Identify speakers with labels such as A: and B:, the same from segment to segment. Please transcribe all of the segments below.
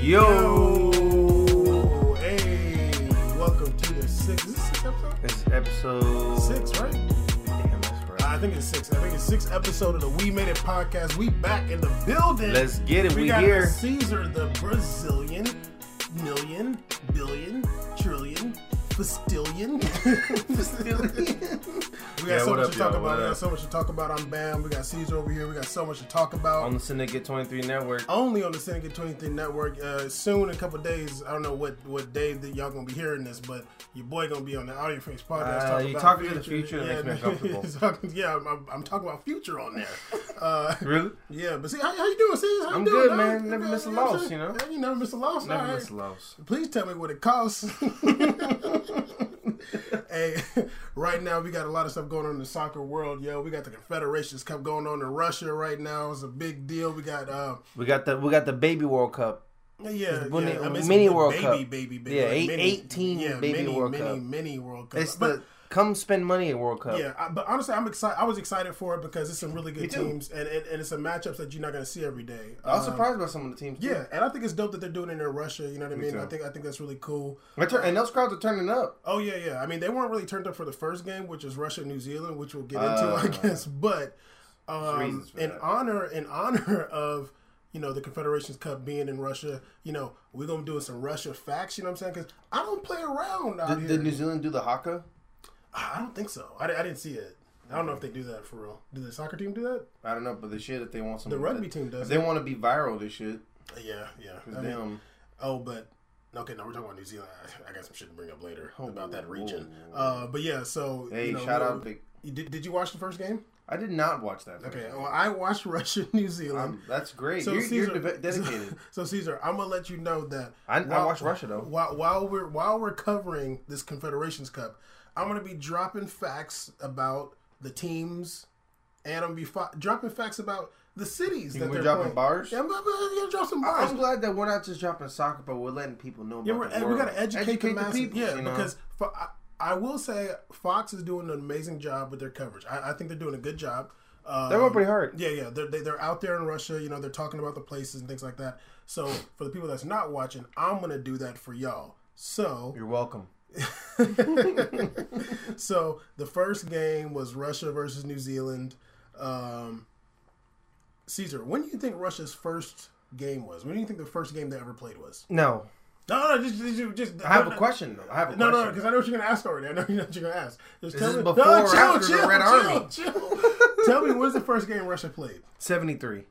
A: Yo!
B: Yo, hey, welcome to the sixth is this sixth episode.
A: It's episode.
B: Six, right? Uh,
A: Damn, that's right.
B: I think it's six. I think it's sixth episode of the We Made It podcast. We back in the building.
A: Let's get it.
B: we
A: We,
B: got
A: here.
B: Caesar, the Brazilian, million, billion, trillion, fastillion. we got
A: Yeah,
B: so
A: what
B: much
A: up,
B: to talk about.
A: y'all? What
B: We
A: up?
B: got so much to talk about. I'm Bam. We got Caesar over here. We got so much to talk about.
A: On the Syndicate 23 Network.
B: only on the Syndicate 23 Network. Uh, soon, in a couple days, I don't know what what day that y'all gonna be hearing this, but your boy gonna be on the Audio Freaks podcast.
A: Uh,
B: talking
A: you
B: about
A: talking to the future, that makes me uncomfortable.
B: talking- yeah, I'm, I'm, I'm talking about future on there. Uh,
A: Really?
B: yeah, but see, how, how you doing, sis? How you
A: I'm
B: doing,
A: good,
B: dog?
A: man. Never
B: Yeah,
A: miss a
B: you know what I'm
A: loss,
B: saying?
A: you know?
B: Yeah, you never miss a loss.
A: Never
B: all right.
A: miss a loss.
B: Please tell me what it costs. hey, right now we got a lot of stuff going on in the soccer world, yo. We got the Confederations Cup going on in Russia right now. It's a big deal. We got uh,
A: We got the we got the Baby World Cup.
B: yeah,
A: when
B: yeah.
A: they-
B: I mean, it's
A: mini
B: the
A: World
B: baby,
A: Cup.
B: Baby, baby,
A: Yeah,
B: like
A: eight-
B: mini-
A: 18 baby
B: mini,
A: World
B: mini,
A: Cup.
B: mini World Cup.
A: It's
B: but,
A: the Come Spend Money at World Cup.
B: yeah, I, but honestly, I'm excited. I was excited for it because it's some really good
A: Me too.
B: teams, and, and and it's some matchups that you're not going to see every day.
A: I was
B: Um,
A: surprised by some of the teams. too.
B: Yeah, and I think it's dope that they're doing it in Russia. You know what I mean?
A: too.
B: I think I think that's really cool.
A: They turn- And those crowds are turning up.
B: Oh yeah, yeah. I mean, they weren't really turned up for the first game, which is Russia and New Zealand, which we'll get
A: Uh,
B: into, I guess. But um,
A: reasons for
B: in
A: that.
B: honor in honor of you know the Confederations Cup being in Russia, you know we're gonna do some Russia facts. You know what I'm saying? Because I don't play around out
A: Did,
B: here.
A: did New Zealand do the haka?
B: I don't think so. I, di- I didn't see it. I don't know if they do that for real. Did the soccer team do that?
A: I don't know, but they should if they want some.
B: The rugby team
A: If
B: does.
A: they
B: it.
A: want to be viral, they should.
B: Uh, Yeah, yeah. I mean,
A: Damn.
B: Oh, but okay, no, we're talking about New Zealand. I, I got some shit to bring up later about that region.
A: Oh, whoa.
B: Uh, but yeah, so
A: Hey,
B: you know,
A: shout
B: we-
A: out. Big-
B: you Did, did you watch the first game?
A: I did not watch that.
B: Okay, well, I watched Russia, New Zealand.
A: Um, that's great.
B: so
A: you're you're
B: Caesar-
A: deve- dedicated.
B: So Caesar, I'm gonna let you know that
A: I, I watched Russia though.
B: while while we're while we're covering this Confederations Cup, I'm gonna be dropping facts about the teams, and I'm gonna be fi- dropping facts about the cities that
A: We're
B: they're
A: dropping
B: playing.
A: bars.
B: Yeah, I'm, I'm gonna drop some bars.
A: I'm glad that we're not just dropping soccer, but we're letting people know. About
B: Yeah, we're,
A: the
B: and we
A: world.
B: gotta educate, the, masses.
A: people.
B: yeah,
A: you know?
B: because for, I, I will say Fox is doing an amazing job with their coverage. I, I think they're doing a good job. Um,
A: they're going pretty hard.
B: Yeah, yeah, they're they, they're out there in Russia. You know, they're talking about the places and things like that. So for the people that's not watching, I'm gonna do that for y'all. So,
A: You're welcome.
B: so the first game was Russia versus New Zealand. Um, Caesar, when do you think Russia's first game was? When do you think the first game they ever played was?
A: No,
B: No, no, just just, just
A: I have
B: no,
A: a
B: no.
A: question. though. I have a
B: No, no,
A: question.
B: because I know what you're gonna ask already. I know what you're gonna ask. Just
A: is
B: me-
A: before or after the Red Army.
B: chill, chill. tell me, when's the first game Russia played?
A: Seventy-three.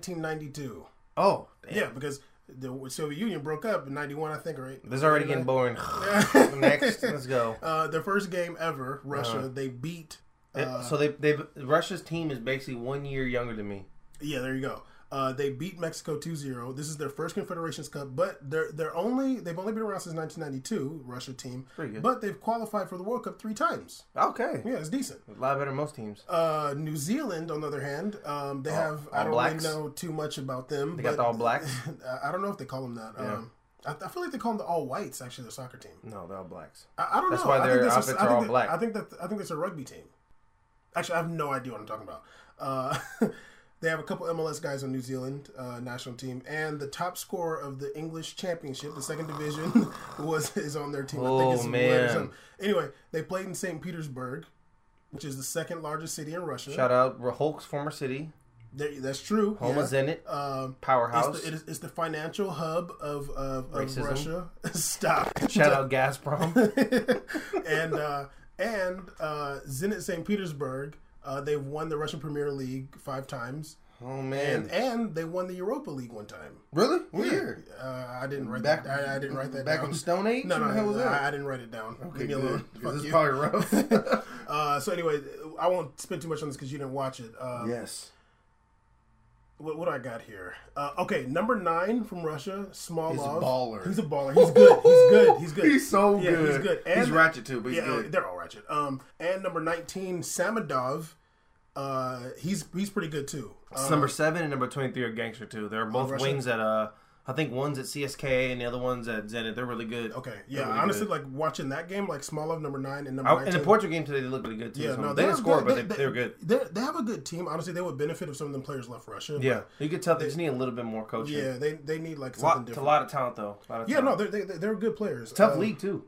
B: 1992.
A: Oh, damn.
B: Yeah, because the Soviet Union broke up in 91, I think, right?
A: This is already getting boring. Next, let's go.
B: Uh, their first game ever, Russia.
A: Uh-huh.
B: They beat. Uh,
A: so they they Russia's team is basically one year younger than me.
B: yeah, there you go. Uh, they beat Mexico 2-0. This is their first Confederations Cup, but they're they're only they've only been around since 1992. Russia team,
A: Pretty good.
B: but they've qualified for the World Cup three times.
A: Okay,
B: Yeah, it's decent.
A: a lot better than most teams.
B: Uh, New Zealand, on the other hand, um, they have I
A: All
B: don't
A: Blacks?
B: really know too much about them.
A: They got the All Blacks.
B: I I don't know if they call them that. Um, I, I feel like they call them the All Whites. Actually, their soccer team.
A: No, they're all blacks.
B: I, I don't
A: That's
B: know.
A: why
B: I think
A: their
B: that's a- I
A: outfits are
B: think
A: all
B: that-
A: black.
B: I think that I think it's a rugby team. Actually, I have no idea what I'm talking about. Uh, they have a couple MLS guys on New Zealand uh, national team, and the top scorer of the English Championship, the second division, was is on their team. I
A: Oh,
B: think it's Wood or
A: man.
B: something. Anyway, they played in Saint Petersburg, which is the second largest city in Russia.
A: Shout out Hulk's former city,
B: There- that's true.
A: home
B: yeah.
A: of Zenit,
B: Um,
A: powerhouse.
B: it's the, it is, it's the financial hub of, of, of
A: Racism.
B: Russia. Stop.
A: Shout out Gazprom.
B: and uh, and uh, Zenit St. Petersburg, uh, they've won the Russian Premier League five times,
A: oh man,
B: and, and they won the Europa League one time.
A: really? Weird.
B: Uh, I didn't write
A: Back-
B: that. I, I didn't write that
A: Back
B: down.
A: on Stone Age?
B: no,
A: what
B: no,
A: the hell was
B: I,
A: that?
B: I didn't write it down. Leave me
A: good,
B: alone.
A: 'cause
B: Fuck
A: it's
B: you.
A: probably rough.
B: uh, so anyway, I won't spend too much on this because you didn't watch it. Uh,
A: yes.
B: What, what do I got here? Uh, okay, number nine from Russia, Small
A: He's a
B: Love.
A: baller.
B: He's a baller. He's good. He's good. He's good.
A: He's so
B: Yeah,
A: good.
B: he's good. And-
A: he's ratchet too, but he's
B: yeah,
A: good.
B: they're all ratchet. Um, and number nineteen, Samadov. Uh, he's he's pretty good too.
A: It's
B: Uh,
A: number seven and number twenty-three are gangster too. They're both
B: Russia.
A: wings at uh I think one's at CSKA and the other one's at Zenit. They're really good.
B: Okay, yeah.
A: really
B: honestly,
A: good.
B: like watching that game, like Small of number nine and number
A: I, in the
B: 19,
A: Portugal game today, they looked really good too.
B: Yeah,
A: so
B: no,
A: they, didn't
B: have-
A: score, but they, they, were good.
B: They they have a good team. Honestly, they would benefit if some of them players left Russia. but
A: Yeah, you could tell they just need a little bit more coaching.
B: yeah. They they need like
A: Lot-
B: something
A: it's a
B: different.
A: lot of talent though. Lot of
B: Yeah, no,
A: talent.
B: they're, they they're good players.
A: tough
B: Um,
A: league too.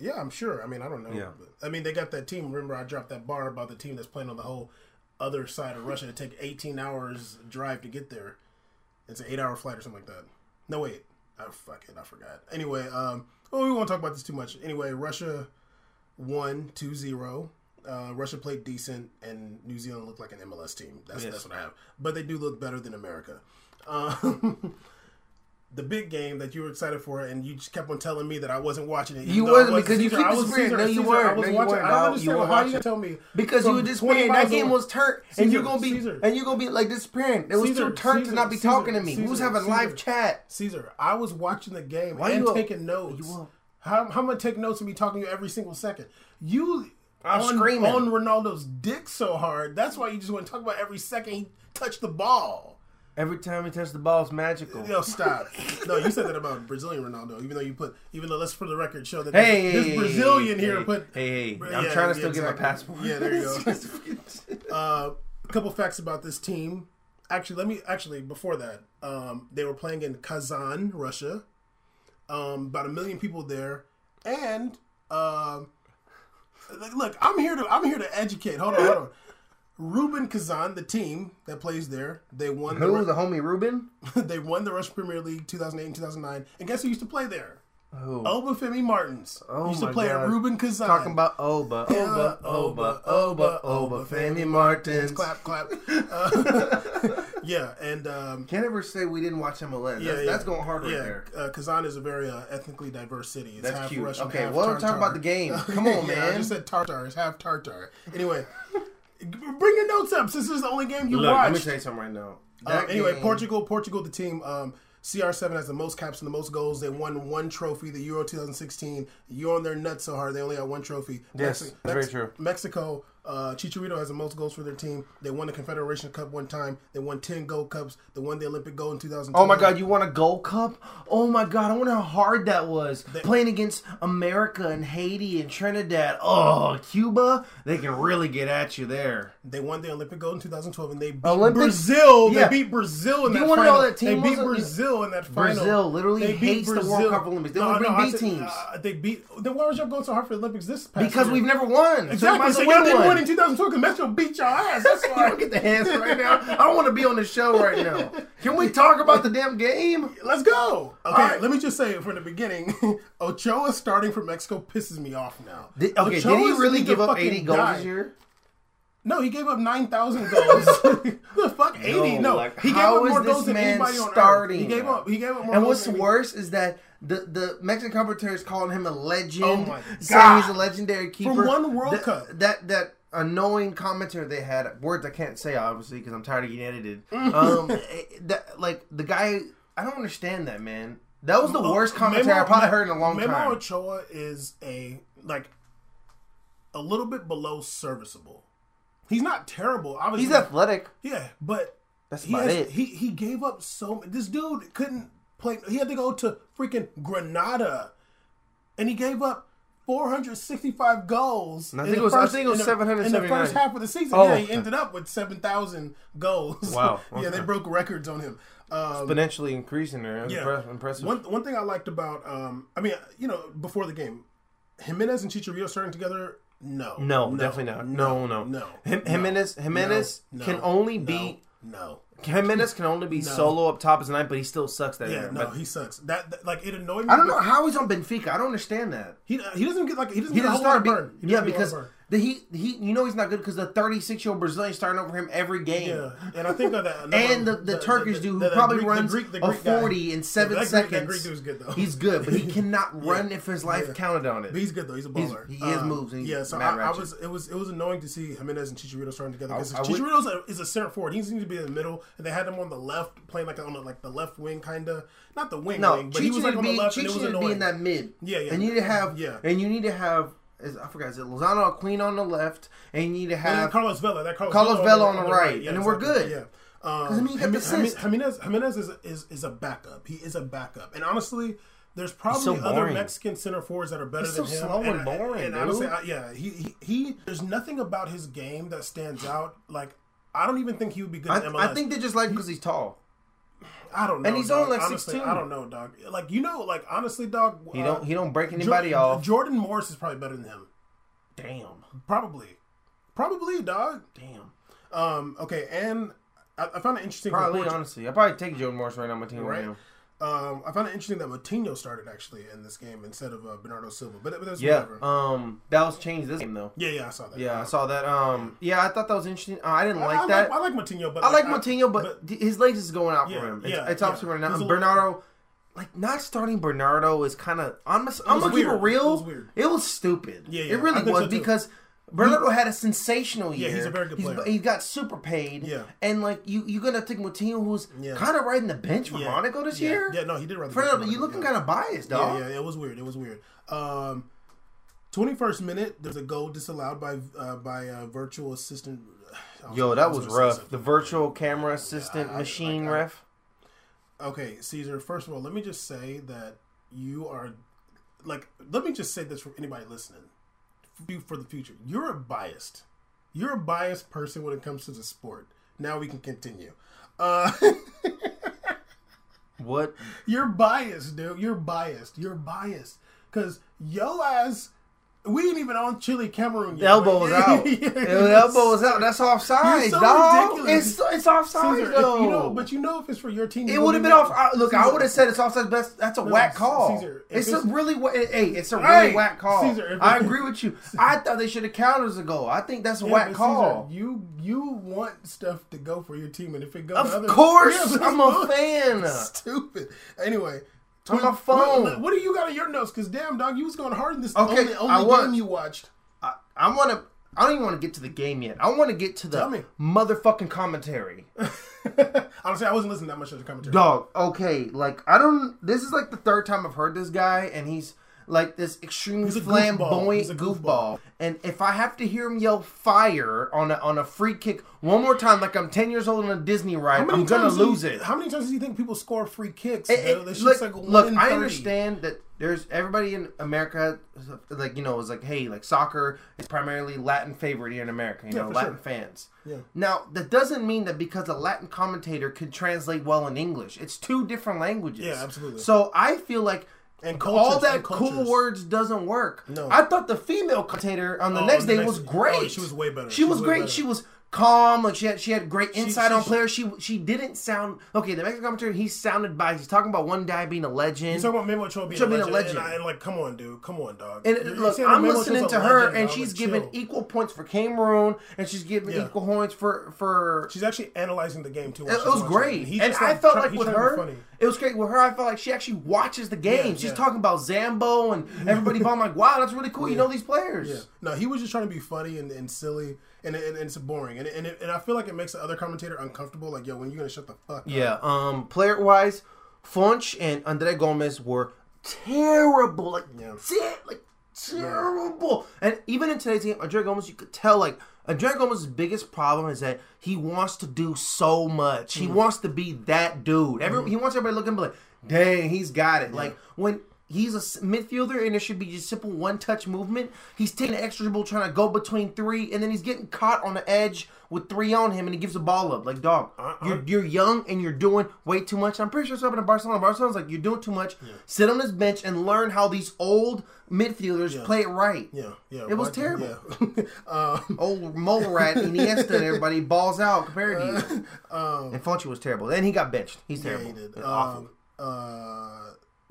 B: Yeah, I'm sure. I mean, I don't know.
A: Yeah.
B: But- I mean, they got that team. Remember, I dropped that bar about the team that's playing on the whole other side of Russia to take 18 hours drive to get there. It's an eight hour flight or something like that. No, wait. I fuck it. I forgot. Anyway, um, oh, we won't talk about this too much. Anyway, Russia won 2 0. Uh, Russia played decent, and New Zealand looked like an MLS team. That's
A: Yes.
B: that's what I have. But they do look better than America. Um, the big game that you were excited for, and you just kept on telling me that I wasn't watching it. even
A: You
B: though I
A: wasn't,
B: was
A: because you
B: Caesar.
A: keep
B: I
A: this
B: was
A: weird.
B: Caesar.
A: No, you
B: Caesar,
A: were.
B: I was
A: No, you
B: watching.
A: weren't,
B: I don't
A: dog. You
B: understand why you
A: weren't watching.
B: didn't tell me
A: Because
B: from
A: you were just
B: 20
A: playing
B: miles
A: that game
B: away.
A: was turned, and you're
B: Caesar,
A: gonna be
B: Caesar.
A: and you're gonna be like this parent. It was
B: Caesar,
A: too turned
B: Caesar,
A: to not be
B: Caesar,
A: talking to me. we was
B: Caesar,
A: having live
B: Caesar.
A: chat.
B: Caesar. I was watching the game
A: Why
B: and
A: you up?
B: taking notes.
A: You up?
B: How, how am I gonna take notes and be talking to you every single second? You
A: I'm
B: on,
A: screaming.
B: on Ronaldo's dick so hard. That's why you just want to talk about every second he touched the ball.
A: Every time he touched the ball, it's magical.
B: Yo, stop. no, you said that about Brazilian Ronaldo. Even though you put, even though let's for the record show that this,
A: Hey, hey,
B: this Brazilian
A: hey,
B: here
A: hey,
B: put
A: Hey, hey, I'm
B: Yeah,
A: trying to still
B: yeah,
A: get my
B: exactly.
A: passport.
B: Yeah, there you Uh, a couple facts about this team. Actually, let me actually before that, um, they were playing in Kazan, Russia. Um, about a million people there, and um, look- look, I'm here to I'm here to educate. Hold on, hold on. Ruben Kazan, the team that plays there, they won the,
A: Who
B: Ru-
A: the homie Ruben?
B: they won the Russian Premier League 2008 and 2009. And guess who used to play there?
A: Who?
B: Obafemi Martins.
A: Oh
B: used to
A: my
B: play at
A: God.
B: Ruben Kazan.
A: Talking about Oba, Oba, Oba, Oba, Oba, Fanny Martins.
B: clap clap uh, yeah and um
A: Can't ever say we didn't watch MLS.
B: yeah,
A: that's,
B: yeah.
A: that's going hard right
B: yeah,
A: there.
B: Uh, Kazan is a very uh, ethnically diverse city. It's
A: That's
B: half
A: cute.
B: Russian,
A: Okay,
B: half
A: well,
B: Tartar.
A: talk about the game. Come on,
B: Yeah, I
A: man.
B: just said Tartar. It's half Tartar. Anyway, g- bring your notes up since this is the only game you
A: Look, let me
B: watched.
A: tell you something right now.
B: Uh,
A: That
B: anyway,
A: game-
B: Portugal, Portugal, the team. Um, CR7 has the most caps and the most goals. They won one trophy, the Euro 2016. You're on their nuts so hard. They only got one trophy.
A: Yes,
B: Mexi-
A: that's very true.
B: Mexico, uh, Chicharito has the most goals for their team. They won the Confederation Cup one time. They won 10 gold cups. They won the Olympic gold in 2000.
A: Oh my God! You won a Gold Cup? Oh my God! I wonder how hard that was playing against America and Haiti and Trinidad. Oh, Cuba! They can really get at you there.
B: They won the Olympic gold in 2012, and they beat
A: Olympic-
B: Brazil.
A: Yeah.
B: They beat Brazil in
A: Do you
B: that
A: wanna
B: final.
A: know that team
B: they beat
A: was-
B: Brazil in that final.
A: Brazil literally
B: they beat
A: hates the World
B: Brazil.
A: Cup Olympics. They
B: no,
A: wanna bring
B: no, I
A: B
B: said,
A: teams.
B: Uh, they beat. Then why was y'all going so hard for the Olympics this past
A: Because
B: year?
A: we've never won.
B: Exactly. So
A: So, we
B: y'all
A: might as
B: didn't
A: well
B: win
A: win
B: in 2012 because Metro beat y'all ass. That's
A: You
B: why.
A: don't get the hands right now. I don't want to be on the show right now. Can we talk about the damn game?
B: Let's go. Okay,
A: right.
B: let me just say from the beginning, Ochoa starting for Mexico pisses me off now.
A: Did- okay, did
B: Ochoa
A: he
B: is-
A: really
B: needs
A: give
B: to
A: up
B: fucking
A: 80 goals
B: die.
A: this year?
B: No, he gave up nine thousand goals. the fuck, eighty? No,
A: like,
B: he gave
A: how
B: up
A: is
B: more
A: this
B: goals than
A: man
B: anybody on
A: starting?
B: earth. He gave up. He gave up more.
A: And
B: goals
A: what's
B: than
A: worse is that the, the Mexican commentary is calling him a legend.
B: Oh my
A: Saying he's
B: God.
A: a legendary keeper.
B: one World
A: That-
B: Cup.
A: That that annoying commentary they had words I can't say obviously because I'm tired of getting edited. um, it- that like the guy I don't understand that man. That was the worst commentary I probably heard in a long
B: Oh, Memo
A: time.
B: Ochoa is a like a little bit below serviceable. He's not terrible. Obviously,
A: He's athletic.
B: yeah, but
A: That's
B: he
A: about
B: has,
A: it.
B: he he gave up so. m- This dude couldn't play. He had to go to freaking Granada, and he gave up. 465 goals.
A: I
B: in
A: think
B: the
A: it was- I
B: first-
A: think it was
B: in the- In the
A: 779.
B: first half of the season,
A: Oh.
B: yeah, he ended up with 7,000 goals.
A: Wow,
B: yeah, they
A: okay.
B: broke records on him. Um,
A: exponentially increasing there.
B: Yeah.
A: Impre- impressive.
B: One one thing I liked about, um, I mean, you know, before the game, Jimenez and Chicharito starting together. No,
A: no, definitely not. No, no,
B: no,
A: Jim-
B: no,
A: Jimenez, Jimenez
B: no,
A: can
B: no,
A: only
B: no,
A: be
B: no.
A: Jimenez can only be solo up top as night, but he still sucks that
B: Yeah,
A: year.
B: no,
A: But
B: he sucks. That, that- like it annoyed me.
A: I don't
B: but
A: know how he's on Benfica. I don't understand that.
B: He uh, he doesn't get like he doesn't
A: He
B: get a
A: doesn't
B: whole lot of
A: start. Be,
B: burn. He
A: yeah,
B: doesn't get a
A: because
B: whole lot of burn.
A: the he he you know he's not good because the 36 year old Brazilian starting over him every game.
B: yeah, and I think of that another-
A: And the, the, Turkish dude who
B: the- the
A: probably
B: Greek- the
A: runs
B: Greek- the
A: a
B: Greek guy.
A: 40 in seven
B: that Greek- that
A: seconds.
B: Greek dude's good, though.
A: He's good, but he cannot run if his life counted on it.
B: But he's good though. He's a
A: He's-
B: baller. Uh,
A: he has moves and he's
B: yeah, so
A: mad
B: I, I
A: ratchet.
B: was it was it was annoying to see Jimenez and Chicharito starting together because
A: I would-
B: Chicharito's a, is a center forward. He needs to be in the middle, and they had him on the left playing like on the, like the left wing, kind of not the wing,
A: No,
B: wing, but
A: Cheech
B: he was like
A: would
B: on the
A: be,
B: left,
A: Cheech
B: and it was
A: would
B: annoying.
A: be in that mid.
B: Yeah, yeah.
A: And you need to have.
B: Yeah.
A: And you need to have. Is, I forgot. Is it Lozano or Queen on the left? And you need to
B: And then
A: have.
B: Carlos Vela, that Carlos,
A: Carlos Vela on the right,
B: yeah,
A: and then we're
B: exactly.
A: good.
B: Um,
A: 'Cause, I mean, he got the
B: Jime- Jime-
A: assist.
B: Jimenez, Jimenez is, is is a backup. He is a backup, and honestly, there's probably
C: so
B: other
C: boring.
B: Mexican center forwards that are better
C: He's
B: than
C: so
B: him.
C: slow and
B: I-
C: boring,
B: And honestly,
C: dude.
B: I, yeah, he, he he. There's nothing about his game that stands out. Like I don't even think he would be good
A: I,
B: in MLS.
A: I think they just like him because he's tall.
B: I don't know.
A: and he's
B: dog.
A: only, like,
B: honestly,
A: 16.
B: I don't know, dog. Like you know, like honestly, dog.
A: He
B: uh,
A: don't he don't break
B: Jor-
A: anybody off.
B: Jordan Morris is probably better than him.
A: Damn,
B: Probably, probably, dog.
A: damn.
B: Um. Okay, and I, I found it interesting. from
A: Probably
B: Portu-
A: honestly, I probably take Jordan Morris right on my team right,
B: Right.
A: now.
B: Um, I found it interesting that Matinho started actually in this game instead of uh, Bernardo Silva, but, but that's
A: Yeah.
B: whatever.
A: Um, that was changed this game though.
B: yeah, yeah, I saw that.
A: Yeah, I saw that. Um, yeah, I thought that was interesting. Uh, I didn't
B: I,
A: like
B: I
A: that.
B: Like, I like Matinho, but
A: I like
B: Matinho.
A: Martino, but, d his legs is going out
B: Yeah,
A: for him. It's,
B: yeah,
A: it's obviously
B: yeah.
A: running out.
B: He's
A: And
B: a little-
A: Bernardo, like not starting Bernardo is kind of. I'm, gonna- I'm
B: was
A: gonna keep it
B: weird.
A: real.
B: It was weird.
A: stupid.
B: Yeah, yeah,
A: It
B: I
A: really
B: think
A: was
B: so, too.
A: because Bernardo had a sensational year.
B: he's a very good player.
A: he got super paid.
B: Yeah.
A: and like you, you're gonna take Martino, who's
B: Yeah.
A: kind of riding the bench for
B: Yeah.
A: Monaco this
B: yeah.
A: year.
B: Yeah, no, he did rather.
A: Fernando, you looking kind of biased,
B: Yeah,
A: dog.
B: yeah, it was weird. It was weird. Um, 21st minute, there's a goal disallowed by uh, by uh, virtual assistant. I
A: Yo,
B: I
A: that was
B: gonna say
A: rough.
B: something.
A: The virtual camera assistant
B: I- I-
A: machine
B: like, I-
A: ref.
B: Okay, Caesar, first of all, let me just say that you are, like, let me just say this for anybody listening, for you for the future. You're a biased. You're a biased person when it comes to the sport. Now we can continue. Uh,
A: What?
B: you're biased, dude. You're biased. You're biased. Because yo ass, we ain't even on Chile, Cameroon
A: The elbow was out. the elbow was out. That's offside,
B: You're so
A: dog.
B: ridiculous.
A: It's it's offside
B: Caesar, if
A: though.
B: you know, but you know if it's for your team,
A: it
B: you
A: would
B: wouldn't
A: have been
B: make-
A: off. I, look, I
B: Caesar.
A: would have said it's offside. Best. That's a whack call.
B: Caesar, if
A: it's, a
B: it's-
A: really wha- hey. It's a really
B: Hey,
A: whack call.
B: Caesar, if
A: I
B: it's-
A: agree with you. I thought they should have counted as a goal. I think that's a
B: Yeah,
A: whack
B: but
A: call.
B: Caesar, you you want stuff to go for your team, and if it goes,
A: of
B: other-
A: course,
B: Yeah, but
A: I'm
B: it's
A: a fan.
B: Stupid. Anyway,
A: I'm a
B: what-
A: phone.
B: What, what do you got on your notes? Because damn, dog, you was going hard in this
A: Okay,
B: only, only
A: I was.
B: game you watched.
A: I, I want to. I don't even want to get to the game yet. I want to get to
B: Tell
A: the
B: me.
A: motherfucking commentary.
B: Honestly, I wasn't listening that much to the commentary.
A: Dog, okay, like I don't. This is like the third time I've heard this guy, and he's like this extremely
B: He's a goofball.
A: flamboyant
B: He's a
A: goofball.
B: goofball.
A: And if I have to hear him yell "fire" on a, on a free kick one more time, like I'm ten years old on a Disney
B: How
A: ride,
B: many
A: I'm gonna
B: times do you-
A: lose it.
B: How many times do you think people score free kicks?
A: It-
B: bro?
A: it-
B: That shit's
A: look,
B: like one
A: look,
B: in
A: I
B: 30.
A: understand that there's everybody in America, like you know, is like, hey, like soccer is primarily Latin favorite here in America, you
B: Yeah,
A: know,
B: for
A: Latin
B: sure.
A: fans.
B: Yeah.
A: Now that doesn't mean that because a Latin commentator can translate well in English. It's two different languages.
B: Yeah, absolutely.
A: So I feel like.
B: And
A: all
B: cultures,
A: that
B: and
A: cool
B: cultures.
A: words doesn't work.
B: No.
A: I thought the female commentator on the
B: Oh,
A: next
B: the
A: day
B: next-
A: was great.
B: oh, she was way better.
A: She,
B: She
A: was
B: was way
A: great.
B: better.
A: She was calm. Like she had, she had great insight
B: she-
A: on
B: she-
A: players. She she didn't sound okay. The Mexican commentator he sounded biased. He's talking about one guy being a legend.
B: You talking about Memo Ochoa being,
A: Ochoa being a
B: a legend?
A: legend.
B: And I, like, come on, dude, come on, dog.
A: And
B: You're- you're
A: look,
B: saying that
A: I'm
B: Memo
A: listening
B: Ochoa's a
A: to her,
B: legend,
A: and
B: dog,
A: she's
B: like,
A: giving
B: chill.
A: equal points for Cameroon, and she's giving
B: Yeah.
A: equal points for for.
B: She's actually analyzing the game too. while
A: it
B: she's
A: was
B: watching
A: great,
B: He's
A: and
B: just,
A: I felt
B: try-
A: like
B: he's
A: with
B: trying to be
A: her,
B: funny.
A: it was great. With her, I felt like she actually watches the game.
B: Yeah,
A: She's
B: yeah.
A: talking about Zambo and everybody. but I'm like, wow, that's really cool. You know these players.
B: Yeah. No, he was just trying to be funny and, and silly, and, and, and it's boring. And, and, it, and I feel like it makes the other commentator uncomfortable. Like, yo, when you going to shut the fuck up?
A: Yeah. Um. Player wise, Funch and Andre Gomez were terrible. Like,
B: Yeah.
A: te- like terrible. And even in today's game, Andre Gomez, you could tell like Andre Gomez's biggest problem is that he wants to do so much. He wants to be that dude. Every he wants everybody looking like, dang, he's got it. Like when. He's a s- midfielder, and it should be just simple one-touch movement. He's taking an extra dribble, trying to go between three, and then he's getting caught on the edge with three on him, and he gives the ball up. Like, dog,
B: Uh-huh.
A: you're you're young and you're doing way too much. I'm pretty sure it's happened in Barcelona. Barcelona's like, you're doing too much. Sit on this bench and learn how these old midfielders play it right.
B: Yeah. Yeah.
A: It was
B: Why-
A: terrible.
B: Yeah. um,
A: Old mole rat Iniesta and everybody balls out compared to you.
B: Uh, um,
A: and Fonchi was terrible. Then he got benched. He's terrible.
B: hated.
A: It's awful.
B: Um, uh,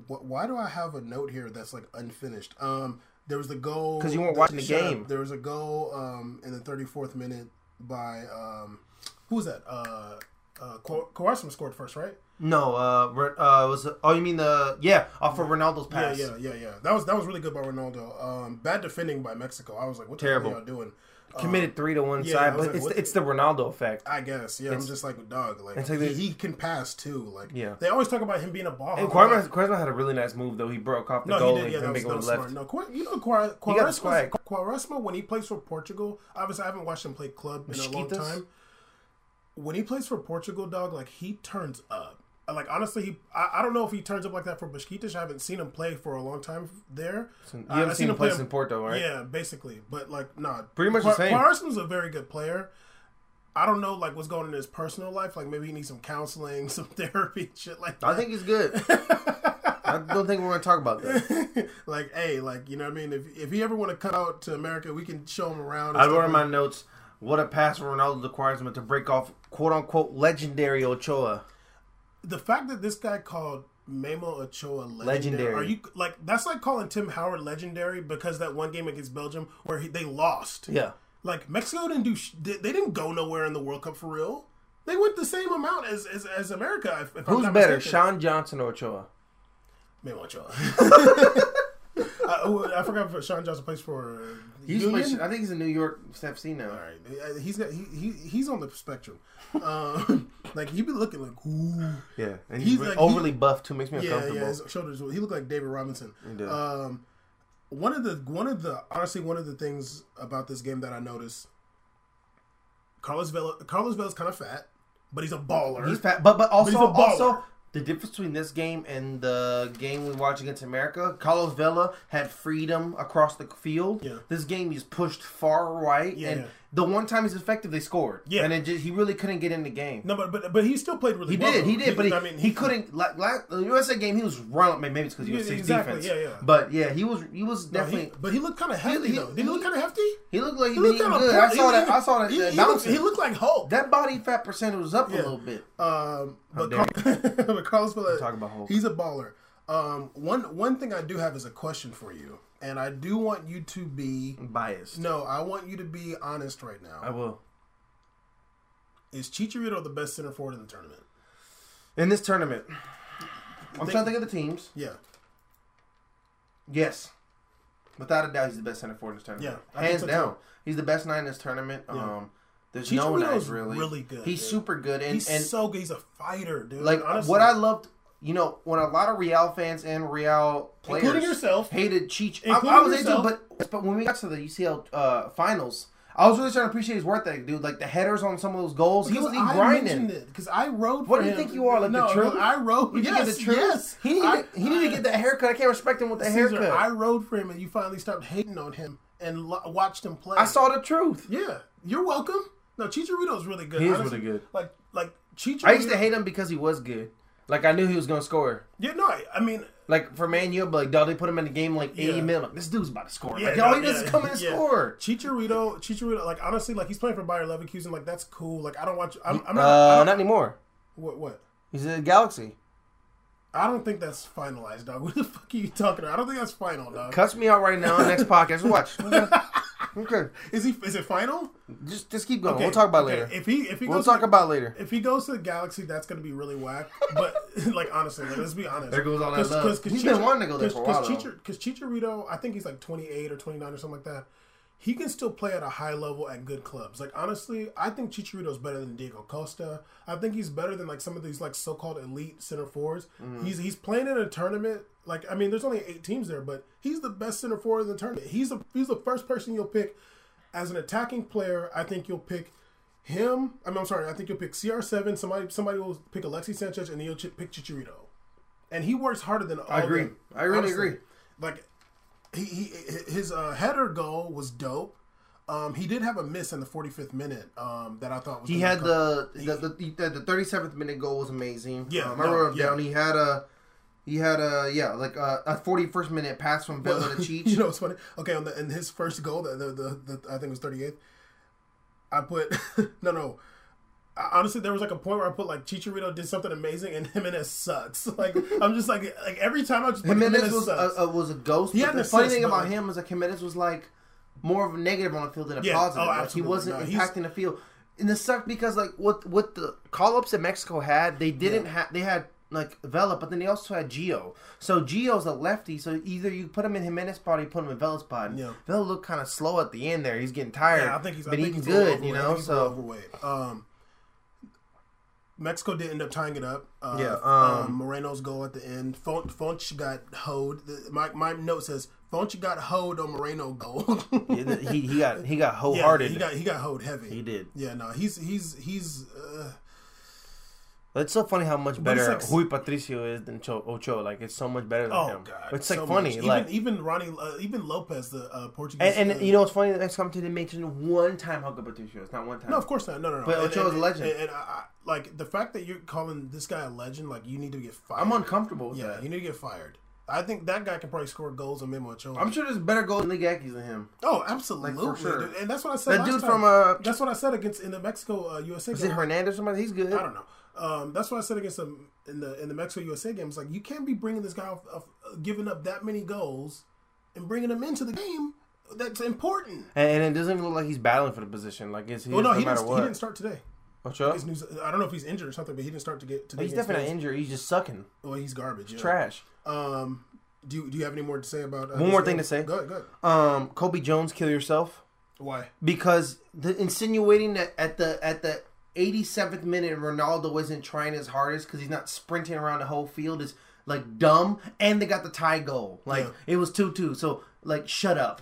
B: wh- why do I have a note here that's like unfinished? Um, there was the goal
A: 'Cause you weren't
B: that
A: watching the
B: shut up.
A: game.
B: There was a goal um, in the 34th minute by um, who was that? Uh, uh, Ko- Kowarski scored first, right?
A: No, uh, Re- uh, was oh you mean the yeah off of Ronaldo's
B: Yeah,
A: pass?
B: yeah, yeah, yeah. That was that was really good by Ronaldo. Um, bad defending by Mexico. I was like, what the
A: Terrible.
B: hell are y'all doing? Um,
A: Committed three to one
B: Yeah, I was
A: side, but
B: like,
A: it's
B: what-
A: the, it's the Ronaldo effect.
B: I guess. Yeah, I'm just like, dog. Like,
A: like
B: he,
A: they-
B: he can pass too. Like,
A: Yeah.
B: They always talk about him being a ball.
A: And
B: hog.
A: Quaresma, Quaresma had a really nice move though. He broke off the
B: No,
A: goal
B: he did. Yeah,
A: and
B: that was,
A: big
B: that
A: one
B: was
A: left.
B: smart. No, Quar- you know, Quar-
A: got the
B: Quaresma,
A: swag.
B: Quaresma, when he plays for Portugal, obviously I haven't watched him play club in a long
A: Mosquitos?
B: time. when he plays for Portugal, dog, like he turns up. Like honestly, he I, I don't know if he turns up like that for Besiktas. I haven't seen him play for a long time there.
A: You
B: Uh,
A: haven't
B: I've
A: seen him play in
B: in-
A: Porto, right?
B: Yeah, basically. But like, nah,
A: Pretty much the same.
B: Parsons a very good player. I don't know like what's going on in his personal life. Like maybe he needs some counseling, some therapy, shit like
A: I
B: that.
A: think he's good. I don't think we're gonna talk about that.
B: like, hey, like you know what I mean. If if he ever want to come out to America, we can show him around. and
A: I
B: stuff
A: wrote in
B: like
A: my notes what a pass from Ronaldo requires him to break off quote unquote legendary Ochoa.
B: the fact that this guy called Memo Ochoa legendary,
A: Legendary.
B: Are you like that's like calling Tim Howard legendary because that one game against Belgium where he, they lost.
A: Yeah.
B: Like Mexico didn't do sh- they, they didn't go nowhere in the World Cup for real. They went the same amount as as, as America. If, if I'm
A: Who's
B: not
A: better,
B: mistaken.
A: Sean Johnson or Ochoa?
B: Memo Ochoa. I, oh, I forgot if Sean Johnson plays for
A: He's
B: Union.
A: I think he's in New York FC now.
B: All right, Uh, he's got he, he he's on the spectrum. Um, like he be looking like ooh.
A: Yeah, and
B: He's
A: he's,
B: like-
A: overly buff too. Makes me
B: Yeah,
A: uncomfortable.
B: yeah, his shoulders. He looked like David Robinson.
A: did.
B: Um, one of the one of the honestly one of the things about this game that I noticed, Carlos Vela Carlos Vela's kind of fat, but he's a baller.
A: He's fat, but but also
B: he's a baller.
A: also the difference between this game and the game we watched against America. Carlos Vela had freedom across the field.
B: Yeah.
A: This game he's pushed far right,
B: Yeah,
A: and
B: yeah.
A: the one time he's effective, they scored.
B: Yeah.
A: and it just, he really couldn't get in the game.
B: no, but but but he still played really
A: He
B: well.
A: did,
B: though.
A: he did, but he,
B: I mean,
A: he, couldn't. Like, like the USA game, he was running. Maybe it's because he
B: Yeah,
A: was six
B: exactly,
A: defense.
B: yeah, yeah.
A: But yeah, he was. He was
B: no, he-
A: definitely.
B: but he looked kind of hefty
A: he-
B: though. Did he look kind of hefty?
A: He, looked like he,
B: He
A: was
B: looked
A: eating
B: kind of
A: good. I saw that. I saw that.
B: He,
A: that
B: he, looked,
A: bouncing.
B: he looked like Hulk.
A: that body fat percentage was up a little bit.
B: Um, but,
A: dare
B: Carl, but Carlos Vela,
A: Talk about Hulk.
B: he's a baller. Um, one one thing I do have is a question for you, and I do want you to be
A: Biased.
B: no, I want you to be honest right
A: I
B: now.
A: will.
B: Is Chicharito the best center forward in the tournament?
A: In this tournament, I'm trying to think of the teams.
B: Yeah,
A: Yes, without a doubt, he's the best center forward in this tournament.
B: Yeah, I think
A: hands
B: so, too.
A: down, he's the best nine in this tournament. Um, there's no one
B: Chicharito's
A: really
B: really good,
A: He's
B: dude.
A: super good, and
B: he's
A: and
B: so good. He's a fighter, dude.
A: Like
B: honestly,
A: what I loved, you know, when a lot of Real fans and Real players,
B: Including yourself.
A: hated Cheech. I,
B: Including
A: I was
B: yourself.
A: into, it, but but when we got to the UCL uh, finals, I was really trying to appreciate his work ethic, dude. Like the headers on some of those goals, he was
B: because
A: he
B: I
A: grinding.
B: mentioned it because I rode.
A: What
B: for
A: do you
B: him.
A: think you are, like the
B: no, no,
A: truth?
B: I rode.
A: You think
B: yes,
A: it's the truth?
B: yes.
A: He needed,
B: I-
A: he needed to get that haircut. I can't respect him with the
B: Caesar,
A: haircut.
B: I
A: I,
B: rode for him, and you finally stopped hating on him and lo- watched him play.
A: saw the truth.
B: Yeah, you're welcome. No, Chicharito's really good.
A: He is
B: honestly.
A: really good.
B: Like, like Chicharito.
A: I used to hate him because he was good. Like I knew he was gonna score.
B: Yeah, no, I, I mean,
A: Like for Man U, I'd be like, dog, they put him in the game like 80
B: Yeah.
A: minutes. Like, this dude's about to score.
B: yeah,
A: like,
B: no,
A: all he does
B: yeah,
A: is come in and
B: yeah.
A: score.
B: Chicharito, Chicharito. Like, honestly, like he's playing for Bayer Leverkusen. Like, that's cool. Like, I don't watch. I'm, I'm not. I
A: Uh,
B: don't-
A: not anymore.
B: what? What?
A: He's a Galaxy.
B: I don't think that's finalized, dog. What the fuck are you talking about? I don't think that's final, dog.
A: Cuss me out right now. Next podcast, watch. Okay,
B: Is he? Is it final?
A: just just keep going.
B: Okay,
A: we'll talk about it
B: okay.
A: later.
B: If he, if he
A: we'll
B: goes,
A: talk
B: to,
A: about it later.
B: if he goes to the Galaxy, that's gonna be really whack. But like, honestly, like, let's be honest.
A: There goes all that
B: Cause,
A: love.
B: cause, cause
A: He's been
B: Chicha-
A: wanting to go there
B: cause,
A: for a while,
B: Cause,
A: though.
B: Chicha- cause Chicharito, I think he's like 28 or 29 or something like that. He can still play at a high level at good clubs. Like honestly, I think Chicharito's better than Diego Costa. I think he's better than like some of these like so-called elite center forwards.
A: Mm-hmm.
B: He's he's playing in a tournament. Like I mean, there's only eight teams there, but he's the best center forward in the tournament. He's the he's the first person you'll pick as an attacking player. I think you'll pick him. I mean, I'm sorry. I think you'll pick CR7. Somebody somebody will pick Alexi Sanchez, and you'll ch- pick Chicharito and he works harder than all I
A: agree. I really agree.
B: Like he, he his uh, header goal was dope. Um, he did have a miss in the 45th minute um, that I thought was
A: He
B: gonna
A: had
B: come-
A: the the the, the, the 37th minute goal was amazing.
B: Yeah,
A: um, I
B: no,
A: wrote it
B: yeah.
A: down. He had a he had a yeah like a, a 41st minute pass from Villa to Cheech.
B: you know what's funny? Okay, on the and his first goal, the the, the, the I think it was 38th. I put no no. I- Honestly, there was like a point where I put like Chicharito did something amazing and Jimenez sucks. Like I'm just like like every time I just put Jimenez,
A: Jimenez was
B: sucks.
A: a, a, was a ghost.
B: He
A: but
B: had
A: the
B: an
A: funny
B: assist,
A: thing
B: but,
A: about
B: like-
A: him is like Jimenez was like more of a negative on the field than a
B: Yeah,
A: positive.
B: oh,
A: like, he
B: absolutely.
A: wasn't
B: No, he's-
A: impacting the field, and this sucked because like what what the call ups that Mexico had, they didn't have they had. Like Vela, but then they also had Gio. So Gio's a lefty, so either you put him in Jimenez spot or you put him in Vela's spot.
B: Yeah.
A: Vela looked kind of slow at the end there. He's getting tired.
B: Yeah, I think he's. I
A: been
B: think
A: eating
B: he's a little
A: good, you
B: overweight. I
A: know.
B: think he's a little
A: So
B: overweight. Um, Mexico did end up tying it up. Uh,
A: Yeah,
B: um,
A: um,
B: Moreno's goal at the end. Fon- Fonch got hoed. The- My my note says Fonch got hoed on Moreno goal.
A: Yeah, he, he got he got
B: Yeah,
A: wholehearted.
B: he got he got hoed heavy.
A: He did.
B: Yeah, no, he's he's he's. Uh,
A: It's so funny how much
B: it's
A: better
B: like-
A: Rui Patricio is than Cho- Ocho. Like it's so much better than
B: oh
A: him.
B: god,
A: it's like
B: so
A: funny.
B: much. Even
A: Like
B: even Ronnie, uh, even Lopez, the uh, Portuguese.
A: and,
B: uh,
A: and you know what's funny? The next commentator mentioned one time how good Patricio is, not one time.
B: No, of course not. No, no, no.
A: But
B: And-
A: Ochoa's
B: and-
A: a legend.
B: And, and I, I, like the fact that you're calling this guy a legend, like you need to get fired.
A: I'm uncomfortable. With
B: Yeah,
A: that.
B: you need to get fired. I think that guy can probably score goals on Memo Ochoa.
A: I'm sure there's better goals in League Yankees than him.
B: oh, absolutely,
A: Like, for sure.
B: dude. And that's what I said.
A: That
B: last
A: dude
B: time.
A: from uh,
B: That's what I said against in the Mexico uh, USA
A: is it
B: game.
A: Hernandez? or Somebody? He's good.
B: I don't know. Um, that's what I said against them in the in the Mexico USA game. It's like you can't be bringing this guy off, off uh, giving up that many goals and bringing him into the game. That's important.
A: And, and it doesn't even look like he's battling for the position. Like it's, he
B: Well, no,
A: no,
B: he
A: matter
B: didn't. He
A: what.
B: didn't start today.
A: Ochoa?
B: His news, I don't know if he's injured or something, but he didn't start to get. Today
A: He's
B: against
A: definitely
B: Spain.
A: not injured. He's just sucking
B: Well, he's garbage. Yeah.
A: trash.
B: Um, do you, do you have any more to say about uh,
A: One
B: this
A: more thing
B: game?
A: to say.
B: Go ahead, go ahead.
A: Um, Kobe Jones, kill yourself.
B: Why?
A: because the insinuating that at the at the 87th minute Ronaldo isn't trying his hardest because he's not sprinting around the whole field is like dumb, and they got the tie goal. Like
B: Yeah.
A: it was two two. So like shut up.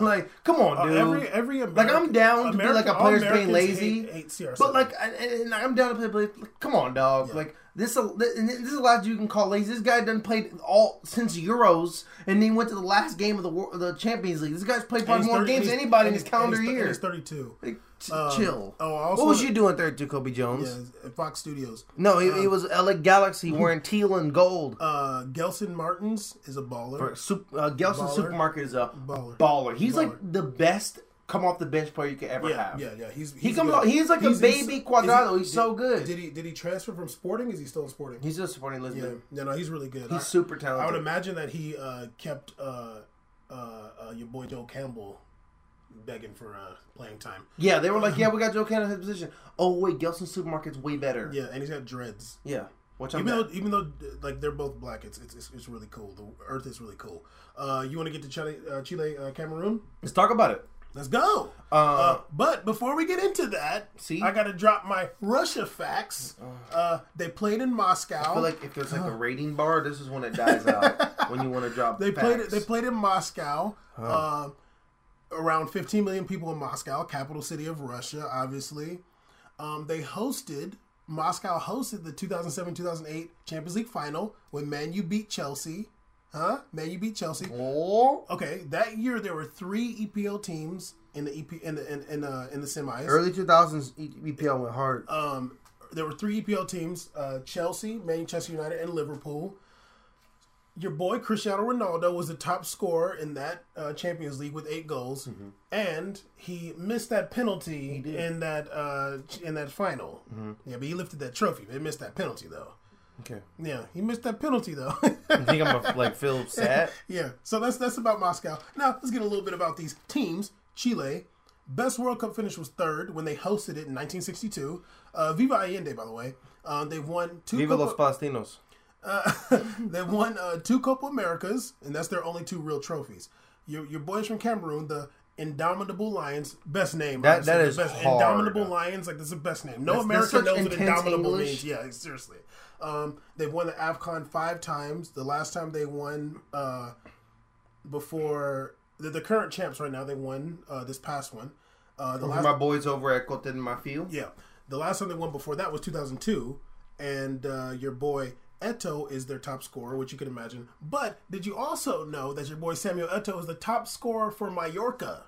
A: like come
B: Uh,
A: on, dude.
B: every every American,
A: like I'm down to be
B: American,
A: like a
B: all
A: player's being
B: Americans
A: lazy,
B: hate, hate CR7.
A: but like, I, and I'm down to play. But like, come on, dog. Like this, uh, and this is the last you can call lazy. This guy done played all since Euros, and then went to the last game of the Wor- the Champions League. This guy's played
B: And
A: probably
B: he's
A: more
B: 30
A: games
B: and
A: than
B: he's-
A: anybody in
B: and
A: his
B: he's-
A: calendar
B: and he's,
A: year.
B: And he's 32.
A: Like, t-
B: Um,
A: chill.
B: oh, I also
A: what was
B: wanna-
A: you doing there, too, Kobe Jones?
B: Yeah, it's at Fox Studios.
A: No, it, it was LA Galaxy wearing teal and gold.
B: Uh, Gelson Martins is a baller.
A: Sup- uh, Gelson
B: Baller.
A: Supermarket is a
B: Baller.
A: baller. He's like the best come off the bench player you could ever
B: yeah,
A: have.
B: yeah, yeah. He's, he's
A: He comes
B: good.
A: off, he's like a baby
B: is he-
A: Cuadrado. he's
B: did-
A: so good.
B: Did he did he transfer from Sporting? Is he still in Sporting?
A: he's just supporting
B: yeah,
A: Lisbon.
B: no, no, he's really good.
A: He's
B: I-
A: super
B: I would
A: talented.
B: imagine that he uh, kept uh, uh, uh, your boy Joe Campbell begging for uh, playing time.
A: yeah, they were like, yeah, we got Joe Cannon in his position. Oh, wait, Gelson Supermarket's way better. Yeah.
B: Yeah, and he's got dreads.
A: Watch out.
B: Even though, even though, uh, like they're both black, it's it's, it's, it's really cool. The Earth is really cool. Uh, you want to get to Chile, uh, Chile, uh, Cameroon?
A: Let's talk about it.
B: Let's go. Uh, but before we get into that,
A: See?
B: I gotta drop my Russia facts. Uh, they played in Moscow.
A: I feel like if there's like a rating bar, this is when it dies out. when you want to drop
B: They played it.
A: facts.
B: They played in Moscow. Um around 15 million people in Moscow, capital city of Russia, obviously. Um, they hosted Moscow hosted the 2007-2008 Champions League final when Man U beat Chelsea. Huh? Man U beat Chelsea.
A: Oh.
B: Okay, that year there were three EPL teams in the EP in the in, in, uh, in the semis.
A: Early E 2000s EPL went hard.
B: Um, there were three EPL teams: uh, Chelsea, Manchester United, and Liverpool. Your boy Cristiano Ronaldo was the top scorer in that uh, Champions League with eight goals, and he missed that penalty in that uh, in that final. Yeah, but he lifted that trophy. But he missed that penalty though.
A: Okay.
B: Yeah, he missed that penalty though.
A: You think I'm gonna like feel sad?
B: yeah, so that's that's about Moscow. Now let's get a little bit about these teams. Chile, best World Cup finish was third when they hosted it in 1962. Uh, Viva Allende, by the way. Uh, they've won two.
A: Viva
B: Copa-
A: los Palestinos.
B: uh, they won uh, two Copa Americas, and that's their only two real trophies. Your, your boys from Cameroon, the Indomitable Lions, best name.
A: That- that
B: honestly,
A: is
B: the best.
A: hard.
B: Indomitable Lions, like that's the best name. No
A: that's
B: American
A: such
B: knows what
A: intense
B: Indomitable
A: English.
B: means. Yeah, seriously. Um, they won the Afcon five times. The last time they won uh, before the, the current champs right now, they won uh, this past one. Uh, the last
A: My boys over at Cote de Marfil.
B: yeah. The last time they won before that was 2002, and uh, your boy Eto is their top scorer, which you can imagine. But did you also know that your boy Samuel Eto is the top scorer for Mallorca?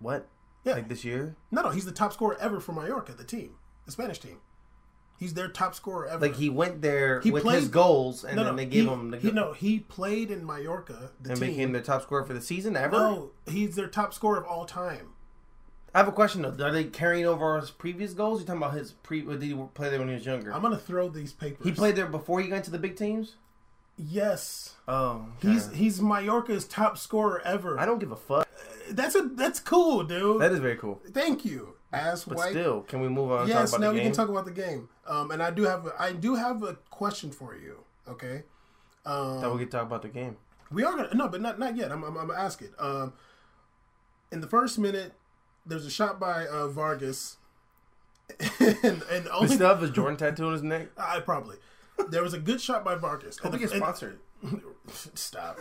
A: What?
B: Yeah.
A: Like this year?
B: No, no, he's the top scorer ever for Mallorca, the team, the Spanish team. He's their top scorer ever.
A: Like he went there
B: He
A: with
B: played-
A: his goals, and
B: no,
A: then
B: no,
A: they gave
B: he,
A: him the
B: he,
A: go-
B: no, he played in Mallorca, the
A: and
B: team.
A: became the top scorer for the season ever.
B: no, he's their top scorer of all time.
A: I have a question though. Are they carrying over his previous goals? You talking about his pre? Or did he play there when he was younger?
B: I'm gonna throw these papers.
A: he played there before he got to the big teams.
B: Yes,
A: Oh, okay.
B: he's he's Mallorca's top scorer ever.
A: I don't give a fuck.
B: That's a that's cool, dude.
A: That is very cool.
B: Thank you, ass white.
A: Still, can we move on? And
B: yes,
A: talk about
B: now
A: the
B: we
A: game?
B: can talk about the game. Um, and I do have a, I do have a question for you. Okay,
A: Now we can talk about the game.
B: we are gonna no, but not not yet. I'm I'm, I'm gonna ask it. Um, in the first minute, there's a shot by uh, Vargas, and, and
A: He
B: only
A: still have his Jordan tattoo on his neck.
B: I probably there was a good shot by Vargas.
A: Hope
B: And
A: he gets
B: and-
A: sponsored.
B: Stop.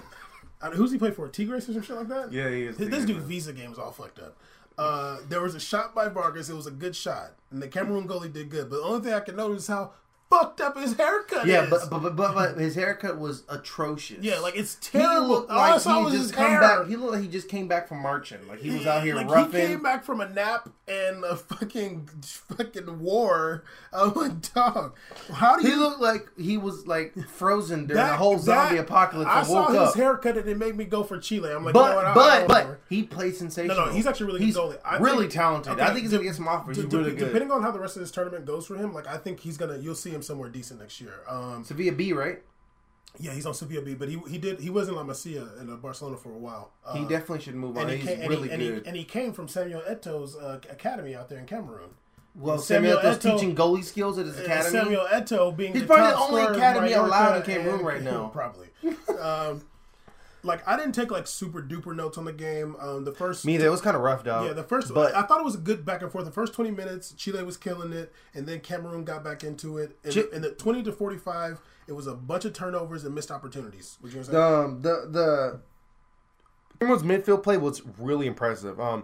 B: I mean, who's he play for? Tigres or some shit like that?
A: Yeah, he is.
B: Th- This dude Visa game's all fucked up. Uh, there was a shot by Vargas. It was a good shot, and the Cameroon goalie did good. But the only thing I can notice is how fucked up his haircut
A: Yeah,
B: is.
A: but but, but but but his haircut was atrocious.
B: yeah, like it's
A: he
B: terrible.
A: looked
B: All
A: like
B: I
A: he
B: saw was
A: just
B: his
A: come
B: hair.
A: back. He looked like he just came back from marching. Like he was out here
B: like
A: roughing.
B: he came back from a nap and a fucking fucking war. I went, dog, how do
A: He
B: you
A: looked like he was like frozen during
B: that-
A: the whole zombie
B: that-
A: apocalypse
B: I
A: and woke
B: saw his
A: up.
B: haircut and it made me go for Chile. I'm like, you know what,
A: but
B: I- I
A: but
B: don't
A: but
B: know.
A: he plays sensational.
B: No, no, he's actually a really good
A: he's
B: goalie. I
A: really
B: think-
A: talented.
B: okay,
A: I think he's
B: de-
A: gonna get some offers.
B: De-
A: He's
B: de-
A: really good.
B: Depending on how the rest of this tournament goes for him, like I think he's gonna, you'll see him somewhere decent next year. Um,
A: Sevilla B, right?
B: yeah, he's on Sevilla B, but he he did he was in La Masia in uh, Barcelona for a while. Uh,
A: He definitely should move on.
B: and he
A: He's
B: came- and he-
A: really
B: and he-
A: good.
B: and he came from Samuel Eto's uh, academy out there in Cameroon.
A: well,
B: Samuel
A: Samuel Eto's
B: Eto'o-
A: teaching goalie skills at his
B: And
A: academy.
B: Samuel Eto being
A: He's
B: the
A: probably
B: top
A: the only
B: scorer of
A: academy
B: Mallorca
A: allowed in
B: and-
A: Cameroon right now.
B: Probably. um, like I didn't take like super duper notes on the game. Um, the first
A: Me, that was kind of rough, dog.
B: yeah, the first
A: but
B: I thought it was a good back and forth. The first twenty minutes, Chile was killing it, and then Cameroon got back into it. And,
A: Chi-
B: and the twenty to forty five, it was a bunch of turnovers and missed opportunities. Would you say?
A: um the the Cameron's midfield play was really impressive. Um,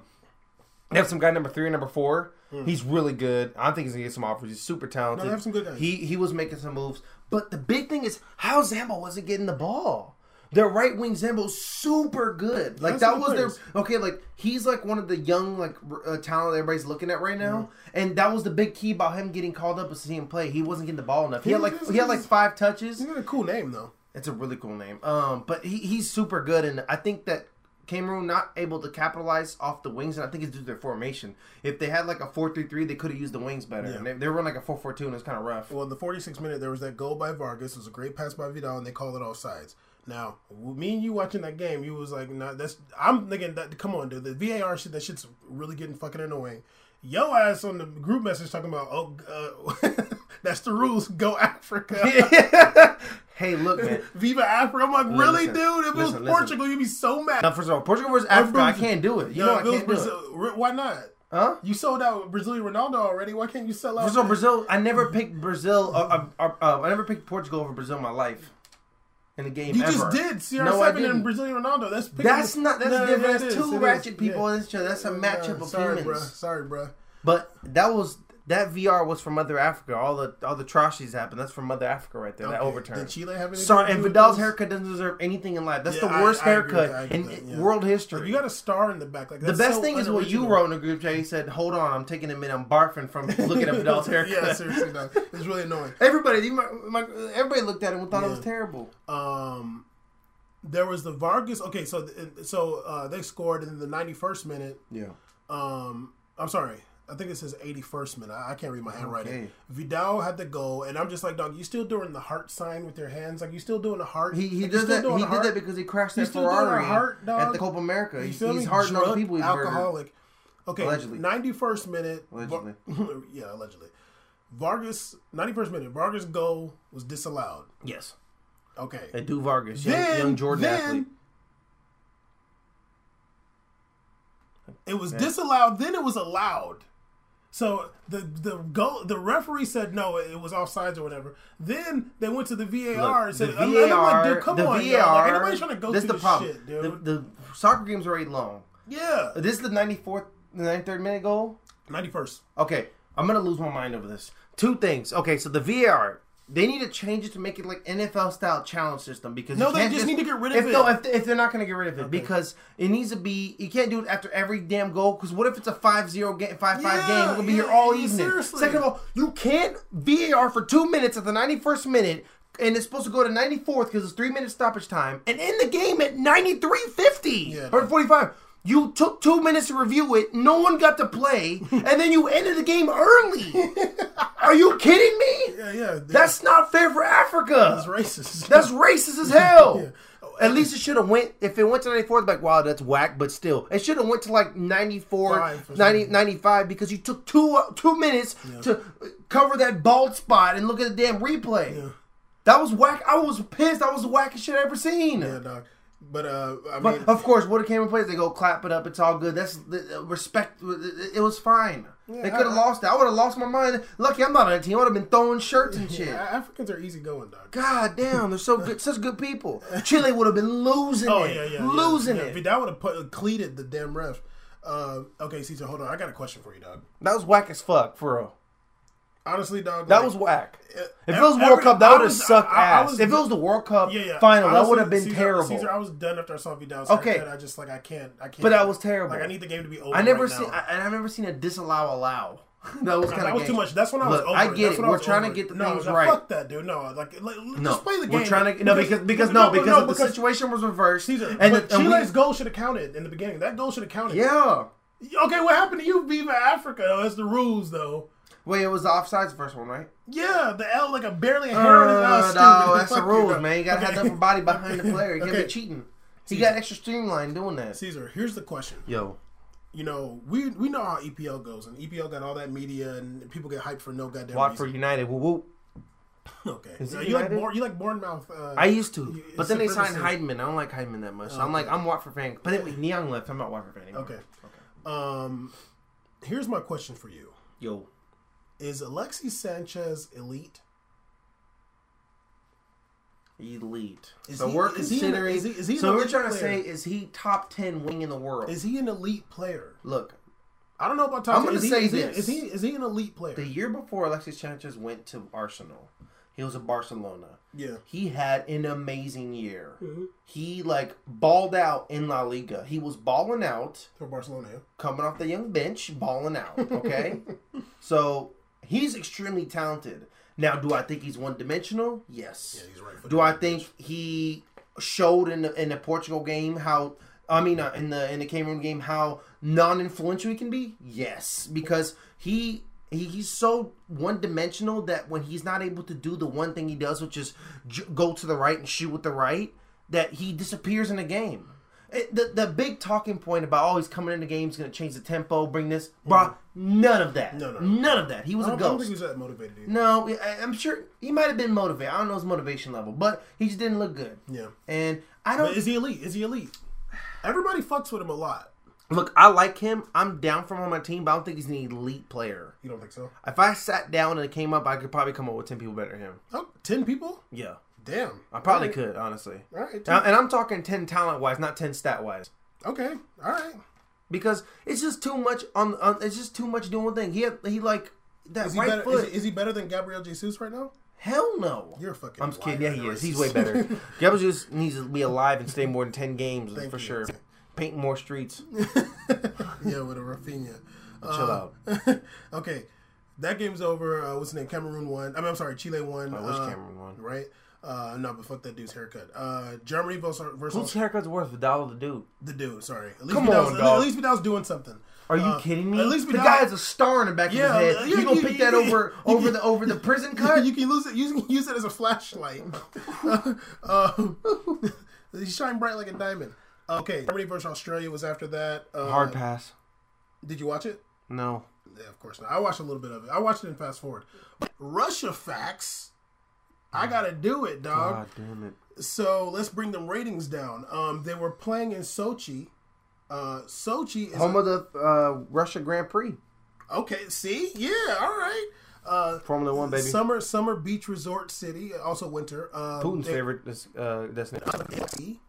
A: they have some guy number three and number four. He's really good. I think he's gonna get some offers. He's super talented.
B: Hmm. they have some good guys.
A: He he was making some moves, but the big thing is how Zambo wasn't getting the ball. Their right wing Zambo's super good. Like
B: That's
A: that
B: what
A: was their
B: it is.
A: okay. Like he's like one of the young like r- uh, talent everybody's looking at right now,
B: Mm-hmm.
A: and that was the big key about him getting called up is to see him play. He wasn't getting the ball enough. He had like
B: He's-
A: he had like five touches.
B: He's got a cool name though.
A: It's a really cool name. Um, but he, he's super good, and I think that Cameroon not able to capitalize off the wings, and I think it's due to their formation. If they had like a four three three, they could have used the wings better. And they, they were running like a four four two, and it's kind of rough.
B: Well, in the 46 minute, there was that goal by Vargas. It was a great pass by Vidal, and they called it offsides. Now, me and you watching that game, you was like, "Nah, that's." I'm thinking that. Come on, dude. The VAR shit. That shit's really getting fucking annoying. Yo ass on the group message talking about, "Oh, uh, that's the rules. Go Africa,
A: hey, look, man.
B: Viva Africa." I'm like, "Really,
A: listen,
B: dude? If it was
A: listen, listen.
B: Portugal, you'd be so mad."
A: Now, first of all, Portugal versus Africa, I
B: Brazil-
A: can't do it. You
B: No,
A: know
B: if it
A: I
B: was
A: can't do it.
B: Brazil- re- Why not?
A: Huh?
B: You sold out Brazilian Ronaldo already. Why can't you sell out?
A: First of all, Brazil. I never picked Brazil. Uh, uh, uh, I never picked Portugal over Brazil in my life. In the game,
B: You
A: ever.
B: just did CR7
A: No, I didn't.
B: and Brazilian Ronaldo. That's picking
A: That's
B: the-
A: not. That's
B: No, no,
A: different.
B: it
A: That's
B: is,
A: two
B: it
A: ratchet
B: is.
A: people.
B: Yeah.
A: That's, that's a
B: Yeah,
A: matchup of
B: sorry,
A: humans.
B: Bruh. Sorry, bruh.
A: But that was that VR was from Mother Africa. All the all the atrocities happened. That's from Mother Africa right there. That
B: Okay,
A: overturn.
B: Did Chile have anything
A: Sorry,
B: to do
A: and
B: with
A: Vidal's
B: this?
A: haircut doesn't deserve anything in life. That's
B: Yeah,
A: the
B: I-
A: worst
B: I agree with
A: haircut
B: that, I agree
A: in
B: with that, yeah.
A: world
B: If
A: history.
B: You got a star in the back. Like
A: the best thing is what you wrote in the group chat. He said, "Hold on, I'm taking a minute. I'm barfing from looking at Vidal's haircut."
B: yeah, seriously, no. it's really annoying.
A: Everybody, you might- might- everybody looked at him and thought it was
B: Yeah.
A: terrible.
B: Um, there was the Vargas. Okay, so th- so uh, they scored in the 91st minute.
A: Yeah,
B: Um, I'm sorry. I think it says 81st minute. I I can't read my handwriting.
A: Okay.
B: Vidal had the goal, and I'm just like, dog, you still doing the heart sign with your hands? Like you still doing the heart?
A: he he
B: Like, you
A: does
B: still
A: that.
B: doing
A: He
B: the
A: did
B: heart?
A: that because he crashed
B: You
A: that
B: still doing a
A: Ferrari
B: heart, dog?
A: at the Copa America.
B: You
A: He's,
B: feel
A: he's
B: me?
A: hard on the
B: Drunk,
A: people he's murdered.
B: alcoholic. Okay,
A: Allegedly.
B: 91st minute.
A: Allegedly.
B: Var- yeah, allegedly. Vargas, 91st minute. Vargas' goal was disallowed.
A: Yes,
B: Okay.
A: they do Vargas, young,
B: then,
A: young Jordan
B: then,
A: athlete.
B: It was disallowed. Then it was allowed. So the the goal, the referee said no, it was offsides or whatever. Then they went to the VAR and
A: the
B: said,
A: VAR,
B: I'm like, dude, come
A: the
B: on, y'all.
A: VAR.
B: Like, anybody's trying to go
A: that's
B: through
A: the
B: this
A: problem.
B: shit, dude.
A: The, the soccer game's already long.
B: yeah,
A: This is the 94th, the 93rd minute goal.
B: ninety first.
A: Okay, I'm gonna lose my mind over this. Two things. Okay, so the VAR. They need to change it to make it like NFL style challenge system because
B: No,
A: you
B: they
A: can't
B: just need to get rid of
A: if,
B: it.
A: No, if, if they're not going to get rid of it because it needs to be you can't do it after every damn goal because what if it's a 5-0 game, 5-5 game?
B: Yeah,
A: We're gonna be here
B: yeah,
A: all
B: yeah,
A: evening.
B: seriously.
A: Second of all, Oh, you can't VAR for two minutes at the 91st minute. And it's supposed to go to 94th because it's three minutes stoppage time, and end the game at 93:50
B: Yeah,
A: or 45. You took two minutes to review it. No one got to play, and then you ended the game early. Are you kidding me?
B: Yeah, yeah.
A: That's not fair for Africa.
B: that's racist.
A: That's racist as hell. At least it should have went. If it went to 94, it's like wow, that's whack. But still, it should have went to like 94,
B: Five or
A: 90, 95 because you took two uh, two minutes to cover that bald spot and look at the damn replay. That was whack. I was pissed. That was the wackest shit I ever seen.
B: Yeah, dog. But uh, I
A: But
B: mean,
A: of course, what it came in place, they go clap it up. It's all good. That's the, uh, respect. It was fine. they could have
B: I-
A: lost it. I would have lost my mind. Lucky I'm not on a team. I would have been throwing shirts and shit.
B: yeah, Africans are easy going, dog.
A: God damn, they're so good. Such good people. Chile would have been losing
B: Oh
A: it.
B: yeah, yeah, yeah.
A: losing
B: yeah.
A: it.
B: Vidal would have put cleated the damn ref. Uh, okay, Caesar, hold on. I got a question for you, dog.
A: That was whack as fuck, for real.
B: Honestly, dog.
A: That
B: like,
A: was whack. If it
B: ev-
A: was World
B: every-
A: Cup, that
B: I
A: would have
B: was-
A: sucked
B: I- I- I
A: ass.
B: was-
A: if it was the World Cup
B: yeah, yeah.
A: final, that
B: Honestly,
A: would have been
B: Caesar-
A: terrible.
B: Caesar, I was done after I saw Vidal. So
A: Okay.
B: okay, I just like I can't, I can't.
A: But that was terrible.
B: Like I need the game to be over.
A: I never
B: right
A: seen,
B: Now.
A: I, and I've never seen a disallow allow. that was kind
B: that
A: of
B: was too much. That's when I was
A: Look,
B: over.
A: I
B: it.
A: get
B: That's
A: it.
B: when I
A: We're
B: was
A: trying to
B: over it.
A: get the
B: no,
A: things
B: no,
A: right.
B: Fuck that, dude. No, like, like
A: No,
B: just play the game.
A: we're trying to no because because no because,
B: no,
A: the
B: because
A: situation was reversed
B: Caesar,
A: and,
B: but
A: the, and we-
B: Chile's goal should have counted in the beginning. That goal should have counted.
A: yeah.
B: Okay, what happened to you, Viva Africa? Oh, that's the rules, though.
A: Wait, it was the offsides the first one, right?
B: Yeah, the L like a barely a
A: Uh,
B: hair on his oh, stupid.
A: no, that's the
B: Fuck you,
A: rules,
B: dog.
A: man. You gotta
B: Okay.
A: have that body behind the player. You can't
B: Okay.
A: be cheating. He got extra streamlined doing that.
B: Caesar, here's the question.
A: Yo,
B: You know, we we know how EPL goes, and EPL got all that media, and people get hyped for no goddamn
A: Watford United. Whoop, whoop.
B: reason. Okay,
A: Is it
B: Now, you like
A: United?
B: Bour- you like Bournemouth. Uh,
A: I used to,
B: it's
A: but then they signed
B: supremacy.
A: Heidman. I don't like Heidman that much. So I'm like, I'm Watford fan. But then Neon left. I'm not Watford fan anymore.
B: okay. Um, here's my question for you:
A: Yo,
B: Is Alexis Sanchez elite?
A: elite.
B: Is
A: so
B: he-
A: we're
B: is he an-
A: considering.
B: is he- is he an
A: so we're
B: elite
A: trying to say,
B: player?
A: is he top ten wing in the world?
B: Is he an elite player?
A: Look,
B: I don't know about top.
A: I'm gonna
B: is he-
A: say
B: is he,
A: this.
B: Is he, is he an elite player?
A: the year before Alexis Sanchez went to Arsenal, he was at Barcelona.
B: yeah.
A: He had an amazing year. He like balled out in La Liga. He was balling out,
B: For Barcelona. yeah.
A: coming off the young bench, balling out. Okay, so he's extremely talented. Now, do I think he's one dimensional? Yes.
B: Yeah, he's right.
A: Do I think he showed in the in the Portugal game how I mean uh, in the in the Cameroon game how non-influential he can be? Yes, because he. he- He's so one-dimensional that when he's not able to do the one thing he does, which is j- go to the right and shoot with the right, that he disappears in the game. It- the the big talking point about oh he's coming in the game, he's gonna change the tempo, bring this, bruh, none of that,
B: Mm-hmm. No, no, no.
A: none of that. He was
B: I
A: a
B: don't, I don't
A: ghost.
B: think he's that motivated. Either.
A: No, I- I'm sure he might have been motivated. I don't know his motivation level, but he just didn't look good.
B: Yeah.
A: And I
B: But
A: don't
B: is he elite? Is he elite? Everybody fucks with him a lot.
A: look. I like him. I'm down for him on my team, but I don't think he's an elite player.
B: You don't think so?
A: If I sat down and it came up, I could probably come up with ten people better than him.
B: Oh, 10 people?
A: Yeah,
B: Damn.
A: I probably could honestly.
B: All right.
A: And I- and I'm talking ten talent wise, not ten stat wise.
B: Okay. All right.
A: Because it's just too much on, on. It's just too much doing one thing. He had, he like that
B: Is he,
A: right
B: better, is,
A: foot.
B: he, is he better than Gabriel Jesus right now?
A: Hell no.
B: You're a fucking.
A: I'm just kidding.
B: liar
A: Yeah,
B: and
A: he
B: a
A: is. He's
B: racist.
A: way better. Gabriel just needs to be alive and stay more than ten games for
B: you.
A: sure. Paint more streets.
B: yeah, with a Rafinha. Uh,
A: Chill out.
B: okay. That game's over. Uh, what's his name? Cameroon won. I mean, I'm sorry, Chile won.
A: wish
B: uh,
A: Cameroon won.
B: Right? Uh, no, but fuck that dude's haircut. Uh, Germany versus,
A: Whose
B: versus
A: haircut's worth a dollar to do?
B: the dude. Sorry. At least
A: Come
B: Vidal's-
A: on,
B: at-
A: dog.
B: At least Vidal's doing something.
A: Are you
B: Uh,
A: kidding me?
B: At least
A: the
B: Vidal-
A: guy has a star in the back
B: Yeah,
A: of his
B: uh,
A: head.
B: yeah,
A: you gonna
B: you-
A: pick that
B: you-
A: over
B: you-
A: over the over the prison cut?
B: you can lose it. You can use it as a flashlight. um, you shine bright like a diamond. Okay, Germany versus Australia was after that. Uh,
A: Hard pass.
B: Did you watch it?
A: No.
B: Yeah, of course not. I watched a little bit of it. I watched it in fast forward. Russia facts. I gotta do it, dog.
A: Mm. God damn it.
B: So let's bring them ratings down. Um, they were playing in Sochi. Uh, Sochi is
A: Home of the uh, Russia Grand Prix,
B: okay. See, yeah, all right. Uh,
A: Formula One, baby.
B: summer summer beach resort city. Also winter. Um,
A: Putin's
B: they-
A: favorite is, uh, destination.
B: Sea.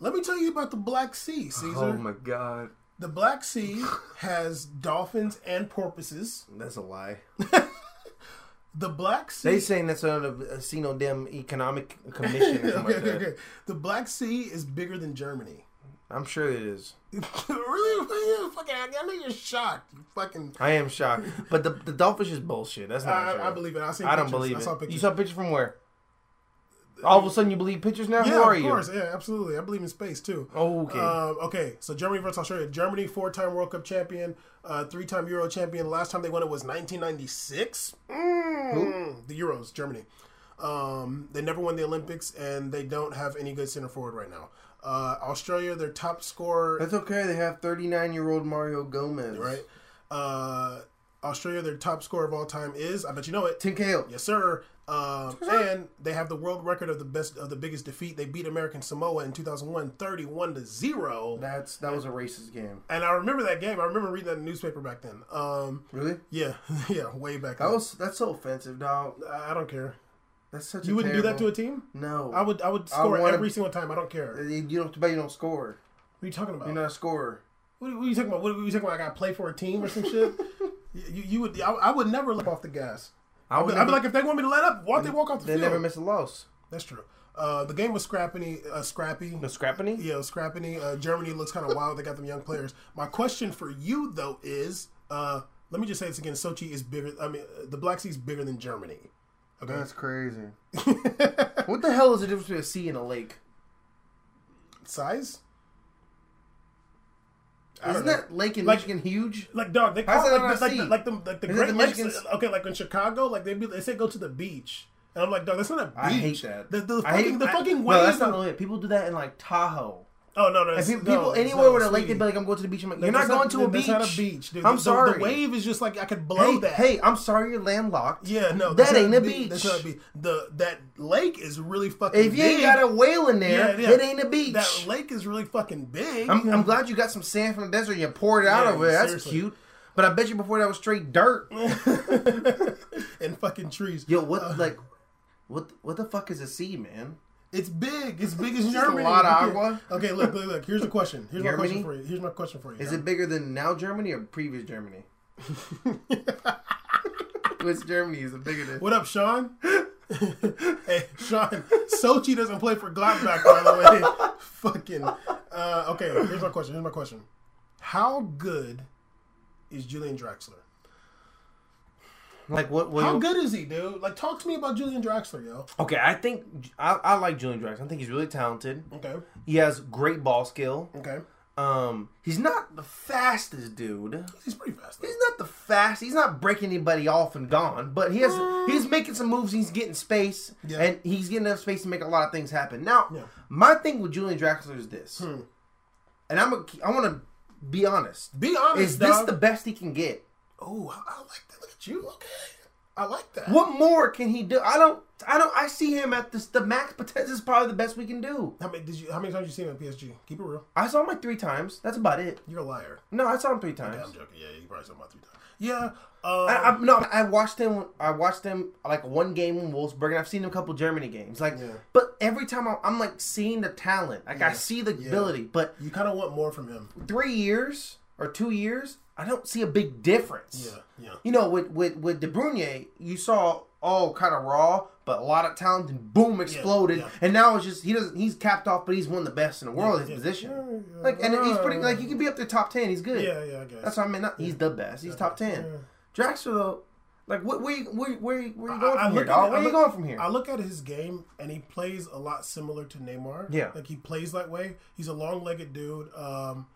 B: Let me tell you about the Black Sea, Caesar.
A: Oh my god,
B: The Black Sea has dolphins and porpoises.
A: that's a lie.
B: The Black Sea.
A: They saying that's under the Sino Dem Economic Commission or something
B: okay,
A: like
B: okay,
A: that.
B: okay. The Black Sea is bigger than Germany.
A: I'm sure it is.
B: really? Yeah, Fucking, I know you're shocked. You fucking.
A: I am shocked, but the the dolphin's is bullshit. That's not. true.
B: I, I believe it. I seen
A: I don't
B: pictures.
A: believe
B: I
A: it.
B: saw
A: you
B: pictures.
A: saw a picture from where? All of a sudden, you believe pictures now? Who
B: yeah,
A: are
B: of
A: you?
B: course. Yeah, absolutely. I believe in space too.
A: Oh, okay.
B: Um, okay, so Germany versus Australia. Germany, four-time World Cup champion, uh, three-time Euro champion. Last time they won it was 1996. Mm. The Euros, Germany. Um, they never won the Olympics, and they don't have any good center forward right now. Uh, Australia, their top scorer,
A: That's okay. They have 39 year old Mario Gomez.
B: right? Uh, Australia, their top scorer of all time is I bet you know it.
A: Tim Cahill.
B: Yes, sir. Um, and they have the world record of the best of the biggest defeat. They beat American Samoa in 2001, 31 to zero.
A: That's that was a racist game.
B: And I remember that game. I remember reading that in the newspaper back then. Um,
A: Really?
B: yeah, yeah, way back.
A: That
B: then.
A: was that's so offensive, dog.
B: I I don't care.
A: That's such.
B: You
A: a
B: wouldn't do that to a
A: terrible-
B: team.
A: No,
B: I would. I would score
A: wanna-
B: every single time. I don't care. What
A: You don't bet. You don't score.
B: are you talking about?
A: You're not a scorer.
B: What are what are you talking about? What are you talking about? I got to play for a team or some shit. You, you, you would. I, I would never let off the gas.
A: I
B: I'd be,
A: would.
B: I'd be like, if they want me to let up, why don't they walk off the
A: they
B: field?
A: never miss a loss.
B: That's true. Uh, the game was scrappy. Uh, scrappy.
A: The scrapping.
B: Yeah, scrappy. Uh, Germany looks kind of wild. They got them young players. My question for you though is, uh, let me just say this again. Sochi is bigger. I mean, uh, the Black Sea is bigger than Germany. Okay.
A: That's crazy. what the hell is the difference between a sea and a lake?
B: Size? I don't
A: Isn't
B: know.
A: that lake in
B: Like-
A: Michigan huge?
B: Like dog, they
A: How's
B: call
A: that
B: it
A: not
B: like, the- like,
A: sea?
B: the- like the like the
A: Is it
B: Great
A: the
B: Lakes. uh,
A: Michigan's-
B: Okay, like in Chicago, like they be, they say go to the beach, and I'm like, dog, that's not a beach.
A: I hate that.
B: The, the
A: I
B: fucking
A: hate,
B: the
A: I-
B: fucking
A: no,
B: way.
A: that's
B: is
A: not
B: the-
A: only it. People do that in like Tahoe.
B: oh no, no,
A: And
B: it's-
A: pe- people,
B: no, it's
A: anywhere
B: not,
A: with a lake, they'd
B: sweetie.
A: be like, "I'm going to the beach." I'm like,
B: Like,
A: "You're not
B: that's
A: going to a beach."
B: That's not a beach. Dude.
A: I'm
B: The- the-
A: sorry.
B: The wave is just like I could blow
A: hey,
B: that.
A: hey, I'm sorry, you're landlocked.
B: Yeah, no,
A: That
B: that's not
A: ain't a beach.
B: That's not a beach. The that lake is really fucking.
A: If you ain't
B: big.
A: got a whale in there,
B: Yeah, yeah.
A: it ain't a beach.
B: that lake is really fucking big.
A: I'm, I'm glad you got some sand from the desert and you poured it out
B: Yeah,
A: over there. That's
B: seriously.
A: cute. But I bet you before that was straight dirt.
B: and fucking trees.
A: Yo, what like, what what the fuck is a sea, man?
B: It's big. It's big as
A: a
B: Germany.
A: lot of
B: Okay.
A: agua.
B: Okay, look, look, look. Here's the question. Here's my
A: Germany?
B: question for you. Here's my question for you.
A: Is it bigger than now Germany or previous Germany? Which Germany is it bigger than?
B: What up, Sean? hey, Sean. Sochi doesn't play for Gladbach, by the way. Fucking. Uh, okay, here's my question. Here's my question. How good is Julian Draxler?
A: Like what? what
B: How good is he, dude? Like, talk to me about Julian Draxler, yo.
A: Okay, I think I, I like Julian Drax. I think he's really talented.
B: Okay.
A: He has great ball skill.
B: Okay.
A: Um, he's not the fastest dude.
B: He's pretty fast. though.
A: He's not the fast. He's not breaking anybody off and gone. But he has he's making some moves. He's getting space,
B: Mm. Yeah.
A: and he's getting enough space to make a lot of things happen. Now,
B: Yeah. Hmm.
A: my thing with Julian Draxler is this, and I'm a, I want to be honest.
B: Be honest,
A: Is this
B: dog.
A: the best he can get?
B: Oh, I, I like that. Look at you. Okay. I like that.
A: What more can he do? I don't. I don't. I see him at this. The max potential is probably the best we can do.
B: How many did you? How many times you seen him at PSG? Keep it real.
A: I saw him like three times. That's about it.
B: You're a liar.
A: No, I saw him three times.
B: I'm joking. Yeah, you probably saw him about three times. Yeah. Um,
A: I, I, no, I watched him. I watched him like one game in Wolfsburg, and I've seen him a couple Germany games. Like,
B: Yeah.
A: but every time I'm, I'm like seeing the talent, like I see the ability. But
B: you kind of want more from him.
A: three years or two years, I don't see a big difference.
B: Yeah. Yeah.
A: You know, with with with De Bruyne, you saw all kind of raw, but a lot of talent, and boom, exploded.
B: yeah.
A: And now it's just he doesn't. He's capped off, but he's one of the best in the world at his position.
B: yeah. Uh.
A: Like, and he's pretty. Like, he can be up there top ten. He's good.
B: Yeah, yeah, I guess.
A: That's what I mean. Not, he's the best. He's top ten. Draxler though, like what, where, you- where, where, you- where you going
B: I
A: from here,
B: look at
A: dog?
B: it-
A: Where
B: I
A: you
B: look-
A: going from here?
B: I look at his game, and he plays a lot similar to Neymar.
A: Yeah.
B: like he plays that way. He's a long-legged dude. Um,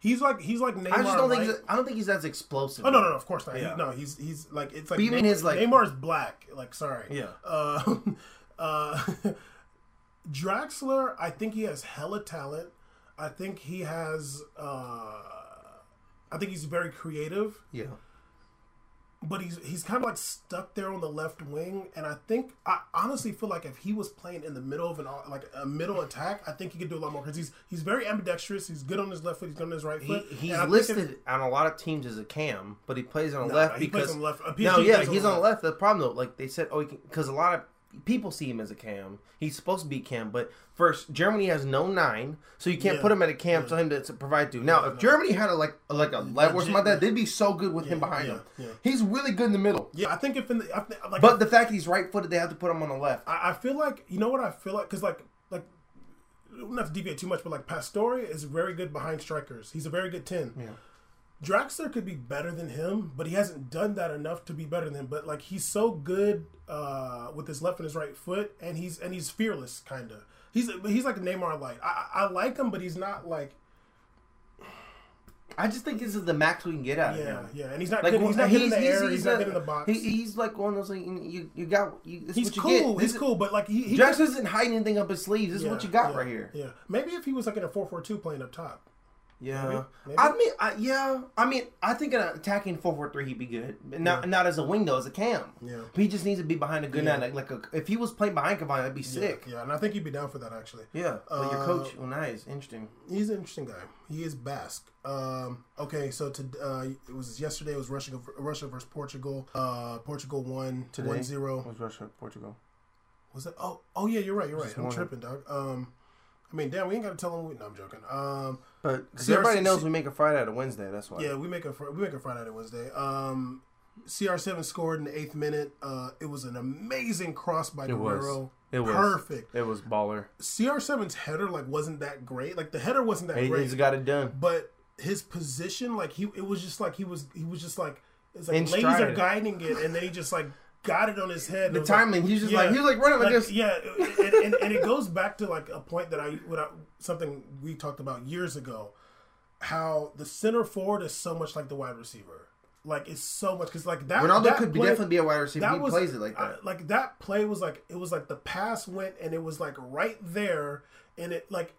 B: he's like he's like Neymar.
A: I just don't think
B: light.
A: he's, I don't think he's as explosive.
B: Oh no, no, no! Of course not. He-
A: Yeah.
B: no, he's he's like it's like
A: But you mean his, like-
B: Neymar's black. Like sorry.
A: Yeah.
B: Uh, uh, Draxler, I think he has hella talent. I think he has. Uh, I think he's very creative,
A: Yeah,
B: but he's he's kind of like stuck there on the left wing. And I think I honestly feel like if he was playing in the middle of an all- like a middle attack, I think he could do a lot more because he's he's very ambidextrous. He's good on his left foot. He's good on his right
A: he,
B: foot.
A: he's
B: and I think if-
A: listed on a lot of teams as a cam, but he plays on the left
B: no, he plays
A: because
B: on the left. Uh,
A: no,
B: PSG
A: yeah,
B: plays on
A: he's
B: the
A: on the left. The problem though, like they said, oh, because a lot of people see him as a cam. He's supposed to be cam, but first Germany has no nine, so you can't
B: Yeah.
A: put him at a cam for him to, to provide to. Now, if Germany had a like like a left or something like that, they'd be so good with him behind
B: yeah,
A: him.
B: yeah.
A: He's really good in the middle.
B: Yeah, I think if in the I think, like
A: But the fact that he's right footed, they have to put him on the left.
B: I, I feel like you know what I feel like because like like not to deviate too much, but like Pastore is very good behind strikers. He's a very good ten. Yeah. Draxler could be better than him, but he hasn't done that enough to be better than him. But like he's so good uh, with his left and his right foot, and he's and he's fearless, kind of. He's but he's like Neymar light. I, I I like him, but he's not like
A: I just think this is the max we can get out of
B: yeah
A: him.
B: yeah, and he's not
A: Like
B: good. He's not
A: he's,
B: good in the
A: he's,
B: air. He's, not
A: a-
B: good in the box.
A: he- he's like one of those things. you- You you got you, this
B: he's
A: is what you
B: cool.
A: Get.
B: He's
A: This-
B: cool, but like he, he
A: Jackson isn't hiding anything up his sleeves. This is what you got
B: yeah,
A: right here.
B: Yeah. Maybe if he was like in a four four two playing up top.
A: Yeah,
B: Maybe, maybe.
A: I mean, I, yeah, I mean, I think an attacking four four three he'd be good, but not not as a wing though, as a cam.
B: Yeah.
A: but he just needs to be behind a good
B: Yeah.
A: man. Like, like a, if he was playing behind Cavani, that'd be sick.
B: Yeah, and I think he'd be down for that actually.
A: Yeah, but your
B: Uh,
A: coach Unai is interesting.
B: He's an interesting guy. He is Basque. Um, okay, so to, uh, it was yesterday. It was Russia, Russia versus Portugal. Uh, Portugal won
A: Today?
B: 1-0.
A: Was Russia Portugal?
B: Was it? Oh, oh yeah, you're right. You're right.
A: This
B: I'm
A: morning.
B: tripping, dog. Um, I mean, damn, we ain't gotta tell him. We, no, I'm joking. Um,
A: But 'cause
B: CRC
A: everybody knows we make a Friday out of Wednesday. That's why.
B: yeah, we make a fr- we make a Friday to Wednesday. Um, CR7 scored in the eighth minute. Uh, it was an amazing cross by
A: It was.
B: Guerrero.
A: It was.
B: Perfect.
A: It was baller.
B: CR7's header like wasn't that great. Like the header wasn't that
A: He,
B: great.
A: he's got it done.
B: but his position, like he, it was just like he was, he was just like, it's like
A: In
B: ladies are
A: stride.
B: guiding it, and then he just like got it on his head.
A: The timing, he was just like- he was like running like this.
B: Yeah, and, and, and it goes back to like a point that I, what I something we talked about years ago, how the center forward is so much like the wide receiver. Like it's so much because like that
A: Ronaldo
B: that
A: could be,
B: play-
A: definitely be a wide receiver.
B: that
A: He
B: was
A: plays it like
B: I-
A: that.
B: like that play was like it was like the pass went and it was like right there, and it like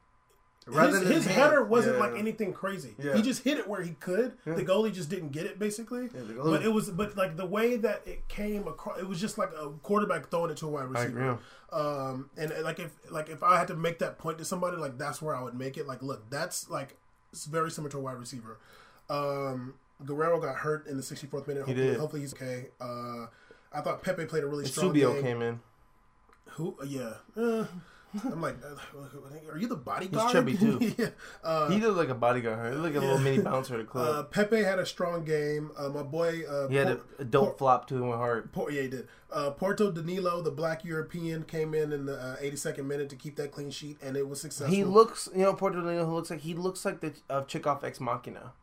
B: his,
A: Rather than
B: his
A: hand.
B: header wasn't
A: Yeah.
B: like anything crazy.
A: Yeah.
B: He just hit it where he could. The goalie just didn't get it basically.
A: the goalie-
B: but it was but like the way that it came across, it was just like a quarterback throwing it to a wide receiver.
A: agree.
B: Um, and uh, like if like if I had to make that point to somebody, like that's where I would make it. Like, look, that's like it's very similar to a wide receiver. Um, Guerrero got hurt in the 64th minute. Hopefully,
A: did.
B: hopefully he's okay. Uh, I thought Pepe played a really strong
A: Subio
B: game.
A: came in.
B: Who? Yeah. Uh, I'm like, uh, are you the bodyguard?
A: chubby, too.
B: yeah. Uh,
A: He looked like a bodyguard. He looked like a little mini bouncer at a club.
B: uh, Pepe had a strong game. Uh, my boy, uh,
A: he had
B: Por-
A: a, a dope flop to him with heart.
B: Por- yeah, he did. Uh, Porto Danilo, the black European, came in in the uh, 82nd minute to keep that clean sheet, and it was successful.
A: He looks, you know, Porto Lino looks like he looks like the of Chikoff Ex Machina.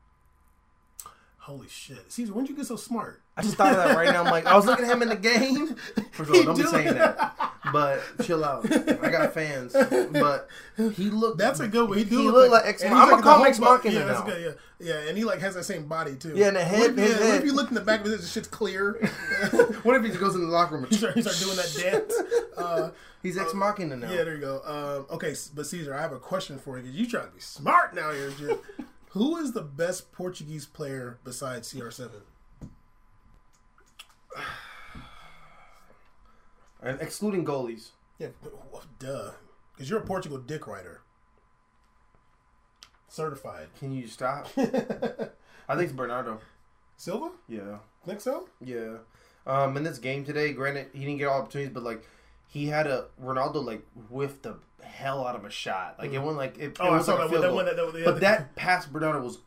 B: Holy shit, Caesar! When'd you get so smart?
A: I just thought of that right now. I'm like, I was looking at him in the game. First of all,
B: He
A: don't be
B: do-
A: saying that. But chill out. I got fans. But he looked.
B: That's a good one. He, do
A: He
B: look
A: look like Ex-
B: and he's
A: I'ma
B: the
A: call him
B: whole
A: Ex
B: bo-
A: Machina
B: Yeah, that's
A: now.
B: good. Yeah, yeah, and he like has that same body too.
A: Yeah, and the
B: What
A: head-
B: if,
A: his
B: yeah, What if
A: head.
B: you look in the back of this? It's just clear.
A: What if he just goes in the locker room?
B: he start, he start doing that dance. Uh,
A: He's Ex Machina now.
B: Yeah, there you go. Um, okay, s- but Caesar, I have a question for you 'cause you trying to be smart now here. Jim. Who is the best Portuguese player besides CR7?
A: And Excluding goalies.
B: Yeah, well, duh, because you're a Portugal dick writer, certified.
A: Can you stop? I think it's Bernardo.
B: Silva,
A: Yeah.
B: think so?
A: Yeah. Um, in this game today, granted he didn't get all opportunities, but like he had a Ronaldo like whiffed the hell out of a shot. Like it went like it,
B: Oh,
A: it
B: I
A: was
B: saw
A: like
B: that one-
A: a field
B: that
A: goal.
B: one that- that- yeah,
A: But
B: the-
A: that pass Bernardo was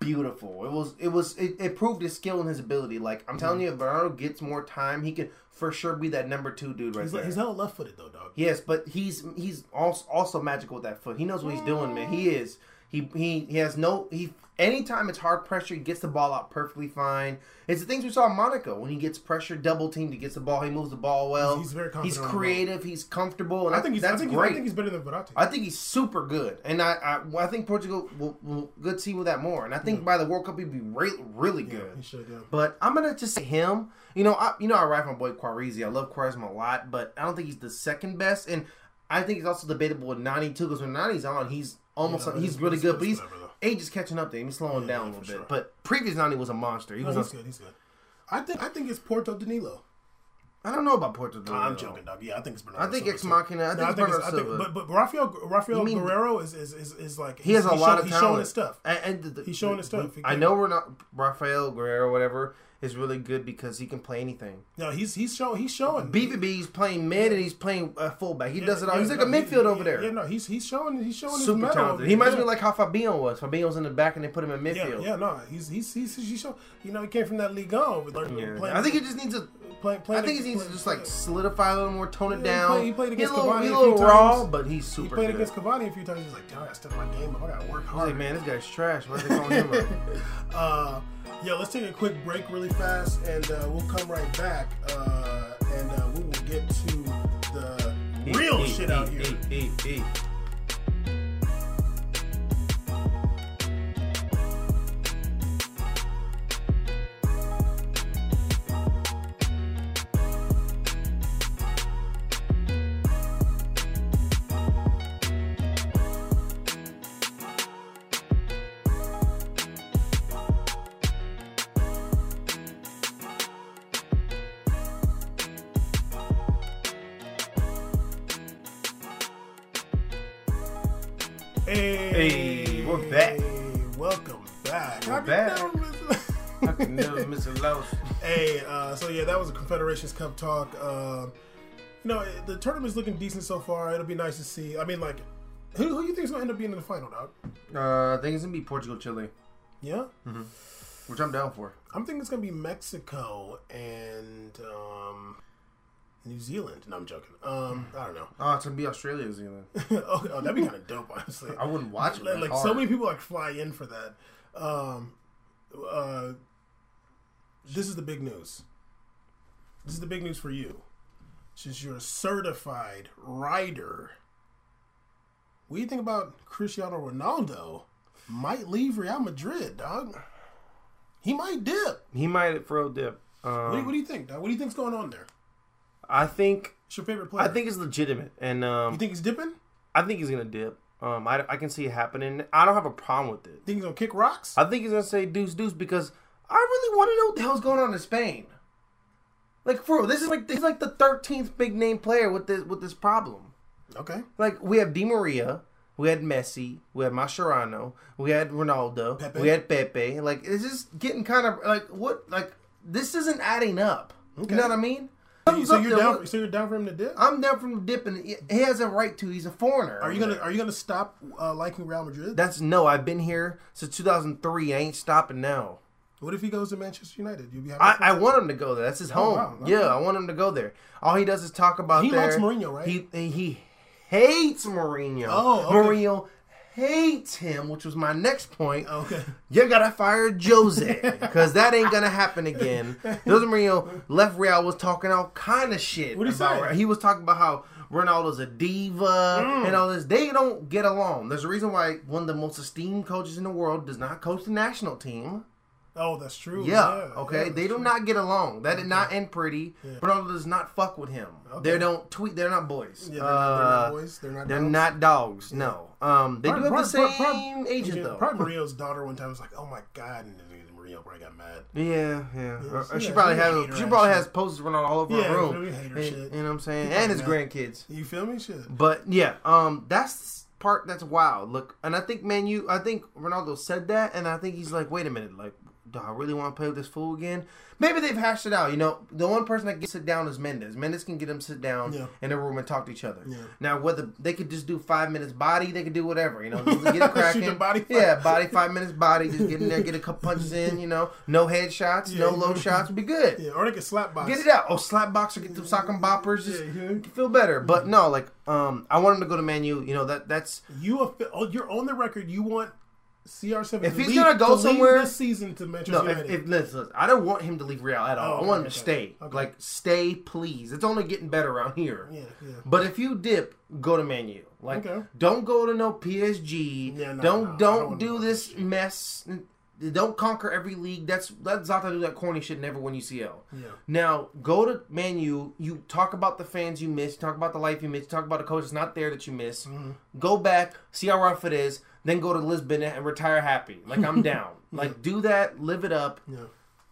A: beautiful. It was it was it, it proved his skill and his ability. Like I'm
B: Mm.
A: telling you, if Bernardo gets more time, he could for sure be that number two dude right
B: He's
A: there.
B: like, he's hella left-footed though, dog.
A: Yes, but he's he's also also magical with that foot. He knows what he's doing, man. He is. He he he has no he. Anytime it's hard pressure, he gets the ball out perfectly fine. It's the things we saw in Monaco when he gets pressure, double teamed, he gets the ball, he moves the ball well.
B: He's very confident
A: He's
B: on the ball.
A: creative. He's comfortable. And
B: I think he's.
A: that's
B: I think
A: great.
B: He's, I think he's better than Verratti.
A: I think he's super good, and I I, well, I think Portugal will, will good see with that more. And I think by the World Cup he'd be really really good.
B: he should. Yeah.
A: But I'm gonna just say him. You know, I you know I ride my boy Quarizzi. I love Quaresma a lot, but I don't think he's the second best. And I think it's also debatable with Nani too, because when Nani's on, he's almost
B: Yeah,
A: like, he's
B: he's-
A: really
B: he's-
A: good, but
B: he's
A: he's
B: whatever,
A: age is catching up to him. He's slowing
B: Yeah,
A: down a
B: yeah,
A: little
B: for
A: bit.
B: sure. Mm-hmm.
A: But previous Nani was a monster. He
B: No,
A: was.
B: he's
A: A,
B: good. He's good. I think. I think it's Porto Danilo.
A: I don't know about Porto.
B: I'm joking, dog. Yeah, I think it's Bernardo.
A: I think
B: Silva,
A: Ex
B: too.
A: Machina. I think,
B: No, I
A: it's
B: think, it's, I
A: Bernardo
B: think
A: Silva.
B: but but Rafael Rafael
A: mean-
B: Guerrero is is, is is like
A: he has a lot of
B: he's
A: talent.
B: showing his stuff.
A: And, and the,
B: He's showing his stuff. He
A: I
B: can-
A: know we're not Rafael Guerrero, whatever, is really good because he can play anything.
B: No, he's he's showing he's showing.
A: BVB, he's playing mid and he's playing uh, fullback. He does it all.
B: Yeah,
A: he's like
B: no,
A: a
B: he-
A: midfield over
B: yeah,
A: there.
B: Yeah, no, he's he's showing he's showing his
A: Super
B: metal
A: talented.
B: over
A: He
B: there.
A: reminds me like how Fabinho was. Fabinho was in the back and they put him in
B: yeah,
A: midfield.
B: yeah, yeah, no, he's he's he's he's show, you know he came from that league on with learning
A: Yeah.
B: playing.
A: I think he just needs to.
B: playing,
A: I
B: playing
A: think he needs to just like solidify a little more, tone it
B: Yeah, he
A: down.
B: played- he played
A: He's
B: against
A: a little,
B: Cavani
A: he's
B: a
A: a little
B: few
A: raw,
B: times.
A: but he's
B: he
A: super
B: played
A: good.
B: against Cavani a few times. He's like, damn, I stepped my game up. I gotta work
A: I was
B: hard.
A: like, man, this guy's trash. Why are they calling him up?
B: Uh, yeah, let's take a quick break really fast, and uh, we'll come right back, uh, and uh, we will get to the real
A: Eat,
B: shit
A: eat,
B: out here.
A: eat, eat, eat.
B: Hey,
A: Hey, we're back.
B: Welcome back.
A: We're
B: I can
A: back.
B: never miss-
A: I can never miss a louse.
B: hey, uh, so yeah, that was a Confederations Cup talk. Uh, you know, the tournament's looking decent so far. It'll be nice to see. I mean, like, who who you think's gonna end up being in the final, dog?
A: Uh, I think it's gonna be Portugal, Chile,
B: Yeah,
A: Hmm. which I'm down for.
B: I'm thinking it's gonna be Mexico and um, New Zealand. No, I'm joking. Um, I don't know.
A: Oh, it's gonna be Australia, New Zealand.
B: oh, oh, that'd be kind of dope, honestly.
A: I wouldn't watch it.
B: like,
A: man.
B: like, so
A: Hard.
B: many people like fly in for that. Um, uh, this is the big news. This is the big news for you, since you're a certified rider. What do you think about Cristiano Ronaldo? Might leave Real Madrid, dog. He might dip.
A: He might throw dip. Um,
B: What do, you, what do you think, dog? What do you think's going on there?
A: I think
B: It's your favorite player.
A: I think it's legitimate, and um,
B: you think he's dipping.
A: I think he's gonna dip. Um, I, I can see it happening. I don't have a problem with it.
B: Think he's gonna kick rocks?
A: I think he's gonna say deuce deuce because I really want to know what the hell's going on in Spain. Like for real, this is like this is like the thirteenth big name player with this with this problem.
B: Okay.
A: Like we have Di Maria, we had Messi, we had Mascherano, we had Ronaldo,
B: Pepe.
A: we had Pepe. Like it's just getting kind of like what like this isn't adding up.
B: Okay.
A: You know what I mean?
B: So you're down. So you're down for him to dip.
A: I'm down from dipping. He has a right to. He's a foreigner.
B: Are you gonna Are you gonna stop uh, liking Real Madrid?
A: That's no. I've been here since 2003. I ain't stopping now.
B: what if he goes to Manchester United? You'll be happy.
A: I, I want him to go there. That's his home.
B: Oh, wow. Okay.
A: Yeah, I want him to go there. All he does is talk about.
B: He
A: there.
B: likes Mourinho, right?
A: He he hates Mourinho.
B: Oh, okay.
A: Mourinho hates him, which was my next point.
B: okay.
A: You gotta fire Jose because that ain't gonna happen again. Jose Mourinho left Real was talking all kind of shit.
B: What'd he
A: about
B: say?
A: Real. He was talking about how Ronaldo's a diva
B: Mm.
A: and all this. They don't get along. There's a reason why one of the most esteemed coaches in the world does not coach the national team.
B: Oh, that's true.
A: Yeah. okay.
B: yeah,
A: they
B: that's
A: do
B: true.
A: not get along. That did not end pretty. Ronaldo does not fuck with him. They don't tweet. They're not boys.
B: Yeah, they're,
A: Uh,
B: not, they're not boys. They're not.
A: they're
B: dogs.
A: not dogs. No. Um. They do have the same agent
B: yeah,
A: though.
B: Probably Mario's daughter one time was like, "Oh my god," and then Mario probably got mad.
A: Yeah, yeah. Or- or she
B: yeah,
A: probably
B: we
A: has
B: hate her
A: she
B: ass
A: probably
B: shit.
A: has posters running all over
B: Yeah,
A: her room.
B: we hate her
A: And-
B: shit.
A: You know what I'm saying? And his grandkids.
B: You feel me? Shit.
A: But yeah, um that's the part that's wild. Look, and I think man you I think Ronaldo said that and I think he's like, wait a minute, like do I really want to play with this fool again? Maybe they've hashed it out. You know, the one person that gets sit down is Mendes. Mendes can get them sit down
B: Yeah.
A: in a room and talk to each other.
B: Yeah.
A: Now, whether they could just do five minutes body, they could do whatever. You know, just get it cracking.
B: Shoot the body.
A: Yeah, body five minutes body. Just get in there, get a couple punches in. You know, no headshots, no
B: Yeah.
A: low shots, would be good.
B: Yeah, or they could slap box.
A: Get it out. Oh, slap boxer, get them sock and boppers. Just
B: Yeah, yeah.
A: feel better. But no, like um, I want him to go to Man U. You know that that's
B: You have, oh, you're on the record. You want CR7.
A: If
B: to
A: he's
B: leave-
A: gonna go
B: to leave
A: somewhere-
B: this season to Manchester
A: no. If,
B: United.
A: if listen, listen, I don't want him to leave Real at all.
B: Oh,
A: I want him
B: okay,
A: to
B: okay.
A: stay.
B: Okay.
A: Like stay, please. It's only getting better around here.
B: yeah, yeah.
A: But if you dip, go to Man U. Like,
B: Okay.
A: don't go to no PSG.
B: Yeah, no, no, I
A: don't
B: don't wanna
A: don't
B: go
A: do
B: to
A: this mess. Don't conquer every league. That's that's Zlatan do that corny shit. Never win UCL.
B: Yeah.
A: Now go to Man U. You talk about the fans you miss. Talk about the life you miss. Talk about the coach that's not there that you miss.
B: Mm-hmm.
A: Go back, see how rough it is. Then go to Lisbon and retire happy. Like I'm down. Like do that, live it up.
B: Yeah.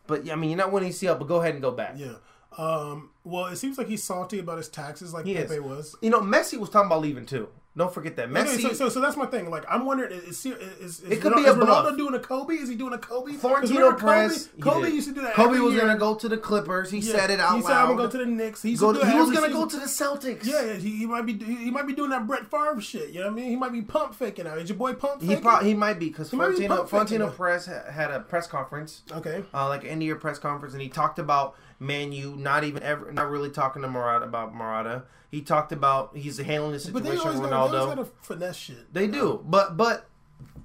A: But I mean, you're not winning UCL. But go ahead and go back.
B: Yeah. Um, well, it seems like he's salty about his taxes, like
A: is.
B: Pepe was.
A: You know, Messi was talking about leaving too. Don't forget that Messi.
B: Okay, so, so, so that's my thing. Like, I'm wondering, is, is, is, is,
A: It could
B: Ronaldo,
A: be a
B: is Ronaldo
A: bluff.
B: doing a Kobe? Is he doing a Kobe? 'Cause
A: Florentino
B: remember
A: Perez.
B: Kobe, Kobe
A: he did.
B: used to do that.
A: Kobe
B: every
A: was
B: year.
A: gonna go to the Clippers. He
B: Yeah.
A: said it out
B: He
A: loud.
B: said, "I'm gonna go to the Knicks." He, used
A: Go
B: to
A: to-
B: do that
A: he was
B: every
A: gonna go
B: season.
A: to the Celtics.
B: Yeah, he, he might be do- he might be doing that Brett Favre shit. You know what I mean? He might be pump faking out. Is your boy pump
A: He
B: faking?
A: probably he might be because
B: might be
A: Frontino
B: pump faking
A: Frontino
B: it.
A: Perez ha- had a press conference,
B: okay.
A: uh, like end of year press conference, and he talked about Man U not even ever not really talking to Morata about Morata. He talked about he's handling the
B: But
A: situation
B: they always
A: with
B: got they
A: Ronaldo.
B: always got to finesse shit.
A: They do, but but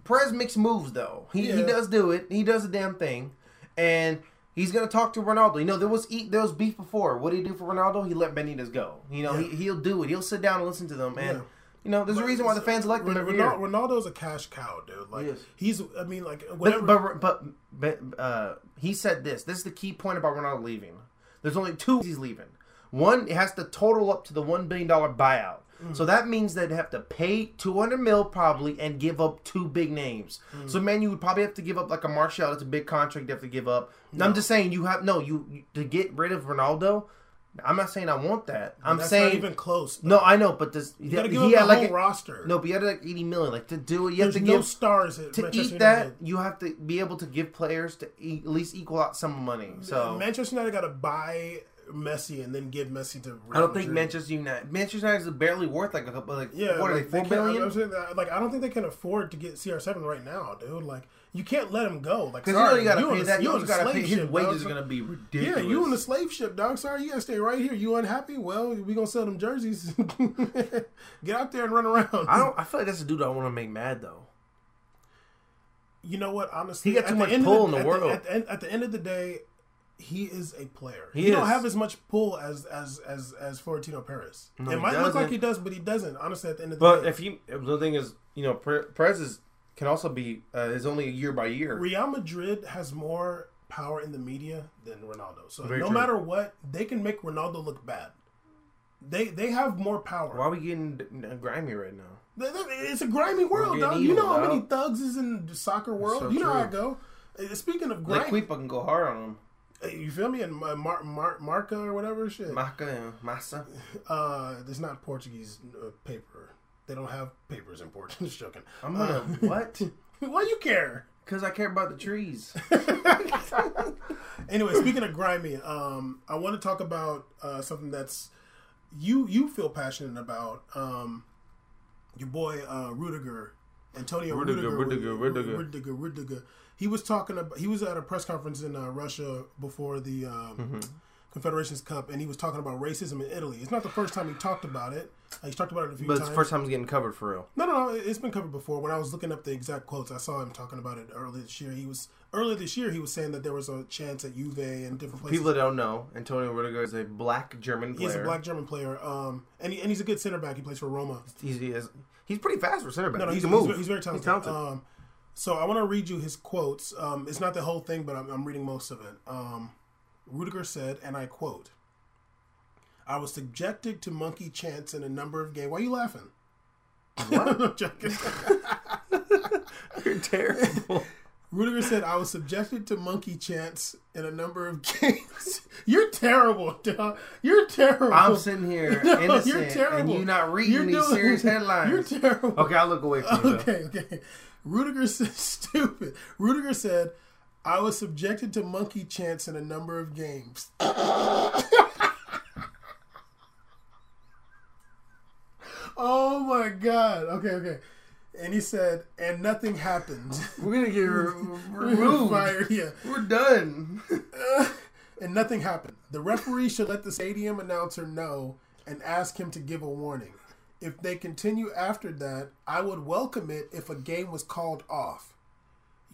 A: Perez makes moves though. He he
B: Yeah.
A: does do it. He does the damn thing, and he's gonna talk to Ronaldo. You know there was eat there was beef before. What did he do for Ronaldo? He let Benitez go. You know
B: Yeah.
A: he he'll do it. He'll sit down and listen to them. And
B: Yeah.
A: you know there's a reason why the fans like him
B: Ronaldo,
A: every year.
B: Ronaldo's a cash cow, dude. Like
A: He is.
B: he's, I mean, like whatever.
A: But but, but, but uh, he said this. This is the key point about Ronaldo leaving. There's only two reasons he's leaving. One, it has to total up to the one billion dollar buyout.
B: Mm.
A: So that means they'd have to pay 200 mil probably and give up two big names.
B: Mm.
A: So man, you would probably have to give up like a Martial. That's a big contract you have to give up. I'm just saying you have no you, you to get rid of Ronaldo. I'm not saying I want that. I'm
B: That's
A: saying
B: not even close.
A: no. I know, but this
B: you gotta give
A: he
B: up
A: had
B: the
A: like
B: whole
A: a-
B: roster.
A: no, but you had like 80 million. Like to do it, you
B: there's
A: have to
B: no
A: give
B: stars at
A: to
B: Manchester
A: eat that.
B: United.
A: You have to be able to give players to e- at least equal out some money. So
B: Manchester United got to buy Messi and then give Messi to. Real
A: I don't think
B: Madrid.
A: Manchester United. Manchester United is barely worth like a couple. Like
B: Yeah,
A: what are
B: like,
A: they? Four
B: can't- I'm-
A: billion.
B: I'm saying that, like I don't think they can afford to get CR7 right now, dude. Like you can't let him go. Like
A: Because you know
B: sorry,
A: you gotta
B: on
A: pay
B: the-
A: that. You
B: on
A: also
B: the
A: gotta pay.
B: slave
A: His
B: ship,
A: wages
B: dog.
A: are gonna be
B: Yeah,
A: ridiculous.
B: you on the slave ship, dog. Sorry, you gotta stay right here. You unhappy? Well, we gonna sell them jerseys. Get out there and run around.
A: I don't. I feel like that's a dude I want to make mad though.
B: You know what? Honestly,
A: He got
B: at
A: too
B: the
A: much
B: end of
A: pull in the
B: at
A: world.
B: at, the end, at the end of the day, he is a player.
A: He
B: He, don't
A: is.
B: have as much pull as as as as Florentino Perez.
A: No,
B: it
A: he
B: might look like
A: doesn't.
B: he does, but he doesn't. Honestly, at the end of the
A: But
B: day,
A: if you the thing is, you know, Pre- Perez is, can also be uh, is only year by year.
B: Real Madrid has more power in the media than Ronaldo. So
A: Very
B: no
A: true.
B: matter what, they can make Ronaldo look bad. They they have more power.
A: Why are we getting uh, grimy right now?
B: Th- th- It's a grimy world,
A: getting
B: dog. You
A: evil,
B: know how many
A: dog.
B: thugs is in the soccer world.
A: so
B: you know how I
A: true.
B: go. Uh, Speaking of
A: Like
B: grimy,
A: we fucking go hard on him.
B: uh, you feel me? And Mar- Mar- Mar- Marca or whatever shit.
A: Maka and Massa.
B: Uh, it's not Portuguese uh, paper. They don't have papers in Portugal. Just joking.
A: I'm gonna
B: Uh,
A: what?
B: why you care?
A: Because I care about the trees.
B: anyway, speaking of grimy, um, I want to talk about uh, something that's you you feel passionate about. Um, your boy uh, Rudiger, Antonio Rudiger, Rudiger,
A: Rudiger, Rudiger,
B: Rudiger, Rudiger, He was talking about. He was at a press conference in uh, Russia before the um,
A: Mm-hmm.
B: Confederations Cup, and he was talking about racism in Italy. It's not the first time he talked about it. Uh, He's talked about it a few
A: But it's
B: times.
A: the first time it's getting covered for real.
B: No, no, no. it- It's been covered before. When I was looking up the exact quotes, I saw him talking about it earlier this year. He was earlier this year. He was saying that there was a chance at Juve and different places.
A: People that don't know, Antonio Rudiger is a black German player.
B: he's a black German player, um, and he, and he's a good center back. He plays for Roma.
A: He's, he is- he's pretty fast for center back.
B: No, no,
A: he
B: he's,
A: can
B: he's
A: move.
B: ve- he's very talented. Um, so I want to read you his quotes. Um, it's not the whole thing, but I'm, I'm reading most of it. Um, Rudiger said, and I quote: "I was subjected to monkey chants in a number of games." Why are you laughing? What? I'm joking. Uh,
A: You're terrible.
B: Rudiger said, I was subjected to monkey chants in a number of games. You're terrible, dog. You're terrible.
A: I'm sitting here
B: No,
A: innocent,
B: you're terrible.
A: and you not reading
B: You're
A: these
B: doing-
A: serious headlines.
B: You're terrible.
A: Okay, I'll look away from you. though.
B: Okay, okay. Rudiger said, stupid. Rudiger said, I was subjected to monkey chants in a number of games. oh my God. Okay, okay. And he said, and nothing happened.
A: We're gonna get re- removed.
B: Fired, yeah.
A: We're done.
B: and nothing happened. The referee should let the stadium announcer know and ask him to give a warning. If they continue after that, I would welcome it if a game was called off.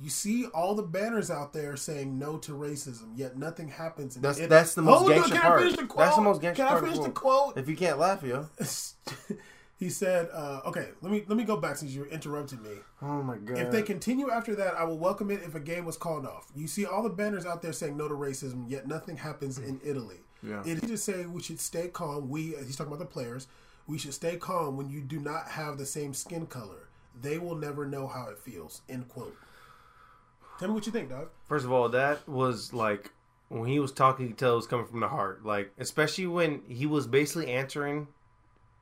B: You see all the banners out there saying no to racism, yet nothing happens. in
A: That's
B: Italy.
A: that's the most
B: Hold on,
A: gangster
B: can I
A: part.
B: finish the
A: That's the
B: quote?
A: most gangster
B: Can I
A: part. of
B: finish the
A: world.
B: quote?
A: If you can't laugh, yo.
B: he said, uh, "Okay, let me let me go back since you interrupted me."
A: Oh my god.
B: If they continue after that, I will welcome it if a game was called off. You see all the banners out there saying no to racism, yet nothing happens in Italy.
A: Yeah.
B: It is to say we should stay calm. We, he's talking about the players, we should stay calm when you do not have the same skin color. They will never know how it feels. End quote. Tell me what you think, dog.
A: First of all, that was like when he was talking, you could tell it was coming from the heart. Like, especially when he was basically answering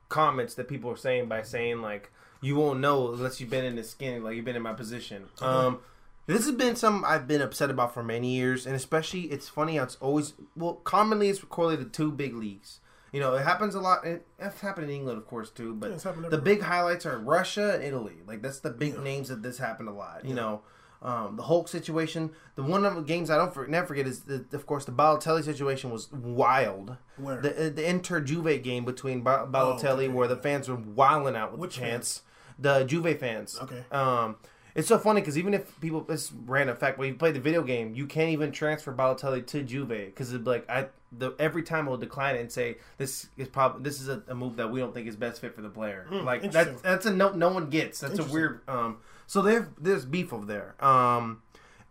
A: comments that people were saying by saying like, "You won't know unless you've been in this skin, like you've been in my position."
B: Uh-huh.
A: Um, this has been something I've been upset about for many years, and especially it's funny how it's always well commonly it's correlated to big leagues. You know, it happens a lot. It, it's happened in England, of course, too. But
B: Yeah, it's happened
A: the
B: everywhere.
A: big highlights are Russia and Italy. Like that's the big names that this happened a lot. You know, um, the Hulk situation. The one of the games I don't for, never forget is, the, of course, the Balotelli situation was wild.
B: Where? Oh,
A: The, uh, the Inter Juve game between ba- Balotelli,
B: okay,
A: where the fans were wilding out with
B: Which
A: the chants. The Juve fans.
B: Okay.
A: Um, it's so funny because even if people, it's random fact, when you play the video game, you can't even transfer Balotelli to Juve because it'd be like I the every time we'll decline it and say this is probably this is a, a move that we don't think is best fit for the player. like
B: Hmm, interesting.
A: that's that's a no no one gets. That's a weird. Um, so there there's beef over there. Um,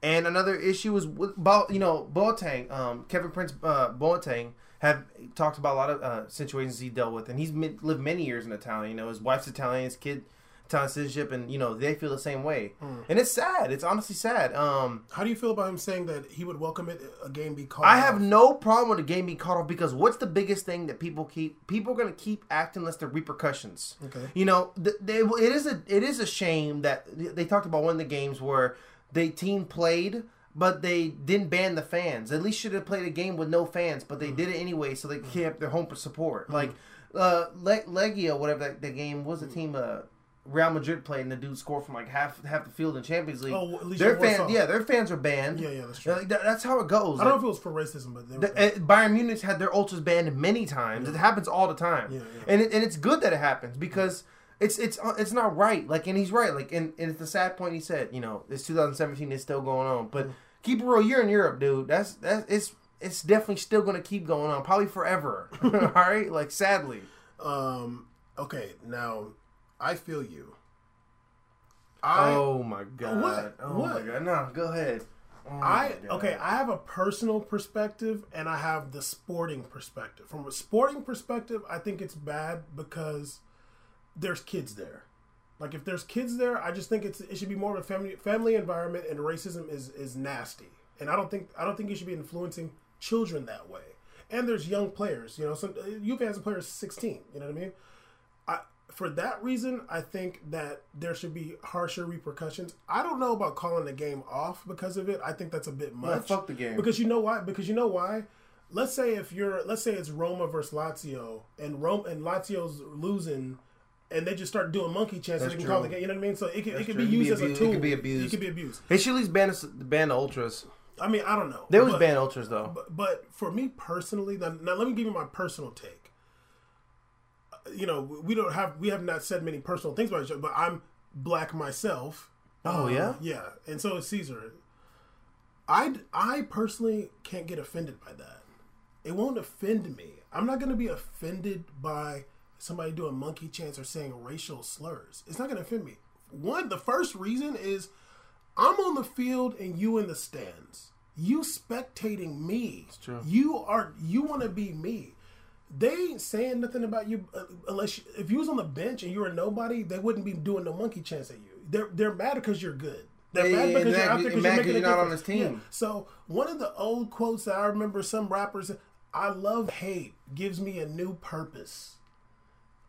A: and another issue is with Bo, you know Boateng, um, Kevin Prince uh, Boateng have talked about a lot of uh, situations he dealt with, and he's mi- lived many years in Italian. You know, his wife's Italian, his kid Ton citizenship, and you know they feel the same way, and it's sad. It's honestly sad. Um,
B: How do you feel about him saying that he would welcome it a game be called?
A: I have
B: off?
A: no problem with the game being caught off because what's the biggest thing that people keep? People are gonna keep acting unless there are repercussions.
B: Okay.
A: You know, th- they, it is a it is a shame that they talked about one of the games where they team played, but they didn't ban the fans. At least should have played a game with no fans, but they
B: Mm-hmm.
A: did it anyway, so they kept their home support. Like uh, Le- Legia, whatever that, that game was, the
B: Mm.
A: team uh, Real Madrid played, and the dude scored from like half half the field in Champions League.
B: Oh, at least
A: their
B: it was
A: fans,
B: off.
A: yeah, their fans are banned.
B: Yeah, yeah, that's true.
A: Like, that- that's how it goes.
B: I
A: Like,
B: don't know if it was for racism, but they were,
A: uh, Bayern Munich's had their ultras banned many times. It happens all the time,
B: Yeah, yeah.
A: and it, and it's good that it happens because it's it's uh, it's not right. Like, and he's right. Like, and, and it's the sad point he said. You know, it's 2017. It's still going on, but keep it real. You're in Europe, dude. That's that's it's it's definitely still going to keep going on, probably forever. all right, like sadly.
B: um, okay. Now, I feel you. I
A: oh my god.
B: What?
A: Oh
B: What?
A: my god. No, go ahead. Oh my
B: I
A: God.
B: okay, I have a personal perspective and I have the sporting perspective. From a sporting perspective, I think it's bad because there's kids there. Like if there's kids there, I just think it's it should be more of a family family environment and racism is is nasty. And I don't think I don't think you should be influencing children that way. And there's young players, you know, uh, some you've had some players 16, you know what I mean? I, for that reason, I think that there should be harsher repercussions. I don't know about calling the game off because of it. I think that's a bit much.
A: fuck the game.
B: Because you know why? Because you know why? Let's say if you're, let's say it's Roma versus Lazio, and Rome and Lazio's losing, and they just start doing monkey chants, and they can call the
A: true.
B: game. You know what I mean? So it can, it can be
A: true. It can be
B: used as a
A: abused- it
B: tool.
A: can be abused.
B: It can be abused.
A: They should at least ban us, ban the ultras.
B: I mean, I don't know.
A: There was
B: But-
A: ban ultras though.
B: but, but for me personally, now, now let me give you my personal take. Uh, You know, we we don't have we have not said many personal things about each other, but I'm black myself. Um,
A: Oh, yeah?
B: yeah, and so is Caesar. I I personally can't get offended by that. It won't offend me. I'm not going to be offended by somebody doing monkey chants or saying racial slurs. It's not going to offend me. One, the first reason is I'm on the field and you in the stands. You spectating me.
A: true.
B: You are you want to be me. They ain't saying nothing about you uh, unless you, if you was on the bench and you were nobody, they wouldn't be doing no monkey chants at you. They're they're mad because you're good. They're
A: Yeah,
B: mad
A: yeah,
B: because
A: yeah,
B: you're out there
A: and
B: because
A: mad
B: you're
A: 'cause
B: making
A: you're
B: a
A: not on
B: difference.
A: this team.
B: Yeah. So one of the old quotes that I remember some rappers, I love hate gives me a new purpose.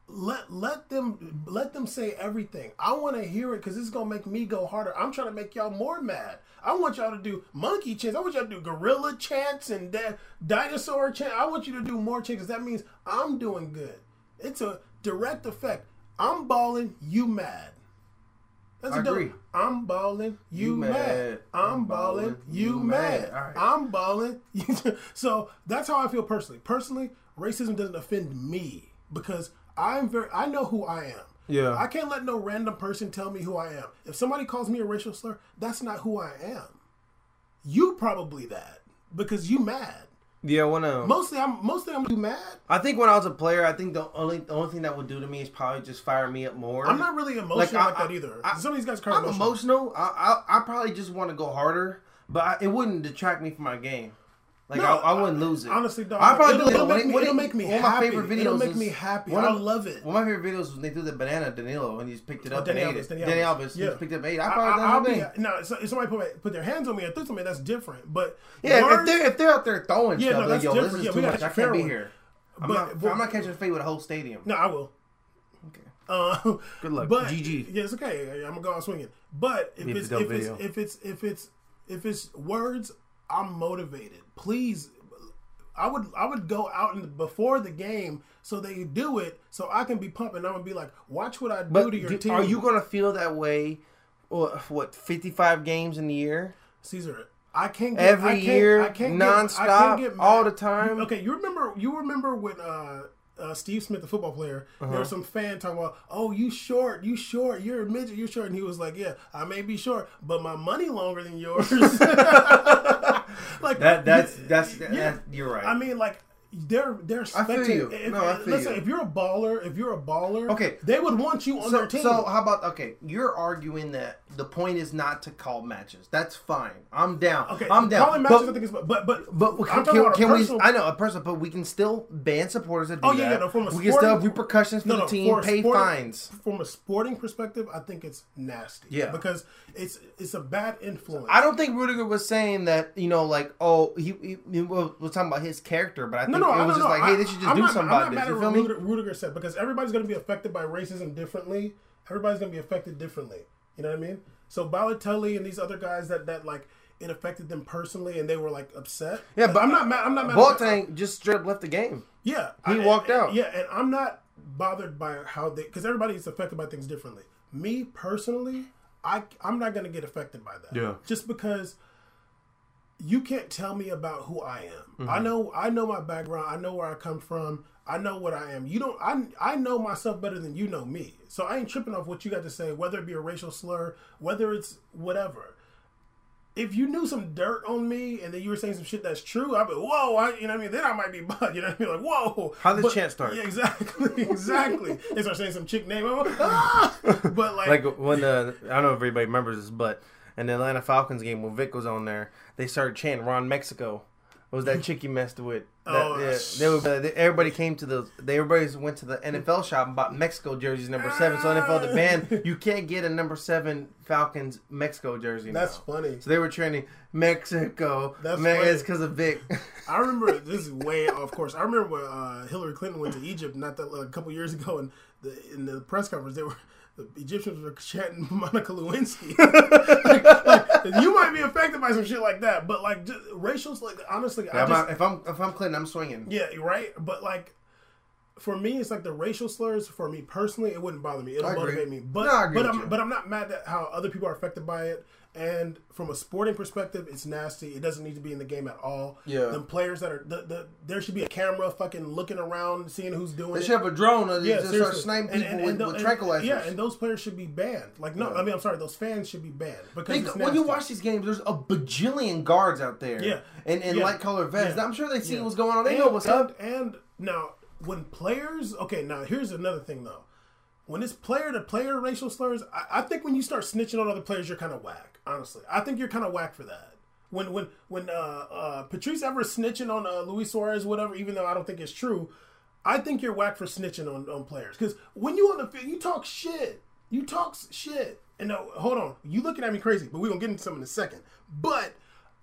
B: Let let them let them say everything. I want to hear it because it's gonna make me go harder. I'm trying to make y'all more mad. I want y'all to do monkey chants. I want y'all to do gorilla chants and that dinosaur chant. I want you to do more chants. 'cause That means I'm doing good. It's a direct effect. I'm balling. You mad? That's
A: I
B: a dope.
A: agree.
B: I'm balling. You,
A: You
B: mad.
A: mad.
B: I'm balling. You mad.
A: All right.
B: I'm balling. so that's how I feel personally. Personally, racism doesn't offend me because I'm very. I know who I am.
A: Yeah.
B: I can't let no random person tell me who I am. If somebody calls me a racial slur, that's not who I am. You probably that because you mad.
A: Yeah, one of them.
B: Mostly, I'm mostly I'm too mad.
A: I think when I was a player, I think the only the only thing that would do to me is probably just fire me up more.
B: I'm not really emotional like,
A: I-
B: that
A: I-
B: either.
A: I-
B: Some of these guys are kind
A: I'm
B: of emotional.
A: emotional. I I, I probably just want to go harder, but I, it wouldn't detract me from my game. Like
B: No,
A: I, I wouldn't lose it.
B: Honestly, dog,
A: I probably
B: it'll,
A: do
B: it'll,
A: When
B: make,
A: it-
B: me,
A: when
B: it'll
A: it-
B: make me
A: one of
B: happy.
A: my favorite videos
B: it'll make
A: is-
B: me happy.
A: one
B: I
A: of-
B: love it.
A: One of my favorite videos was when they threw the banana at Danilo and he just picked it up
B: Danny
A: and
B: Alves,
A: ate
B: Danny
A: it. Danny
B: Alves.
A: Alves,
B: Yeah.
A: just picked it up and ate. it. I
B: I,
A: probably
B: I, I'll
A: done the
B: be
A: same thing.
B: no. So, if somebody put, my- put their hands on me and threw something. That's different. But
A: Yeah, if
B: words-
A: they're if they're out there throwing
B: Yeah,
A: stuff,
B: no,
A: like
B: that's
A: yo, this
B: different.
A: is
B: Yeah, we
A: too
B: gotta
A: much. I
B: fair
A: can't be
B: one.
A: here. I'm
B: But-
A: not.
B: but-
A: I'm not catching a fade with a whole stadium.
B: no, I will.
A: Okay.
B: Uh,
A: Good luck.
B: But
A: GG.
B: Yeah, it's okay. I- I'm gonna go out swinging. But if
A: Need to
B: it's
A: do a
B: if it's,
A: video.
B: if it's if it's if it's words, I'm motivated. Please, I would I would go out and before the game so they do it so I can be pumping. I'm gonna be like, watch what I do
A: But
B: to your
A: do-
B: team.
A: are you gonna feel that way? Or what? Fifty-five games in the year.
B: Caesar? I can't get,
A: Every
B: I can't,
A: year,
B: I can't get, I
A: nonstop,
B: can't get mad.
A: all the time.
B: Okay, you remember you remember when uh, uh, Steve Smith, the football player,
A: Uh-huh.
B: there was some fan talking about, "Oh, you short, you short, you're a midget, you're short," and he was like, "Yeah, I may be short, but my money longer than yours." like
A: That that's that's, that,
B: yeah.
A: that- you're right.
B: I mean, like They're they're
A: I feel
B: spectating.
A: you.
B: If,
A: No, I feel
B: listen,
A: you.
B: if you're a baller, if you're a baller,
A: Okay.
B: they would want you on
A: So,
B: their team.
A: so how about okay? You're arguing that the point is not to call matches. That's fine. I'm down.
B: okay,
A: I'm down.
B: Calling
A: but,
B: matches, I think is but but but,
A: But we
B: I'm
A: can,
B: talking
A: can,
B: about a
A: can we?
B: personal-
A: I know a person, but we can still ban supporters that do
B: Oh, yeah,
A: that.
B: yeah, no, from a
A: we can still have
B: sporting-
A: repercussions for
B: No,
A: the
B: no,
A: team,
B: for a
A: pay
B: sporting-
A: fines.
B: from a sporting perspective, I think it's nasty.
A: Yeah.
B: because it's it's a bad influence.
A: I don't think Rudiger was saying that. You know, like oh, he, he, he was was talking about his character, but I think
B: No, no,
A: it
B: I
A: was
B: don't
A: just
B: know.
A: like, hey,
B: I-
A: they should just
B: I'm
A: do
B: not,
A: something
B: I'm
A: about
B: not
A: this.
B: mad
A: You
B: at
A: feel
B: what
A: me?
B: Rudiger, Rudiger said because everybody's going to be affected by racism differently. Everybody's going to be affected differently. You know what I mean? So Balotelli and these other guys that that like it affected them personally and they were like upset.
A: Yeah, but-
B: I'm not mad. I'm not mad. at-
A: Boateng just straight up left the game.
B: yeah,
A: He walked out.
B: Yeah, and I'm not bothered by how they because everybody's affected by things differently. Me personally, I I'm not gonna get affected by that.
A: Yeah.
B: just because you can't tell me about who I am.
A: Mm-hmm.
B: I know I know my background. I know where I come from. I know what I am. You don't. I I know myself better than you know me. So I ain't tripping off what you got to say, whether it be a racial slur, whether it's whatever if you knew some dirt on me and then you were saying some shit that's true, I'd be whoa, I, you know what I mean? Then I might be bugged, you know what I mean? Like whoa,
A: How did
B: But-
A: chant start?
B: Yeah, exactly, exactly. they start saying some chick name, I'm like, ah! but like,
A: Like when the I don't know if everybody remembers this, but in the Atlanta Falcons game when Vic was on there, they started chanting "Ron Mexico." It was that chick he messed with. That,
B: Oh,
A: yeah, they were, uh, they- everybody came to the. They everybody went to the NFL shop and bought Mexico jerseys number seven. So NFL the band you can't get a number seven Falcons Mexico jersey. now.
B: that's funny.
A: so they were chanting Mexico.
B: That's
A: That's Man,
B: funny.
A: it's because of Vic.
B: I remember this is way off course. I remember when uh, Hillary Clinton went to Egypt not that a couple years ago, and the, in the press conference they were the Egyptians were chanting Monica Lewinsky. like, like, you might be affected by some shit like that, but like just, racial, like honestly, I
A: I'm
B: just,
A: not- if I'm if I'm Clinton, I'm swinging.
B: Yeah, you're right. But like, for me, it's like the racial slurs. For me personally, it wouldn't bother me. It'll
A: I agree.
B: motivate me. But
A: No, I agree
B: but
A: with
B: I'm
A: you.
B: but I'm not mad at how other people are affected by it. And from a sporting perspective, it's nasty. It doesn't need to be in the game at all.
A: Yeah.
B: the players that are the, the there should be a camera fucking looking around, seeing who's doing.
A: They
B: it.
A: should have a drone. Or they
B: Yeah,
A: just start
B: seriously.
A: sniping
B: And-
A: people
B: and-
A: with,
B: and tho-
A: with
B: and-
A: tranquilizers.
B: Yeah, and those players should be banned. Like no, I mean I'm sorry, those fans should be banned because
A: Think-
B: it's
A: when you
B: nasty.
A: watch these games, there's a bajillion guards out there.
B: Yeah.
A: And, and
B: Yeah.
A: light color vests.
B: Yeah.
A: I'm sure they see
B: Yeah.
A: what's going on. They
B: and,
A: know what's
B: and,
A: up.
B: And now, when players, okay, now here's another thing though. When it's player to player racial slurs, I, I think when you start snitching on other players, you're kind of whack. Honestly, I think you're kind of whack for that. When when when uh, uh, Patrice ever snitching on uh, Luis Suarez, whatever, even though I don't think it's true, I think you're whack for snitching on, on players. Because when you on the field, you talk shit. You talk s- shit. And no, hold on, you looking at me crazy, but we gonna get into some in a second. But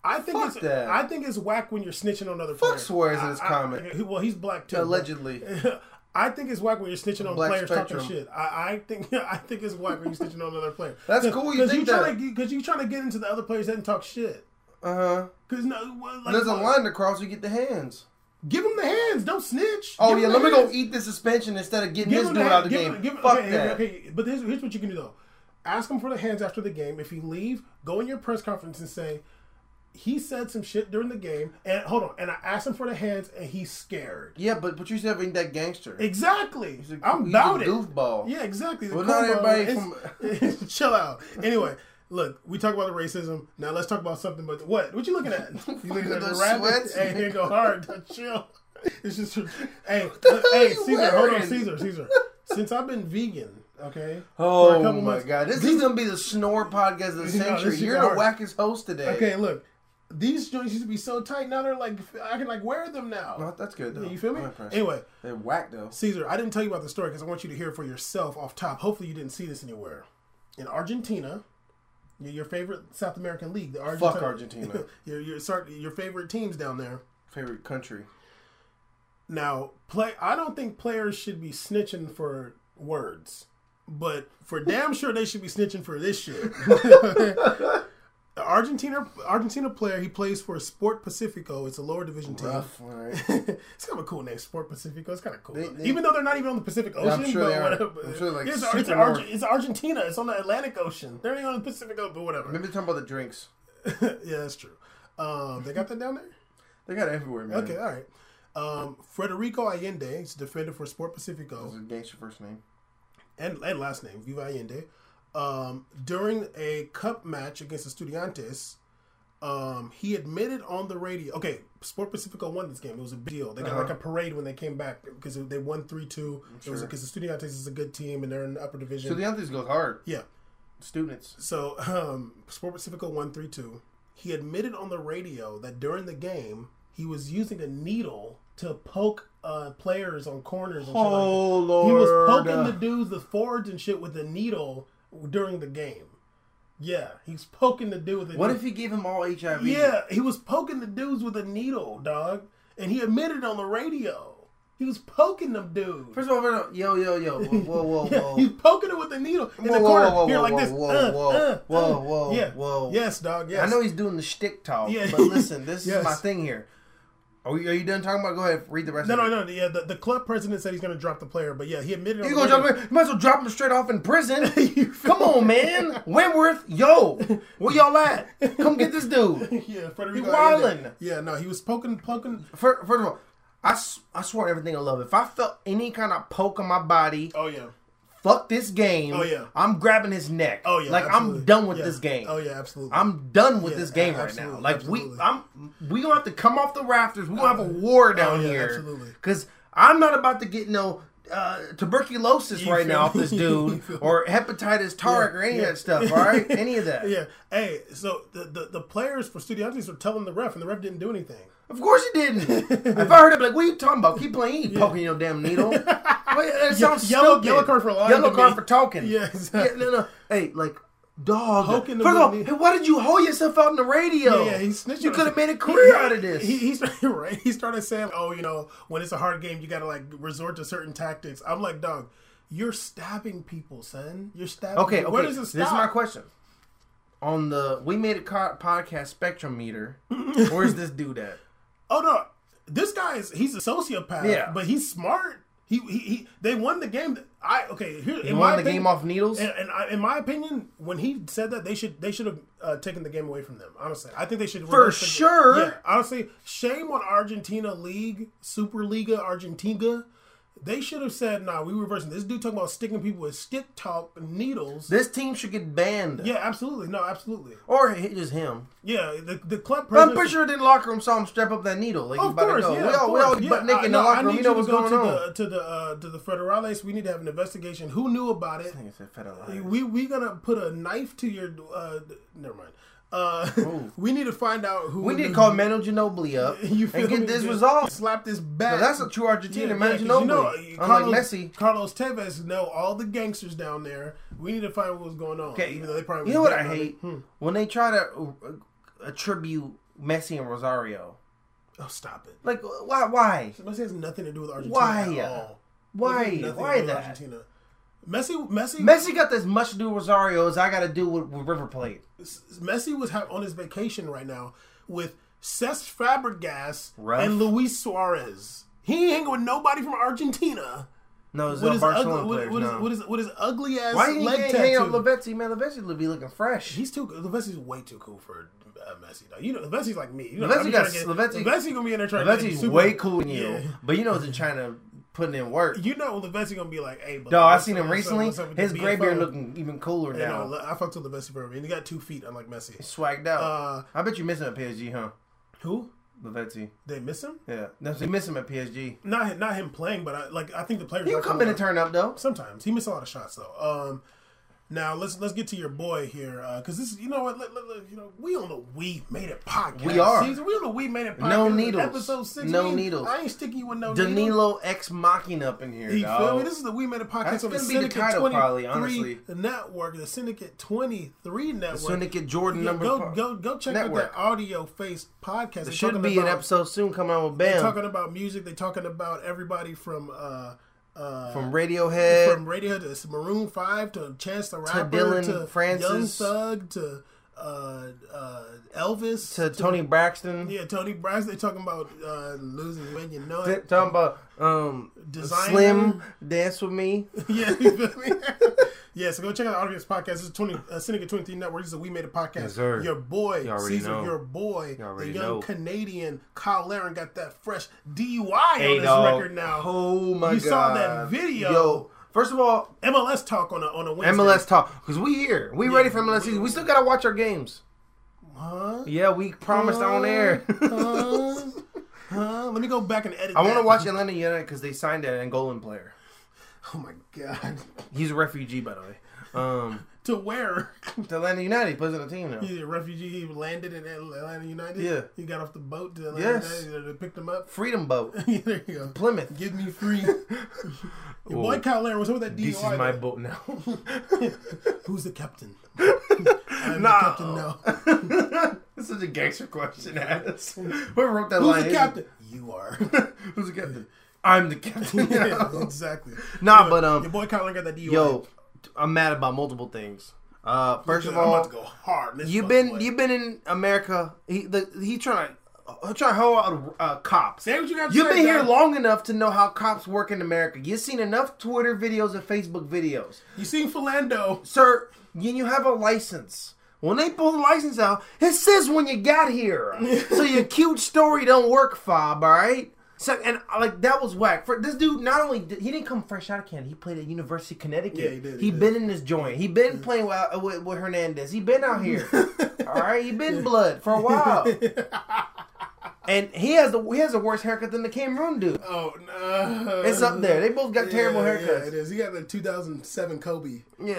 B: I think
A: Fuck
B: it's
A: that.
B: I think it's whack when you're snitching on other
A: Fuck
B: players.
A: Suarez in his
B: I- I-
A: comment.
B: he- well, he's black too.
A: Allegedly.
B: but- I think it's whack when you're snitching on
A: Black
B: players talking
A: spectrum.
B: shit. I, I think I think it's whack when you're snitching on another player.
A: That's
B: Cause,
A: cool you
B: Cause
A: think
B: you
A: that.
B: trying to because you trying to get into the other players that didn't talk shit.
A: Uh huh.
B: Cause no, well, like,
A: There's a line to cross. You get the hands.
B: Give them the hands. Don't snitch.
A: Oh
B: Give
A: yeah.
B: 'em
A: Let
B: the
A: me go
B: hands.
A: eat the suspension instead of getting
B: Give
A: this
B: him
A: dude
B: the hand-
A: out of the
B: give
A: game.
B: him- give him-
A: Fuck
B: okay,
A: that.
B: Okay, but here's, here's what you can do though. Ask him for the hands after the game. If you leave, go in your press conference and say, he said some shit during the game, and hold on, and I asked him for the hands, and he's scared.
A: Yeah, but but you said ain't that gangster.
B: Exactly.
A: He's a-
B: I'm
A: he's
B: about
A: a
B: it.
A: Goofball.
B: Yeah, exactly. The
A: Well, not
B: Kobo
A: everybody
B: is- chill out. Anyway, look, we talk about the racism. Now let's talk about something. But what? What you looking at? You looking at
A: Those
B: rabbit?
A: sweats?
B: Hey, here go hard. Chill. It's just. Hey,
A: the hell
B: hey,
A: you
B: Caesar. Hold on,
A: wearing?
B: Caesar. Caesar. Since I've been vegan, okay. for a
A: Oh
B: couple
A: my
B: months,
A: god. This is gonna be the snore podcast of the
B: No,
A: century.
B: this is
A: You're the
B: hard.
A: wackest host today.
B: Okay, look. These joints used to be so tight. Now they're like I can like wear them now.
A: Well, Oh, that's good though.
B: you feel me?
A: I'm impressed.
B: Anyway,
A: They're whack though.
B: Caesar, I didn't tell you about the story because I want you to hear it for yourself off top. Hopefully, you didn't see this anywhere. In Argentina, your, your favorite South American league, the Argentina.
A: Fuck Argentina.
B: your, your sor- your favorite teams down there.
A: Favorite country.
B: Now, play. I don't think players should be snitching for words, but for damn sure they should be snitching for this shit. The Argentina Argentina player. He plays for Sport Pacifico. It's a lower division team.
A: Rough. All right.
B: it's kind of a cool name, Sport Pacifico. It's kind of cool,
A: they-
B: even though they're not even on the Pacific Ocean.
A: Yeah, I'm sure
B: but
A: they are.
B: whatever.
A: I'm sure, like,
B: it's,
A: super
B: it's, Arge-
A: north.
B: it's Argentina. It's on the Atlantic Ocean. They're not even on the Pacific Ocean, but whatever.
A: Maybe they're talking about the drinks.
B: yeah, that's true. Um, they got that down there.
A: They got it everywhere, man.
B: Okay, all right. Um, Federico Allende is defender for Sport Pacifico
A: That's a gangster first name.
B: and, and last name Viva Allende. Um, during a cup match against Estudiantes, Um, he admitted on the radio. Okay, Sport Pacifico won this game. It was a big deal. They got like a parade when they came back because they won three two. It was
A: Uh-huh. Sure.
B: because the Estudiantes is a good team and they're in the upper division.
A: So the Anthony's goes hard.
B: yeah.
A: Students.
B: So um, Sport Pacifico one three two. He admitted on the radio that during the game he was using a needle to poke uh, players on corners. And shit like that.
A: Oh lord.
B: He was poking the dudes with forwards and shit with a needle during the game. Yeah, he's poking the dude with a
A: What
B: needle.
A: if he gave him all HIV?
B: Yeah, he was poking the dudes with a needle, dog. And he admitted on the radio. He was poking them dudes.
A: First of all, first of all, yo, yo, yo, whoa, whoa, whoa,
B: yeah,
A: whoa.
B: He's poking it with a needle in
A: Whoa,
B: the
A: whoa,
B: corner.
A: whoa, whoa,
B: Here, like
A: whoa,
B: this.
A: whoa,
B: uh,
A: whoa,
B: uh,
A: whoa,
B: uh.
A: whoa,
B: yeah.
A: whoa.
B: Yes, dog. Yes.
A: I know he's doing the shtick talk,
B: Yeah.
A: but listen, this
B: Yes.
A: is my thing here. Are, we, are you done talking about? Go ahead, read the rest.
B: no,
A: of
B: no,
A: it.
B: no. Yeah, the, the club president said he's going to drop the player, but yeah, he admitted. on the
A: You gonna drop
B: radio-
A: him? You might as well drop him straight off in prison. Come on, man. Wentworth, yo, where y'all at? Come get this dude.
B: Yeah, Federico.
A: He
B: Allende.
A: wildin'.
B: Yeah, no, he was poking, poking.
A: First, first of all, I, s- I swear on everything I love. If I felt any kind of poke on my body,
B: Oh yeah.
A: fuck this game.
B: Oh, yeah.
A: I'm grabbing his neck.
B: Oh yeah.
A: like
B: absolutely.
A: I'm done with
B: Yeah.
A: this game.
B: Oh yeah, absolutely.
A: I'm done with
B: Yeah,
A: this game
B: a-
A: right now.
B: absolutely,
A: Like
B: absolutely. Uh, oh,
A: we, I'm, we gonna have to come off the rafters. We gonna have a war down
B: yeah,
A: here.
B: absolutely.
A: Because I'm not about to get no uh, tuberculosis
B: You
A: right
B: feel
A: now off
B: me?
A: this
B: You
A: dude
B: feel
A: or hepatitis taric or any
B: yeah.
A: of that stuff. All right, any of that.
B: Yeah. Hey, so the, the, the players for Estudiantes were telling the ref, and the ref didn't do anything.
A: Of course you didn't. if I heard it, like, what are you talking about? Keep playing, you ain't poking your damn needle. Wait, that sounds
B: yellow-
A: stupid.
B: yellow card for lying
A: Yellow
B: to
A: card
B: me.
A: for talking.
B: Yeah, exactly.
A: no, no. Hey, like, dog.
B: Poking the
A: First of all,
B: needle.
A: hey, why did you hold yourself out on the radio?
B: Yeah, yeah, he snitched.
A: You
B: on
A: could
B: us.
A: have made a career
B: He-
A: out of this.
B: He, he started right. He started saying, "Oh, you know, when it's a hard game, you got to like resort to certain tactics." I'm like, "Dog, you're stabbing people, son. You're stabbing."
A: Okay,
B: people.
A: okay.
B: Where does it
A: this
B: stop?
A: is my question. On the We Made It Co- podcast spectrum meter, where's this dude at?
B: Oh no, this guy is he's a sociopath.
A: Yeah.
B: but he's smart. He, he, he they won the game. I okay. Here,
A: He won the game off needles.
B: And, and I, in my opinion, when he said that, they should they should have uh, taken the game away from them. Honestly, I think they should for
A: sure.
B: Yeah, honestly, shame on Argentina League, Superliga Argentina. They should have said, "Nah, we reversing this dude talking about sticking people with stick talk needles."
A: This team should get banned,
B: yeah, absolutely. No, absolutely.
A: or h- just him.
B: Yeah, the, the club
A: I'm
B: president.
A: pretty sure in the locker room saw him strap up that needle. Like,
B: Of
A: about
B: course,
A: to go.
B: yeah,
A: we
B: of
A: all, we
B: course.
A: all
B: yeah.
A: butt naked
B: I-
A: in the
B: no, I
A: locker room.
B: need
A: You know
B: to
A: what's
B: go
A: going
B: to
A: on.
B: The, to the uh, to the federales. We need to have an investigation. Who knew about it?
A: I think I said Federline.
B: We we gonna put a knife to your. Uh, never mind. Uh, we need to find out who.
A: We need to
B: knew-
A: call Manu Ginobili up
B: You feel
A: and get
B: me?
A: this
B: Yeah.
A: resolved.
B: Slap this back.
A: So that's a true Argentina, Manu
B: 'cause
A: Ginobili.
B: you uh,
A: Unlike Messi.
B: Carlos Tevez know all the gangsters down there. We need to find out what's going on.
A: Okay,
B: even though they probably
A: you know
B: was Hmm.
A: what I
B: dead by
A: hate when they try to uh, attribute Messi and Rosario.
B: then. Oh, stop it!
A: Like, uh, why? Why?
B: Messi has nothing to do with Argentina
A: Why?
B: at all.
A: Why?
B: Nothing to do
A: Why
B: with
A: that?
B: Argentina. Messi, Messi,
A: Messi got as much to do with Rosario as I got to do with, with River Plate.
B: Messi was ha- on his vacation right now with Cesc Fabregas
A: Rough.
B: and Luis Suarez. He ain't hanging with nobody from Argentina.
A: No, it's
B: What
A: no
B: is
A: Barcelona
B: ugly? What,
A: players.
B: what, is,
A: no.
B: what is what is ugly ass
A: Why you
B: leg
A: can't hang out
B: tattoo?
A: with Lavezzi? Man, Lavezzi would be looking fresh.
B: He's too. Messi's way too cool for uh, Messi. Though. You know, Messi's like me. You know,
A: Lavezzi
B: I'm
A: got-
B: trying to get-
A: Lavezzi-
B: Lavezzi gonna be in there trying. to get
A: Lavezzi's
B: super-
A: way cooler than you,
B: Yeah.
A: but you know he's in China putting in work.
B: You know, Lavezzi gonna be like, hey, but
A: No, I
B: what's
A: seen
B: up,
A: him
B: what's up,
A: recently.
B: what's up with
A: His
B: the
A: gray beard
B: BFO?
A: looking even cooler
B: You
A: now.
B: know, I fucked with Lavezzi for a minute. He got two feet, unlike Messi.
A: Swagged out.
B: Uh,
A: I bet you miss him at PSG, huh?
B: Who?
A: Lavezzi.
B: They miss him?
A: Yeah. No, so you miss him at PSG.
B: Not him- not him playing, but I, like I think the players.
A: He'll
B: are
A: come
B: cool.
A: in and turn up though.
B: Sometimes he missed a lot of shots though. Um, now let's let's get to your boy here because this is you know what let, let- let- you know we on the we made it podcast.
A: We are.
B: season. we on the we made it podcast.
A: No needles.
B: Episode six.
A: No
B: We ain't-
A: needles.
B: I ain't sticking you with no needles.
A: Danilo ex mocking up in here,
B: You feel me?
A: dog.
B: This is the We Made It podcast
A: That's
B: on the
A: gonna be the
B: Syndicate
A: title,
B: 23
A: probably, honestly.
B: network, the Syndicate 23 network.
A: Syndicate Jordan
B: Yeah,
A: number.
B: go,
A: po-
B: go, go check out
A: network.
B: that audio face podcast. They're
A: There should
B: talking
A: be an
B: about-
A: episode soon coming out with
B: They're
A: Bam
B: talking about music. They're talking about everybody from uh, uh,
A: from Radiohead.
B: from Radiohead to Maroon Five to Chance the Rapper
A: Dylan
B: to Young
A: Francis.
B: Thug to uh, uh, Elvis
A: to Tony Braxton.
B: yeah Tony Braxton. They're talking about uh, losing when you know
A: Th-
B: it.
A: Talking about um,
B: Designer.
A: Slim dance with me.
B: yeah, you feel me? yeah. So go check out the audience podcast. This is twenty uh, Syndicate Twenty Three Network. This is a We Made a Podcast.
A: Yes, sir.
B: Your boy
A: already
B: Caesar,
A: know.
B: your boy, the
A: already
B: young
A: know.
B: Canadian Kyle Laren got that fresh DUI on his
A: dog.
B: record now.
A: Oh my god!
B: You saw that video.
A: Yo, first of all,
B: MLS talk on a on a Wednesday.
A: MLS talk because we here. We ready for MLS season. We still gotta watch our games.
B: Huh?
A: Yeah, we promised on air.
B: Huh? huh? Let me go back and edit.
A: I want to
B: that.
A: watch Atlanta United because they signed an Angolan player.
B: Oh my god.
A: He's a refugee, by the way. Um,
B: to where?
A: to Atlanta United, he plays on the team now.
B: He's a refugee. He landed in Atlanta United.
A: Yeah.
B: He got off the boat to Atlanta
A: Yes.
B: United. They picked him up.
A: Freedom Boat,
B: Yeah, there you go.
A: Plymouth.
B: Give me free. Your boy
A: Whoa.
B: Kyle Larry, what's up with that DUI?
A: This is my
B: though?
A: boat now.
B: Who's the captain? I'm the captain now.
A: this is a gangster question, ass. Whoever wrote that line.
B: Who's the
A: is-
B: captain? You are.
A: Who's the captain? I'm the captain.
B: yeah, exactly.
A: Nah,
B: Your-
A: but, um,
B: your boy Kyle Larry got that DUI.
A: Yo, I'm mad about multiple things. Uh, first
B: I'm
A: of
B: about
A: all,
B: to go hard. in this
A: you've
B: fucking
A: been
B: way.
A: you've been in America. He the, he trying to trying to hold out uh, cops.
B: Say what you got. to
A: You've
B: say,
A: been here
B: Doc.
A: long enough to know how cops work in America. You've seen enough Twitter videos and Facebook videos.
B: You seen Philando?
A: Sir, you, you have a license. When they pull the license out, it says when you got here. so your cute story don't work, Fob, alright? So, and uh, like that was whack. For this dude, not only did, he didn't come fresh out of Canada, he played at University of Connecticut.
B: Yeah, he did, he
A: He
B: did.
A: been in this joint. He been playing with, uh, with, with Hernandez. He been out here. All right, he been blood for a while. and he has the he has a worse haircut than the Cameroon dude.
B: Oh no!
A: It's up there. They both got terrible haircuts.
B: Yeah, it is. He got the 2007 Kobe.
A: Yeah,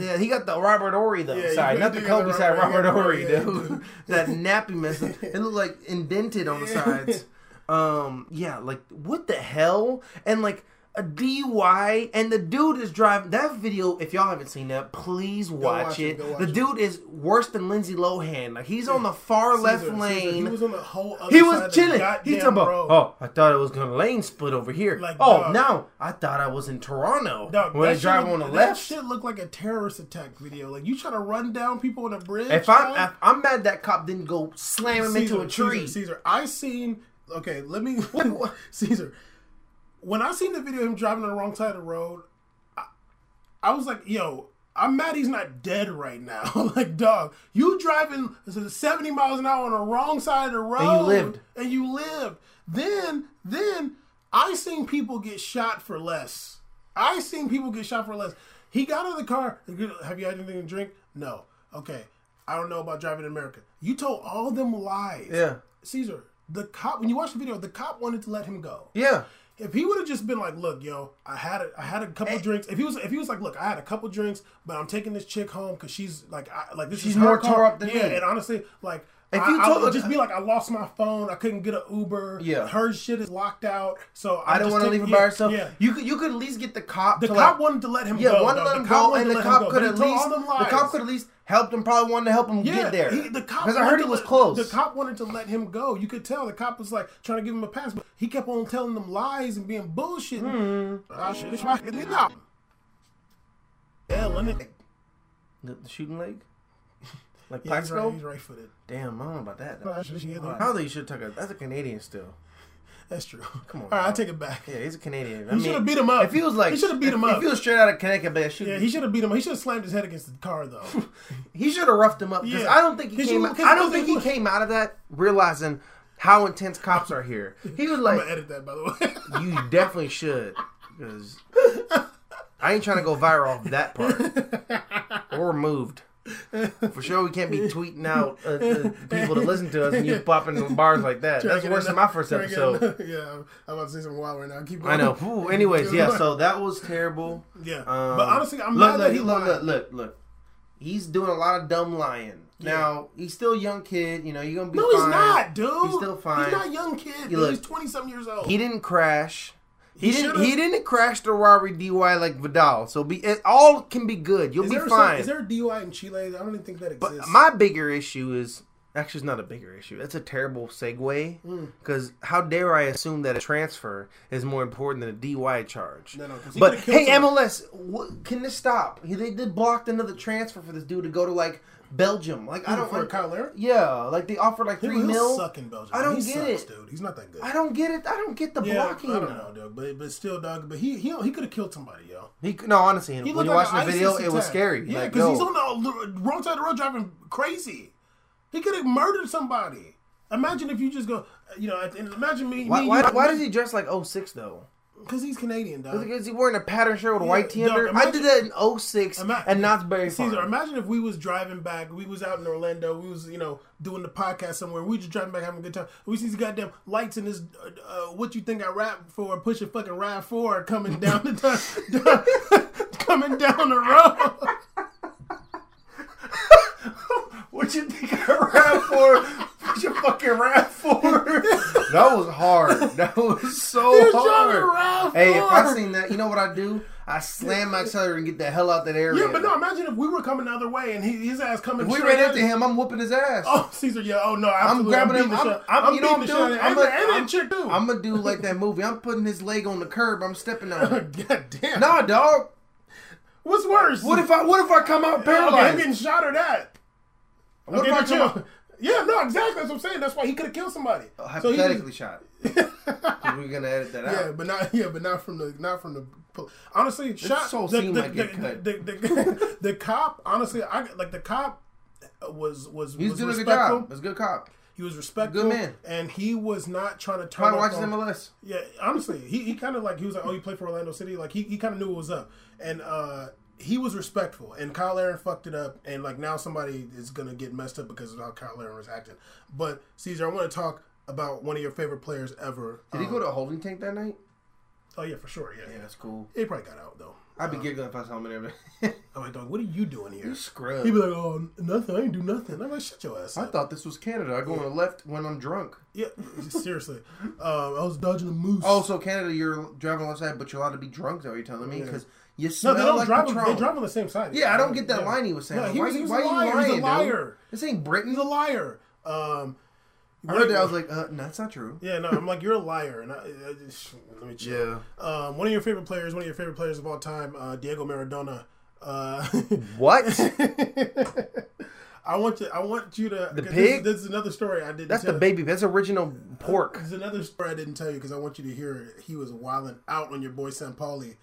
A: yeah, he got the Robert Ory though
B: Yeah,
A: side,
B: you
A: not
B: do
A: the
B: got the
A: Kobe side.
B: Robert-
A: Robert
B: yeah,
A: Ory,
B: yeah,
A: dude, that nappy mess. It looked like indented on the
B: Yeah.
A: sides. Um, yeah, like what the hell? And like a DUI, and the dude is driving that video. If y'all haven't seen that, please watch,
B: watch it,
A: it.
B: go watch
A: the
B: it.
A: dude is worse than Lindsay Lohan. Like he's on the far left
B: Caesar,
A: lane.
B: Caesar, He was on the whole other
A: He
B: side
A: was
B: of
A: chilling.
B: The
A: He
B: goddamn
A: talking about,
B: road.
A: oh, I thought it was gonna lane split over here.
B: Like,
A: oh,
B: dog.
A: now I thought I was in Toronto
B: Dog,
A: when I
B: that shit
A: drive
B: look-
A: on the
B: that
A: left.
B: shit looked like a terrorist attack video. Like you trying to run down people on a bridge.
A: If I'm
B: dog?
A: if I'm mad that cop didn't go slam him into a tree.
B: Caesar, Caesar, I seen. Okay, let me.
A: what?
B: Caesar, when I seen the video of him driving on the wrong side of the road, I, I was like, yo. I'm mad he's not dead right now. like, dog, you driving 70 miles an hour on the wrong side of the road.
A: lived.
B: And you lived. Then, then, I seen people get shot for less. I seen people get shot for less. He got out of the car. Have you had anything to drink? No. Okay. I don't know about driving in America. You told all them lies.
A: Yeah.
B: Caesar, the cop, when you watch the video, the cop wanted to let him go.
A: Yeah.
B: If he would have just been like, "Look, yo, I had a, I had a couple drinks." If he was, if he was like, "Look, I had a couple drinks, but I'm taking this chick home because she's like, I, like this
A: She's
B: is her
A: more
B: car."
A: tore up than
B: yeah."
A: me.
B: And honestly, like,
A: If
B: I,
A: you
B: I
A: told
B: would
A: her-
B: just be like, "I lost my phone, I couldn't get an Uber,
A: Yeah.
B: her shit is locked out, so
A: I
B: I'm
A: don't
B: just
A: want to
B: taking-
A: leave him
B: yeah,
A: by herself.
B: Yeah,
A: You could you could at least get the cop.
B: the
A: to
B: cop
A: like,
B: wanted to let him
A: yeah,
B: go.
A: wanted
B: though.
A: to let
B: The
A: him
B: cop
A: go,
B: wanted to
A: and the
B: let him go,
A: cop
B: but
A: could
B: he
A: at
B: told
A: least
B: all them
A: the
B: lies.
A: cop could at least helped him. Probably wanted to help him get there
B: he- the cop
A: because I heard
B: wanted
A: he
B: to
A: was
B: let-
A: close.
B: The cop wanted to let him go. You could tell the cop was like trying to give him a pass, but he kept on telling them lies and being bullshit.
A: Hmm.
B: I should- I should- no. Yeah, let me-
A: The, the shooting leg, like
B: Yeah, he's
A: Plaxico.
B: right, he's right footed.
A: Damn, I don't know about that.
B: I should- yeah,
A: I don't think you should talk about That's a Canadian still.
B: That's true. Come
A: on,
B: All right, I
A: dog.
B: take it back.
A: Yeah, he's a Canadian. I
B: He
A: mean,
B: should have beat him up.
A: If he was like,
B: he should have beat him
A: if-
B: up.
A: If he was straight out of Connecticut, man, shoot,
B: yeah, he should have beat him. up. He should have slammed his head against the car though.
A: He should have roughed him up because
B: Yeah.
A: I don't think he
B: He
A: came.
B: should- 'cause-
A: I don't
B: 'cause
A: think
B: he
A: he
B: was-
A: came out of that realizing how intense cops are here. He was
B: I'm
A: like,
B: gonna edit that by the way.
A: "You definitely should," because I ain't trying to go viral off that part or moved. For sure, we can't be tweeting out uh, uh, people to listen to us and you popping in bars like that. That's worse than my first
B: Trying to get enough-
A: episode.
B: yeah, I'm about to say something wild right now. Keep going.
A: I know. Ooh, anyways, yeah. So that was terrible.
B: Yeah,
A: Um,
B: but honestly, I'm
A: look,
B: mad
A: look,
B: that he
A: look,
B: lied.
A: look, look, look. He's doing a lot of dumb lying. Now he's still a young kid. You know you're gonna be.
B: No,
A: fine.
B: he's not, dude.
A: He's still fine.
B: He's not a young kid. dude.
A: look-
B: he's twenty something years old.
A: He didn't crash. He,
B: He
A: didn't.
B: should've-
A: He didn't crash the robbery DUI like Vidal. So be it all can be good. You'll
B: is,
A: be
B: there some-
A: fine.
B: is there a DUI in Chile? I don't even think that exists.
A: But my bigger issue is actually it's not a bigger issue. That's a terrible segue
B: Hmm.
A: because how dare I assume that a transfer is more important than a DUI charge?
B: No, no, 'cause he
A: but
B: could've killed
A: hey,
B: someone.
A: MLS, what, can this stop? He- They, they blocked another transfer for this dude to go to like Belgium. Like I don't.
B: for
A: like,
B: Kyle Larry,
A: yeah, like they offered like
B: he'll,
A: three
B: he'll
A: mil.
B: suck in Belgium.
A: I don't
B: he
A: get
B: sucks,
A: it.
B: dude. He's not that good.
A: I don't get it. I don't get the
B: yeah,
A: blocking.
B: I don't know, dude. But but still, dog. But he he he could have killed somebody, yo.
A: He, no, honestly,
B: He
A: when
B: looked
A: you
B: like
A: watch the
B: an
A: video,
B: ISIS
A: it was
B: attack.
A: scary.
B: Yeah,
A: Like,
B: because he's
A: yo.
B: on the l- wrong side of the road driving crazy. He could have murdered somebody. Imagine if you just go, you know, at the end- imagine me.
A: Why,
B: me,
A: why,
B: you-
A: why does he dress like 06 though?
B: Because he's Canadian, dog.
A: Is he wearing a pattern shirt with a
B: Yeah,
A: white
B: dog,
A: tender? I
B: imagine-
A: did that in 06
B: Ima-
A: at Knott's Berry Farm.
B: Caesar, imagine if we was driving back, we was out in Orlando, we was you know doing the podcast somewhere, we just driving back having a good time. We see these goddamn lights in this. Uh, uh, what you think I rap for? Pushing fucking rap for coming down the coming down the road.
A: What you think I rap for? What you fucking rap for? that was hard. That was so
B: He was trying to
A: hard.
B: rap
A: Hey, if I
B: hard.
A: seen that, you know what I do? I slam my accelerator and get the hell out that area.
B: Yeah, but no, imagine if we were coming the other way and he, his ass coming.
A: If we
B: straight
A: ran
B: at
A: into him, I'm whooping his ass.
B: Oh, Caesar, yeah. Oh no, absolutely.
A: grabbing
B: I'm
A: him.
B: beating the
A: I'm-
B: shit-
A: I'm- you know
B: beating
A: what I'm
B: the shit
A: doing?
B: out of-
A: I'm
B: And
A: a-
B: that chick too.
A: I'm gonna do like that movie. I'm putting his leg on the curb. I'm stepping on it.
B: God damn.
A: Nah, dog.
B: What's worse?
A: What if I? What if I come out
B: Okay, I'm
A: paralyzed?
B: getting shot or that?
A: What if
B: Did
A: I
B: it
A: come
B: kill-
A: out
B: Yeah, no, exactly. That's what I'm saying. That's why he could have killed somebody. So he just-
A: Oh, hypothetically shot? 'Cause We're gonna edit that
B: yeah,
A: out.
B: but not yeah, but not from the not from the. pol- Honestly, shot
A: so
B: the,
A: seem
B: the,
A: like
B: the,
A: it could.
B: the, the, the, the cop. Honestly, I like the cop was was
A: He's
B: was
A: doing a good
B: respectful.
A: job. He's a good cop.
B: He was respectful.
A: Good man.
B: and he was not trying to turn.
A: Probably
B: up
A: watches
B: on-
A: MLS.
B: Yeah, honestly, he, he kind of like he was like, oh, you play for Orlando City. Like he, he kind of knew what was up, and uh, he was respectful. And Kyle Aaron fucked it up, and like now somebody is gonna get messed up because of how Kyle Aaron was acting. But Caesar, I want to talk about one of your favorite players ever.
A: Did he go to a holding tank that night?
B: Oh yeah, for sure. Yeah, yeah.
A: That's cool. Uh,
B: He probably got out though.
A: I'd be giggling if I saw him in there.
B: I'm like, dog, what are you doing here?
A: Scrub.
B: He'd be like, oh, nothing. I didn't do nothing. I'm like, shut your ass.
A: I
B: Up.
A: thought this was Canada. I go on the left when I'm drunk.
B: Yeah, seriously. Um, I was dodging a moose.
A: Oh, so Canada, you're driving left side, but you're allowed to be drunk, though. You're telling me because you
B: no,
A: smell
B: they don't
A: like
B: drive.
A: Patron.
B: On, they drive on the same side.
A: Yeah, I don't get that
B: Yeah.
A: line he was saying.
B: No,
A: Like,
B: he
A: why
B: was- he
A: you-
B: was
A: why
B: a liar. He was a
A: you lying,
B: liar.
A: dude? This ain't
B: He's
A: Britain.
B: a liar. Um,
A: I heard that. I was like, uh, no, that's not true.
B: yeah, no, I'm like, you're a liar. And I, I just, let me chill. Um, one of your favorite players, one of your favorite players of all time, uh, Diego Maradona. Uh,
A: What?
B: I want to. I want you to. The
A: pig?
B: This, is another story I didn't.
A: That's the
B: tell.
A: baby. That's original pork.
B: There's another story I didn't tell you because I want you to hear it. He was wilding out on your boy Sam Pauli.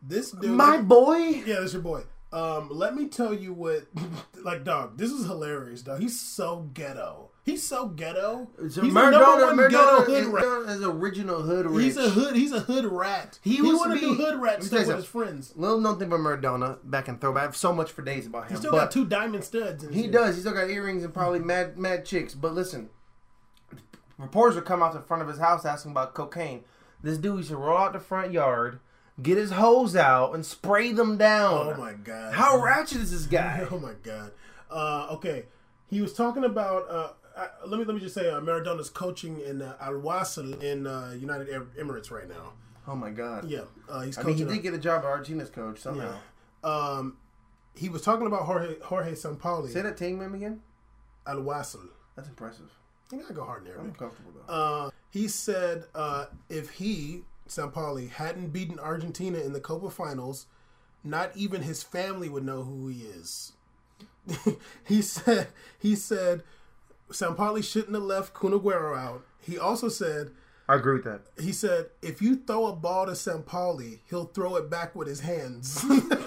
B: This dude.
A: My boy.
B: Yeah, that's your boy. Um, let me tell you what, like, dog. This is hilarious, dog. He's so ghetto. He's so ghetto. He's
A: So
B: the
A: Maradona,
B: number one ghetto
A: Maradona,
B: hood
A: is-
B: rat.
A: Maradona is original hood rich.
B: He's a hood. He's a hood rat. He,
A: used
B: want to
A: to
B: do
A: be-
B: hood
A: let
B: rat
A: me
B: stuff
A: tell
B: with
A: you
B: his friends.
A: little nothing but Maradona back in throwback. I have so much for days about him.
B: Still
A: but
B: got two diamond studs. And
A: he
B: shit.
A: does. He's still got earrings and probably mad mad chicks. But listen, reporters would come out the front of his house asking about cocaine. This dude used to roll out the front yard, get his hose out, and spray them down.
B: Oh my god.
A: How ratchet is this guy?
B: Oh my god. Uh, okay, he was talking about. Uh, I, let me let me just say, uh, Maradona's coaching in uh, Al Wasl in uh, United Arab Emirates right now.
A: Oh my god.
B: Yeah, uh, he's
A: I mean,
B: coaching.
A: he
B: up-
A: did get a job at Argentina's coach somehow.
B: um, he was talking about Jorge Jorge Sampaoli
A: Say that team name again.
B: Al Wasl.
A: That's impressive.
B: You gotta go hard in
A: I'm
B: Arabic.
A: comfortable though.
B: Uh, he said uh, if he Sampaoli hadn't beaten Argentina in the Copa Finals, not even his family would know who he is. he said he said Sampaoli shouldn't have left Kun Agüero out. He also said
A: I agree with that.
B: he said if you throw a ball to Sampaoli, he'll throw it back with his hands.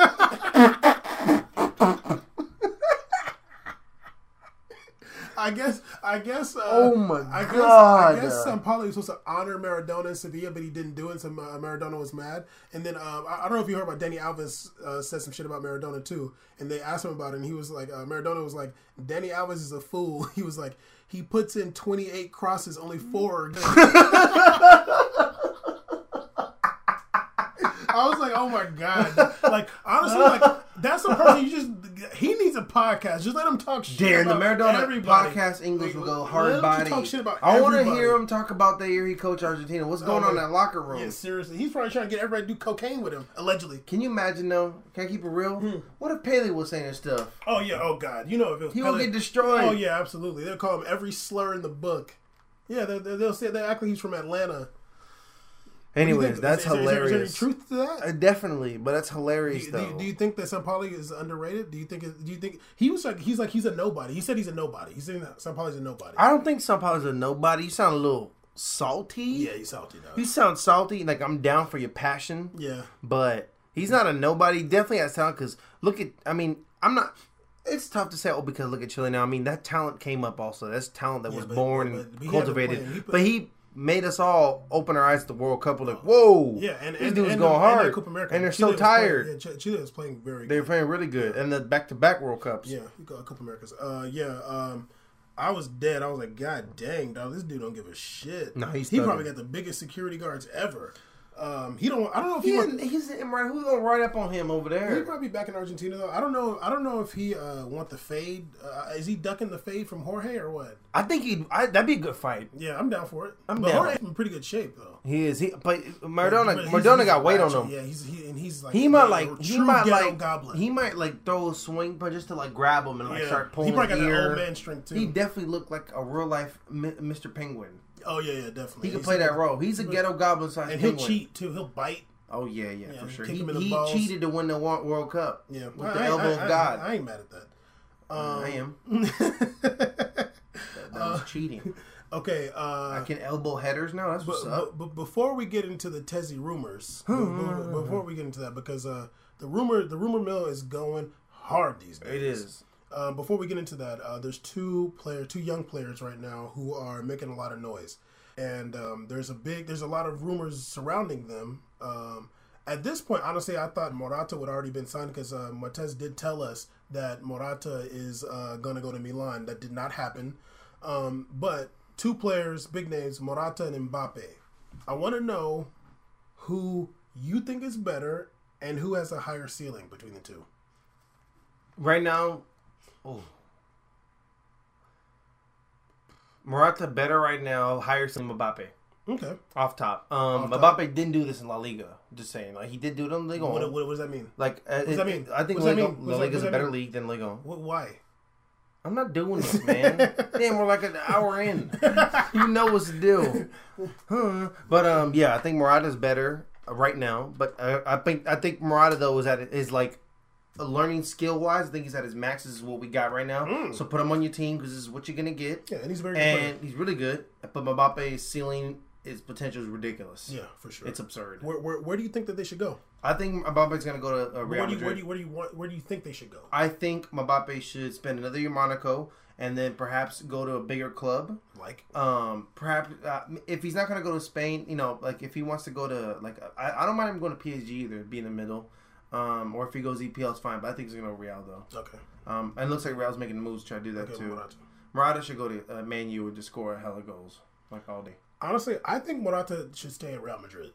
B: I guess I guess uh,
A: Oh my
B: I guess
A: God.
B: I guess Sampaoli was supposed to honor Maradona in Sevilla, but he didn't do it. So Ma- Maradona was mad, and then um, I, I don't know if you heard about Danny Alves uh, said some shit about Maradona too, and they asked him about it, and he was like, uh, Maradona was like, Danny Alves is a fool. He was like, he puts in twenty eight crosses, only four. Are good. I was like, oh my god, like honestly, like that's a person you just he needs a podcast. Just let him talk shit.
A: Darren, the
B: about
A: Maradona
B: everybody.
A: podcast English will go
B: Let
A: hard
B: him
A: body.
B: Talk shit about
A: I want to
B: everybody.
A: hear him talk about the year he coached Argentina. What's going
B: Oh,
A: on in
B: my-
A: that locker room?
B: Yeah, seriously. He's probably trying to get everybody to do cocaine with him, allegedly.
A: Can you imagine though? Can I keep it real?
B: Hmm.
A: What if Pele was saying this stuff?
B: Oh yeah, oh god. You know if it was
A: He will
B: Pele-
A: get destroyed.
B: Oh yeah, absolutely. They'll call him every slur in the book. Yeah, they, they, they'll say they act like he's from Atlanta. You
A: Anyways,
B: think-
A: that's
B: is there- is there- is there any
A: hilarious.
B: truth to that?
A: Uh, Definitely, but that's hilarious
B: Do,
A: though.
B: you- do you think that San Pauli is underrated? Do you think? it- Do you think he was like he's like he's a nobody? He said he's a nobody. He's saying that San Pauli's a nobody.
A: I don't think Sao Paulo's a nobody. You sound a little salty.
B: yeah, he's salty though.
A: You sound salty. Like I'm down for your passion.
B: yeah,
A: but he's not a nobody. Definitely has talent because look at. I mean, I'm not. It's tough to say. Oh, because look at Chile now. I mean, that talent came up also. That's talent that was
B: but-
A: born
B: but- but he
A: and
B: had to play.
A: cultivated.
B: He put-
A: but he made us all open our eyes to the World Cup. We're like, whoa,
B: Yeah, and
A: these
B: and,
A: dudes
B: and,
A: going
B: and
A: hard,
B: the Copa America.
A: and they're
B: Chile
A: so
B: was
A: tired.
B: Playing, yeah, Ch- Chile is playing very.
A: They're playing really good, and the back-to-back World Cups.
B: Yeah, you got a couple Americas. Uh, yeah. Um, I was dead. I was like, God dang, dog, this dude don't give a shit.
A: No, he's
B: he
A: stubborn.
B: probably got the biggest security guards ever. Um, he don't. I don't know if he.
A: He
B: wants-
A: in- he's in right. Who's gonna ride up on him over
B: He
A: there?
B: probably back in Argentina though. I don't know. I don't know if he uh, want the fade. Uh, is he ducking the fade from Jorge or what?
A: I think he. I, that'd be a good fight.
B: Yeah, I'm down for it. I'm
A: down.
B: Jorge's in pretty good shape though.
A: He is. He but Maradona.
B: But he's-
A: Maradona
B: he's
A: got weight on
B: ratchet.
A: him.
B: Yeah, he's he, and he's like
A: He might
B: a
A: like. He
B: true
A: might
B: ghetto
A: like.
B: goblin.
A: He might like throw a swing punch just to like grab him and like
B: Yeah.
A: start
B: He
A: pulling
B: probably
A: his
B: got that
A: ear.
B: old man strength too.
A: He definitely looked like a real life Mi- Mr. Penguin.
B: oh yeah, yeah, definitely.
A: He can play that role. He's a ghetto goblin size
B: and
A: penguin.
B: he'll cheat too. He'll bite.
A: Oh yeah, yeah, for
B: and
A: sure.
B: kick
A: He,
B: him in the
A: he
B: balls.
A: cheated to win the Wor- World Cup.
B: Yeah,
A: with the elbow of God.
B: I, ain't mad at that. Um,
A: I am. That was cheating.
B: okay,
A: I
B: uh,
A: can elbow headers now. That's what's up. Hmm.
B: but, but before we get into the Tezzy rumors, b- b- before we get into that, because uh, the rumor the rumor mill is going hard these days.
A: It is.
B: Um, before we get into that, uh, there's two player, two young players right now who are making a lot of noise, and um, there's a big, there's a lot of rumors surrounding them. Um, at this point, honestly, I thought Morata would already been signed because uh, Martez did tell us that Morata is uh, going to go to Milan. That did not happen. Um, but two players, big names, Morata and Mbappe. I want to know who you think is better and who has a higher ceiling between the two.
A: Right now, oh. Morata better right now, higher than Mbappe.
B: Okay,
A: Off top. Um
B: top.
A: Mbappe didn't do this in La Liga. Just saying. Like he did do it in La Liga.
B: what, what, what does that mean?
A: like uh,
B: does
A: it-
B: that mean?
A: I think
B: What does that
A: La Liga,
B: mean? What
A: La
B: does that-
A: Liga's
B: what
A: a
B: does that
A: better league than Liga.
B: Wh- Why?
A: I'm not doing this, man. Damn, we're like an hour in. You know what's the deal. Huh. But um, yeah, I think Murata's better uh, right now. But uh, I think I think Murata though is at is like uh, learning skill wise. I think he's at his max. This is what we got right now. So put him on your team because this is what you're gonna get.
B: Mm. Yeah, and he's a very good player.
A: And he's really good. But Mbappe's ceiling, his potential is ridiculous.
B: Yeah, for sure.
A: It's absurd.
B: where, where, where do you think that they should go?
A: I think Mbappe's gonna go to uh, Real
B: Where do you
A: Madrid.
B: where do you, where do you want where do you think they should go?
A: I think Mbappe should spend another year in Monaco and then perhaps go to a bigger club.
B: Like
A: Um, perhaps uh, if he's not gonna go to Spain, you know, like if he wants to go to like I, I don't mind him going to PSG either, be in the middle. Um, or if he goes EPL, it's fine. But I think he's gonna go to Real though.
B: okay,
A: Um, and it looks like Real's making moves to try to do that
B: okay
A: too.
B: Morata.
A: Morata should go to uh, Man U and just score a hella goals like all day.
B: Honestly, I think Morata should stay at Real Madrid.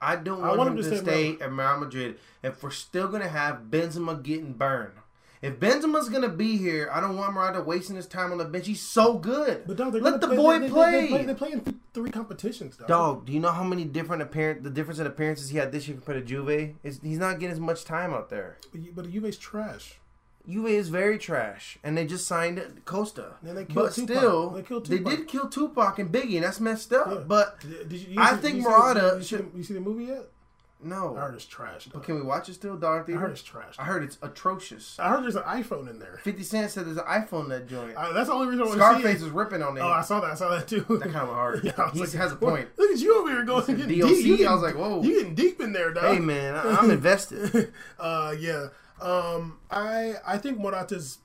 A: I don't
B: I
A: want,
B: want
A: him,
B: him
A: to
B: to stay
A: stay at Real Madrid if we're still gonna have Benzema getting burned. If Benzema's gonna be here, I don't want Morata wasting his time on the bench. He's so good.
B: But dog, they're
A: Let the
B: gonna
A: boy
B: they, they-
A: play.
B: They, play. They play in th- three competitions, dog.
A: Dog, do you know how many different appearance the difference in appearances he had this year compared to Juve? Is he's not getting as much time out there.
B: But, you, but Juve's trash.
A: Juve is very trash, and they just signed Costa.
B: And they
A: but
B: killed Tupac.
A: still,
B: They
A: they,
B: killed Tupac.
A: did kill Tupac and Biggie, and that's messed up.
B: Yeah.
A: But
B: Did, did you,
A: I
B: see-
A: think
B: you see the-
A: Morata
B: You see, the, you see the movie yet? I
A: no,
B: heard it's trash. Dog.
A: can we watch it still, dog?
B: I heard it's trash.
A: I heard it's atrocious.
B: I heard there's an iPhone in there.
A: 50 Cent said there's an iPhone in that joint.
B: I, that's the only reason I want to see
A: Scarface
B: it.
A: was ripping on it.
B: Oh, I saw that. I saw that too.
A: that kind of hard.
B: Yeah, I was
A: he
B: like,
A: has a
B: "Well,
A: point.
B: Look at you over here going getting
A: DLC,
B: deep. You
A: I was
B: getting-
A: like, whoa.
B: you getting deep in there, dog.
A: Hey, man, I, I'm invested.
B: uh, yeah. Um, I I think Morata's,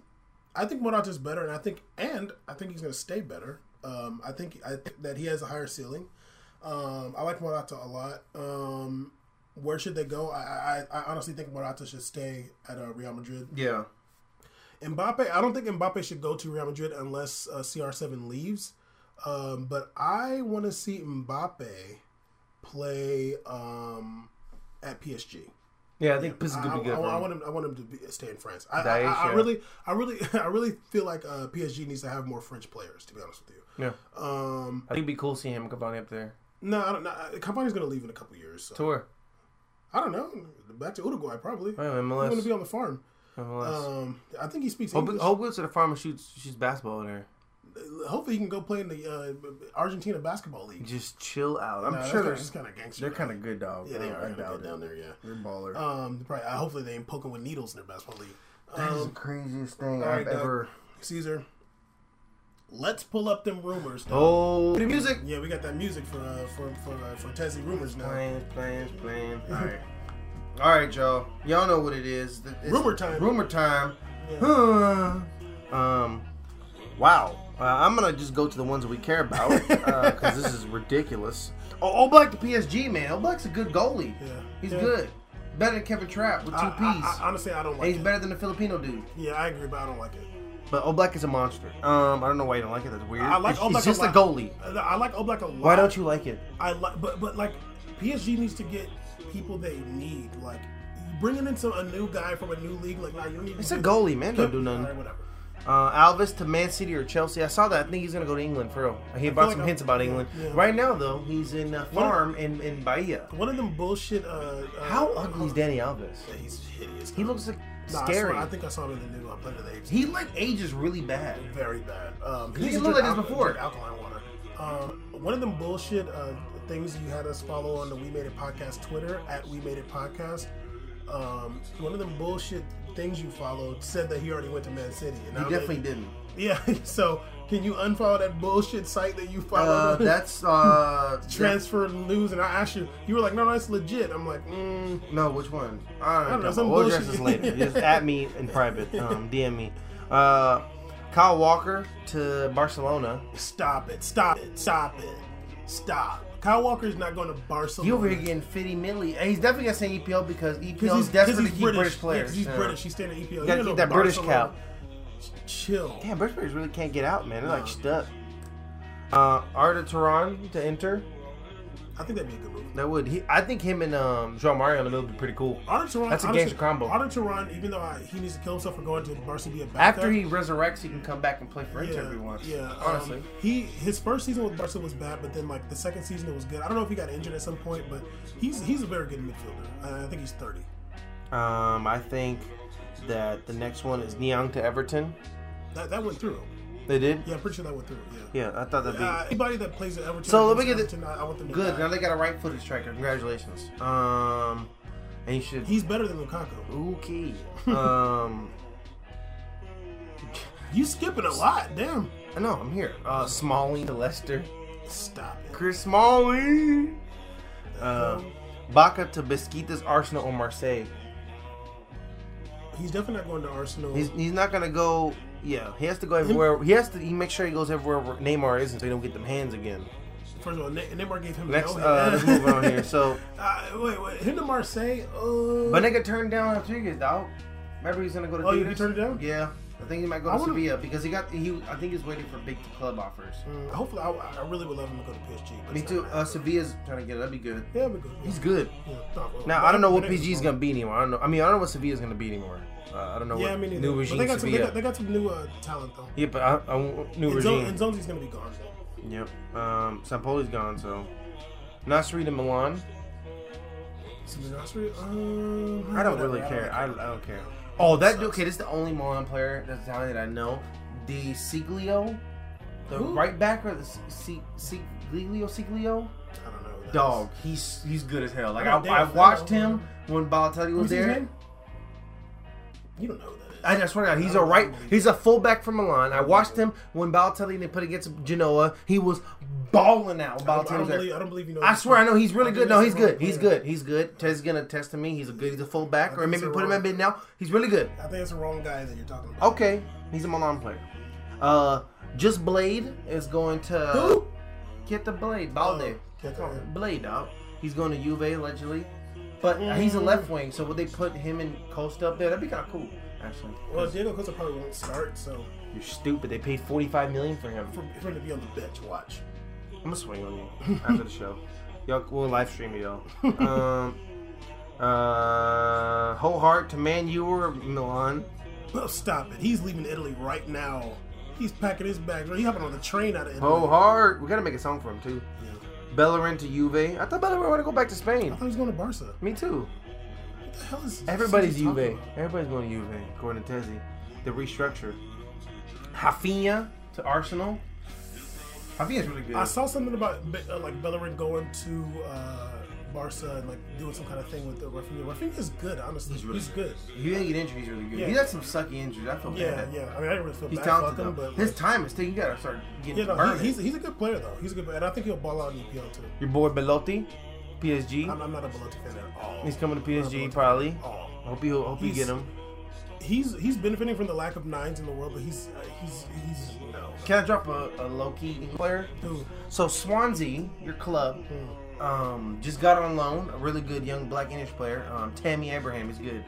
B: I think Morata's better, and I think and I think he's gonna stay better. Um, I think I think that he has a higher ceiling. Um, I like Morata a lot. Um, where should they go? I, I I honestly think Morata should stay at uh, Real Madrid.
A: yeah.
B: Mbappe, I don't think Mbappe should go to Real Madrid unless uh, CR7 leaves. Um, but I want to see Mbappe play um, at PSG.
A: Yeah, I think this is
B: I,
A: going to be
B: I-
A: good
B: I
A: for him.
B: want him. I want him to be, stay in France. I, I,
A: Daesh,
B: I- I
A: yeah.
B: really, I really, I really feel like uh, PSG needs to have more French players. To be honest with you,
A: yeah.
B: um,
A: I think it'd be cool seeing him and Cavani up there.
B: no, I don't. know. Company's going to leave in a couple years. So.
A: To where?
B: I don't know. Back to Uruguay probably.
A: Oh,
B: He's going to
A: MLS.
B: be on the farm.
A: MLS.
B: Um, I think he speaks.
A: Hope,
B: English.
A: hope goes to the farm and shoots, shoots basketball in there.
B: Hopefully, he can go play in the uh, Argentina basketball league.
A: Just chill out. I'm
B: Nah,
A: sure
B: they're
A: they're,
B: just kind of gangster.
A: they're kind of good, dog.
B: yeah, they are
A: I
B: kinda
A: doubt
B: good
A: it.
B: down there. Yeah,
A: They're baller.
B: um, probably. Uh, hopefully they ain't poking with needles in their basketball league.
A: that is
B: Um,
A: the craziest thing
B: alright,
A: I've
B: Doug.
A: ever.
B: Caesar, let's pull up them rumors. dog.
A: Oh, the music.
B: Yeah, we got that music for uh, for for uh, for Tezzy rumors now.
A: Plans, plans, plans. All right. All right, y'all. Y'all know what it is. Th- it's
B: Rumor time.
A: Rumor time.
B: Yeah.
A: Huh. um. Wow. Uh, I'm gonna just go to the ones that we care about because this is ridiculous. Oh, All Black to PSG, man. All Black's a good goalie.
B: Yeah.
D: He's
B: Yeah.
D: good. Better than Kevin Trapp with two
B: I,
D: P's.
B: I, I, honestly, I don't
D: and
B: like
D: he's
B: it.
D: better than the Filipino dude.
B: Yeah, I agree, but I don't like it.
A: But All Black is a monster. Um, I don't know why you don't like it. That's weird.
B: I like
A: it's,
B: All
A: it's
B: Black a
A: just a
B: lot.
A: goalie.
B: I- I like Oblak a lot.
D: Why don't you like it?
B: I like, but but like, PSG needs to get people they need. Like, bringing in some a new guy from a new league. Like, nah, you don't need.
A: It's a goalie, man. Don't do nothing.
B: Alright, whatever.
A: Uh, Alvis to Man City or Chelsea. I saw that. I think he's gonna go to England for real. He brought
B: like
A: some
B: I'm-
A: hints about England.
B: yeah.
A: Right now though, he's in a farm in in Bahia.
B: One of them bullshit. Uh, uh,
A: How ugly is Danny Alves?
B: He's hideous.
A: He looks like
B: Nah, I saw-
A: scary.
B: I, think I saw him in the new uh, Planet of the Apes.
A: he like ages really bad.
B: very bad. Um,
A: He
B: used to
A: looked
B: drink
A: like this
B: alco-
A: before.
B: drink Alkaline water. Um, one of them bullshit uh, things you had us follow on the We Made It Podcast Twitter at We Made It Podcast. Um, one of them bullshit things you followed said that he already went to Man City. And
A: He
B: I'm
A: definitely
B: like,
A: didn't.
B: Yeah. So can you unfollow that bullshit site that you
A: Uh,
B: followed?
A: that's uh
B: transfer news. And I asked you, you were like, no, no, it's legit. I'm like, mm,
A: No, which one? I don't,
B: don't know,
A: know.
B: some
A: We'll address this
B: bullshit.
A: later. Just at me in private. Um, DM me. Uh, Kyle Walker to Barcelona.
B: stop it, stop it, stop it, stop. Kyle Walker's not going to Barcelona.
A: You over here getting 50 milli. And he's definitely got to say EPL because EPL
B: Because
A: is
B: he's,
A: desperate
B: 'cause he's
A: to
B: British.
A: keep British
B: Yeah, 'cause
A: players.
B: he's
A: Yeah.
B: British. He's staying in EPL. You
A: gotta
B: know
A: keep that British
B: Barcelona-
A: cap.
B: Chill.
A: Damn, British players really can't get out, man. They're like stuck. Uh, Arda Turan to enter.
B: I think that'd be a good move.
A: That would. He, I think him and um, João Mario in the middle would be pretty cool.
B: Arda Turan,
A: That's a
B: honestly,
A: gangster combo.
B: Arda Turan, even though I, he needs to kill himself for going to Barca to be a backup.
A: After he resurrects, he can come back and play for Inter if he wants.
B: Yeah,
A: honestly.
B: Um, he his first season with Barca was bad, but then like the second season it was good. I don't know if he got injured at some point, but he's he's a very good midfielder. Uh, I think he's thirty.
A: Um, I think that the next one is Niang to Everton.
B: That that went through.
A: They did.
B: Yeah, I'm pretty sure that went through. Yeah.
A: Yeah, I thought that'd be
B: Uh, anybody that plays at Everton,
A: So let me
B: against
A: get the-
B: Everton, I, I want them to
A: good. Now
B: die.
A: they got a right-footed striker. Congratulations. Um, and you should.
B: He's better than Lukaku.
A: Okay. Um,
B: You skipping a lot, damn.
A: I know I'm here. Uh, Smalling to Leicester.
B: Stop it. Um,
A: Chris Smalling. Uh, Baca to Bisquitas, Arsenal or Marseille.
B: He's definitely not going to Arsenal.
A: He's, he's not gonna go. Yeah, he has to go everywhere. He has to. He make sure he goes everywhere where Neymar isn't, so he don't get them hands again.
B: First of all, Ne- Neymar gave him
A: Next,
B: no
A: uh, let's move on here. So,
B: uh, wait, wait, him to Marseille? Uh,
A: but nigga turned down Rodriguez, dog. Remember he's gonna go to.
B: Oh, you
A: Tigres?
B: turned it down?
A: Yeah, I think he might go
B: I
A: to
B: would've-
A: Sevilla because he got. He I think he's waiting for big club offers.
B: Mm, hopefully, I, I really would love him to go to PSG. But
A: Me
B: it's
A: too.
B: not
A: Uh,
B: gonna
A: Sevilla's trying to get it. That'd be good.
B: happen. yeah, we're good.
A: He's good.
B: Yeah, no, well,
A: Now I don't know what
B: but it-
A: PG's gonna be anymore. I don't know. I mean I don't know what Sevilla's gonna be anymore. Uh, I don't know
B: Yeah, I
A: what
B: mean,
A: new
B: but
A: regime
B: they got some. They
A: Sevilla.
B: got, they got some new uh, talent though.
A: yeah, but I, I, want new
B: And
A: regime.
B: Zon- and Zonzi's gonna be gone.
A: Yep. Um, Sampoli's gone, so Nasri to Milan.
B: So the Nasri, um,
A: I don't
B: whatever,
A: really care. I,
B: like
A: I don't care. Oh, that okay. This is the only Milan player that's Italian that I know. The Siglio, the
B: Who?
A: right back or the Si- Si- Siglio Siglio.
B: it. I don't know. who that
A: Dog, he's he's good as hell. Like I,
B: Oh, damn,
A: I watched
B: I don't
A: him when Balotelli
B: is.
A: was
B: Who's his
A: there.
B: name? You don't know who that is.
A: I I swear to God,
B: I
A: he's a
B: don't
A: right.
B: believe
A: He's a fullback from Milan. I watched him when Balotelli they put against Genoa. He was balling out. when
B: I don't, I
A: Balotelli
B: don't
A: was
B: believe.
A: there.
B: I don't believe you know.
A: I
B: this
A: swear, I
B: person.
A: know he's really
B: I
A: good.
B: think
A: No,
B: that's
A: he's
B: the wrong
A: good. He's
B: player.
A: good. He's good. Ted's gonna test to me. He's a good. He's a fullback, or
B: think
A: maybe
B: it's
A: put him
B: wrong.
A: in mid now. He's really good.
B: I think it's the wrong guy that you're talking about.
A: Okay, he's a Milan player. Uh, just Blade is going to
B: Who? Oh.
A: get the Blade Balde.
B: Can't call him.
A: Blade out. He's going to Juve allegedly, but he's
B: Mm.
A: a left wing. So would they put him and Costa up there? That'd be kind of cool, actually.
B: Well, Diego Costa probably won't start, so
A: You're stupid. They paid 45 million for him.
B: for, for him to be on the bench, watch.
A: I'm gonna swing on you after the show. Y'all, we'll live stream it, y'all. Um, uh, whole heart to Man U or Milan.
B: Oh, stop it. He's leaving Italy right now. He's packing his bags. He's hopping on the train out of Italy.
A: Whole heart. We gotta make a song for him too.
B: Yeah.
A: Bellerin to Juve. I thought Bellerin wanna go back to
B: I
A: Spain.
B: thought he was Oh, going to Barca.
A: Me too.
B: What the hell is
A: Everybody's
B: Santi talking
A: Juve.
B: about?
A: Everybody's going to Juve, according to Tezzi. The restructure. Hafinha to Arsenal. Hafinha's really good.
B: I saw something about Be- uh, like Bellerin going to uh, Barca and like doing some kind of thing with the Rafinha. Rafinha's good, honestly. He's, good.
A: If you didn't get injured, he's really good.
B: Yeah.
A: He's had some sucky injuries. I feel
B: Yeah,
A: bad.
B: yeah. I mean, I didn't really feel
A: He's
B: bad
A: talented
B: about him,
A: though.
B: but
A: His
B: like,
A: time is taking. You gotta start getting
B: yeah, no,
A: burned.
B: he, he's he's a good player though. He's a good player, and I think he'll ball out in EPL too.
A: Your boy Belotti, PSG.
B: I'm, I'm not a Belotti fan at all.
A: he's coming to
B: I'm not a
A: PSG
B: Belotti fan
A: probably.
B: At all.
A: Hope you hope you
B: He's-
A: get him.
B: he's he's benefiting from the lack of nines in the world, but he's uh, he's he's no.
A: Can I drop a, a low key player?
B: Dude,
A: So Swansea, your club, um, just got on loan a really good young black English player. Um, Tammy Abraham is good.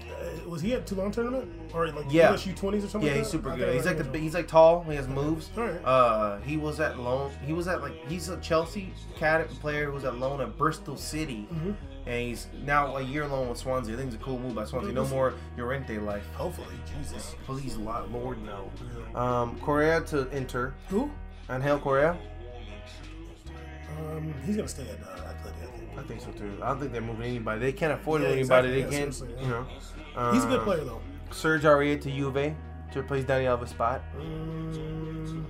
B: uh, was he at Toulon tournament or like
A: Yeah.
B: LSU twenties or something?
A: Yeah,
B: like
A: he's
B: that?
A: super
B: I
A: good.
B: think
A: He's
B: I
A: like the
B: heard
A: bi- he's like tall. He has moves.
B: Alright.
A: Uh, he was at loan. He was at like he's a Chelsea cat player who was at loan at Bristol City, and he's now a year loan with Swansea. I think it's a cool move by Swansea. No more Llorente life.
B: that. Hopefully, Jesus.
A: Please, Lo- Lord, no. Um, Correa to enter.
B: Who?
A: Angel Correa.
B: Um, he's gonna stay at uh, Atleti. I think.
A: I think so too. I don't think they're moving anybody. They can't afford
B: Yeah,
A: anybody.
B: exactly.
A: They
B: Yeah,
A: can't,
B: seriously, yeah.
A: you know.
B: He's a good
A: Um,
B: player though.
A: Serge Aurier to Juve to replace Dani Alves' spot.
B: Um,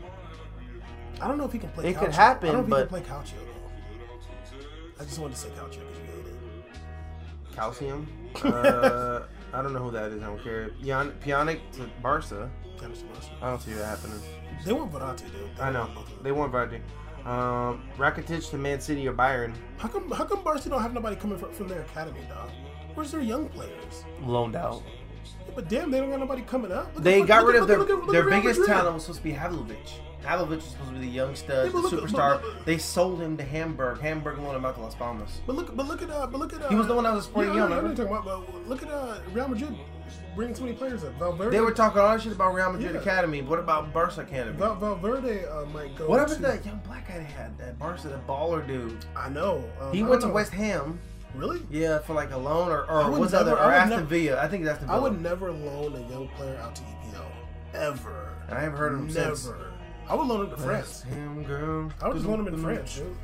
B: I don't know if he can play.
A: It
B: Calcio.
A: could happen,
B: I don't know if
A: but-
B: he can play Calcio though. I just wanted to say Calcio because you hate it.
A: Calcium. Uh, I don't know who that is. I don't care. Jan- Pjanic to Barca.
B: Kind of supposed
A: I don't see that happening.
B: to. They want Verratti, dude. They
C: I know.
B: want both of them.
C: They want Vardy. Um, Rakitic to Man City or Bayern.
B: How come how come Barca don't have nobody coming from, from their academy, dog? Where's their young players?
A: Loaned out.
B: Yeah, but damn, they don't got nobody coming up. Look at-
A: They
B: look-
A: got
B: look
A: rid
B: at-
A: of their
B: look at- look at
A: their
B: Real
A: biggest
B: Madrid.
A: talent was supposed to be Havlovic. Havlovic was supposed to be the young stud,
B: Yeah,
A: the
B: but look at-
A: superstar.
B: but look-
A: They sold him to Hamburg. Hamburg loaned him out to Las Palmas.
B: But look, but look at uh, but look at uh,
A: He was the one that was supporting
B: yeah, I know-
A: Young,
B: I know
A: right?
B: you're talking about, but look at uh, Real Madrid bringing too many players up. Valverde,
A: They were talking all that shit about Real Madrid
B: Yeah.
A: Academy. What about Barca Academy?
B: Val, Valverde uh, might go.
A: What happened to
B: to-
A: that young black guy they had? That Barca, the baller dude.
B: I know um,
A: He
B: I
A: went to
B: don't know.
A: West Ham.
B: Really?
A: Yeah, for like a loan or
B: I
A: or
B: would
A: was
B: never-
A: other
B: I
A: or
B: would
A: Aston
B: never-
A: Villa. I think that's Aston
B: I
A: Villa.
B: would never loan a young player out to EPL ever.
A: And I haven't heard of him
B: never.
A: since.
B: I would loan him to France.
A: Him, girl.
B: I would just loan him
A: Mm-hmm.
B: in France. Dude.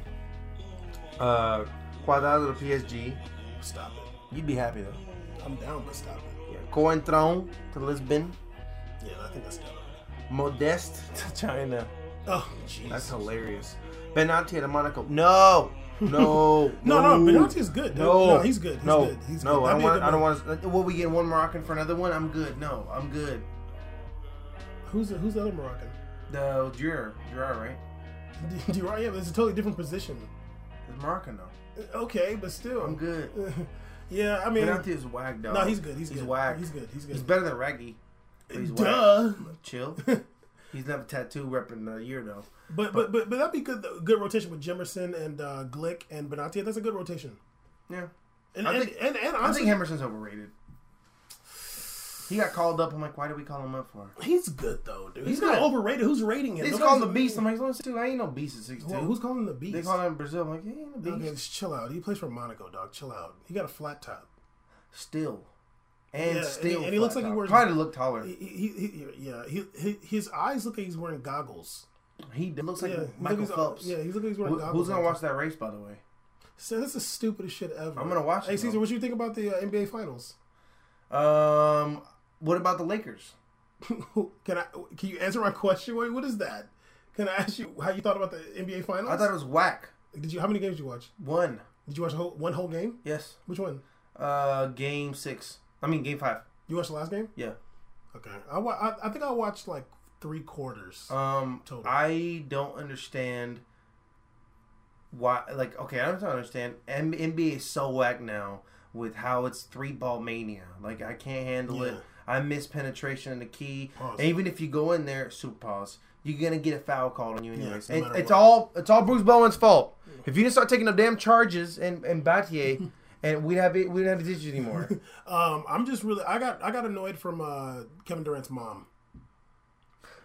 C: Uh, Cuadrado to PSG.
B: Stop it.
A: You'd be happy though.
B: I'm down, but stop it.
C: Yeah. Coentrão to Lisbon.
B: Yeah, I think that's down.
C: Modeste to China.
B: Oh,
C: That's
B: jeez.
C: hilarious. Benatti to Monaco. No, no,
B: No, no, Benanti is good. Dude.
C: No.
B: No, he's good. He's
C: no,
B: good. He's
C: no.
B: good.
C: I don't
B: That'd be a
C: want.
B: good
C: I don't
B: one.
C: want. to
A: uh, Will we get one Moroccan for another one? I'm good. No, I'm good.
B: Who's the, who's the other Moroccan?
A: The Jura, Jura, right?
B: Do you right? Yeah, but it's a totally different position.
A: It's Moroccan though.
B: Okay, but still,
A: I'm good.
B: yeah, I mean,
A: Benanti is whack though.
B: no, he's good. He's,
A: um, he's
B: good.
A: whack.
B: He's good. He's good.
A: He's better than Raggy. but He's whack.
B: Duh.
A: Chill. he's not a tattoo repping the year though.
B: But but but but that'd be good. though. Good rotation with Jemerson and uh, Glick and Benanti. That's a good rotation.
A: Yeah.
B: And
A: I
B: and,
A: think-
B: and, and
A: I
B: honestly,
A: think Emerson's overrated. He got called up. I'm like, why did we call him up for?
B: he's good though, dude. He's,
A: He's
B: not
A: good.
B: overrated. Who's rating him?
A: He's
B: Nobody's-
A: calling the beast. I'm like, he's only six two. I ain't no beast at six two.
B: Well, who's calling the beast?
A: They call him Brazil. I'm like, he ain't a beast.
B: okay, just chill out. He plays for Monaco, dog. Chill out. He got a flat top.
A: Still. And
B: Yeah,
A: still.
B: and he- and he looks
A: flat
B: like he
A: top.
B: wears-
A: Probably look taller.
B: He,
A: He,
B: he, he yeah. He, he, his eyes look like he's wearing goggles.
A: d- looks like
B: Yeah, he look
A: Michael
B: like he's- uh,
A: Phelps.
B: Yeah, he look like he's wearing
A: Who-
B: goggles.
A: who's going to watch that race, by the way?
B: So that's the stupidest shit ever.
A: I'm gonna watch
B: Hey
A: it,
B: Caesar,
A: though.
B: what you think about the uh, NBA Finals?
A: Um, What about the Lakers?
B: can I? Can you answer my question? Wait, what is that? Can I ask you how you thought about the NBA Finals?
A: I thought it was whack.
B: Did you? How many games did you watch?
A: One.
B: Did you watch a whole, one whole game?
A: Yes.
B: Which one?
A: Uh, Game six. I mean, game five.
B: You watched the last game?
A: Yeah.
B: Okay. I, wa- I, I think I watched like three quarters.
A: Um,
B: Total.
A: I don't understand why. Like, okay, I don't understand. M- NBA is so whack now with how it's three ball mania. Like, I can't handle it.
B: Yeah.
A: I miss penetration in the key.
B: Pause.
A: And even if you go in there, super pause. You're gonna get a foul called on you anyways.
B: no
A: And
B: matter
A: it's
B: what.
A: all it's all Bruce Bowen's fault. If you didn't start taking the damn charges and and Battier, and we'd have it, we'd have the issue anymore.
B: Um, I'm just really I got I got annoyed from uh, Kevin Durant's mom.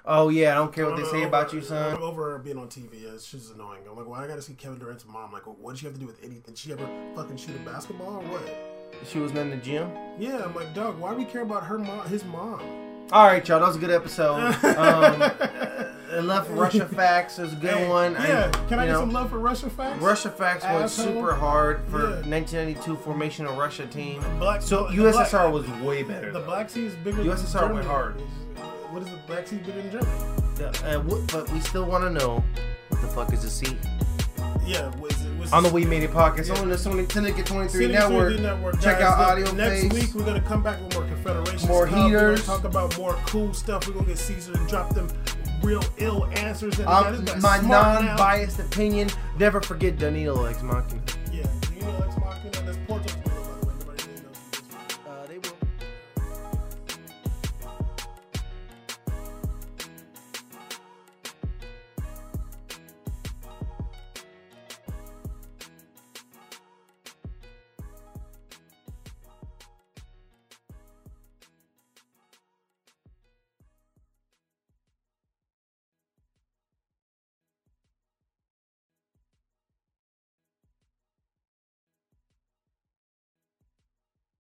A: oh yeah, I don't care what they
B: I'm
A: say
B: over-
A: about you, son.
B: I'm over her being on TV. Yeah, it's just annoying. I'm like, why I gotta see Kevin Durant's mom? Like, what did she have to do with anything? Did she ever fucking shoot a basketball or what?
A: She was in the gym.
B: Yeah, I'm like, Doug, why do we care about her mom? His mom.
A: All right, y'all. That was a good episode. Um, enough Russia facts. It was a good
B: Hey,
A: one.
B: Yeah. Can I
A: you
B: get
A: know,
B: some love for Russian facts?
A: Russia facts went
B: Asshole.
A: super hard for
B: Yeah.
A: 1992 formation of Russia team.
B: Black-
A: so
B: the
A: USSR
B: black-
A: was way better.
B: The
A: though.
B: Black Sea is bigger.
A: USSR
B: than Germany.
A: went hard.
B: What is the Black Sea bigger than Germany?
A: The- uh, what- but we still want to know what the fuck is a C
B: Yeah. Was it? Was
A: on the We Made It podcast
B: Yeah.
A: on the Sony Syndicate 23
B: City
A: network.
B: Community
A: Check
B: guys.
A: out
B: Look,
A: audio
B: Next
A: face.
B: week we're gonna come back with more Confederation
A: More
B: stuff. We're gonna
A: heaters.
B: talk about more cool stuff. We're gonna get Caesar to drop them real ill answers. And
A: Um,
B: this guy's
A: my
B: smart now.
A: non-biased opinion. Never forget Danilo Ex Machina.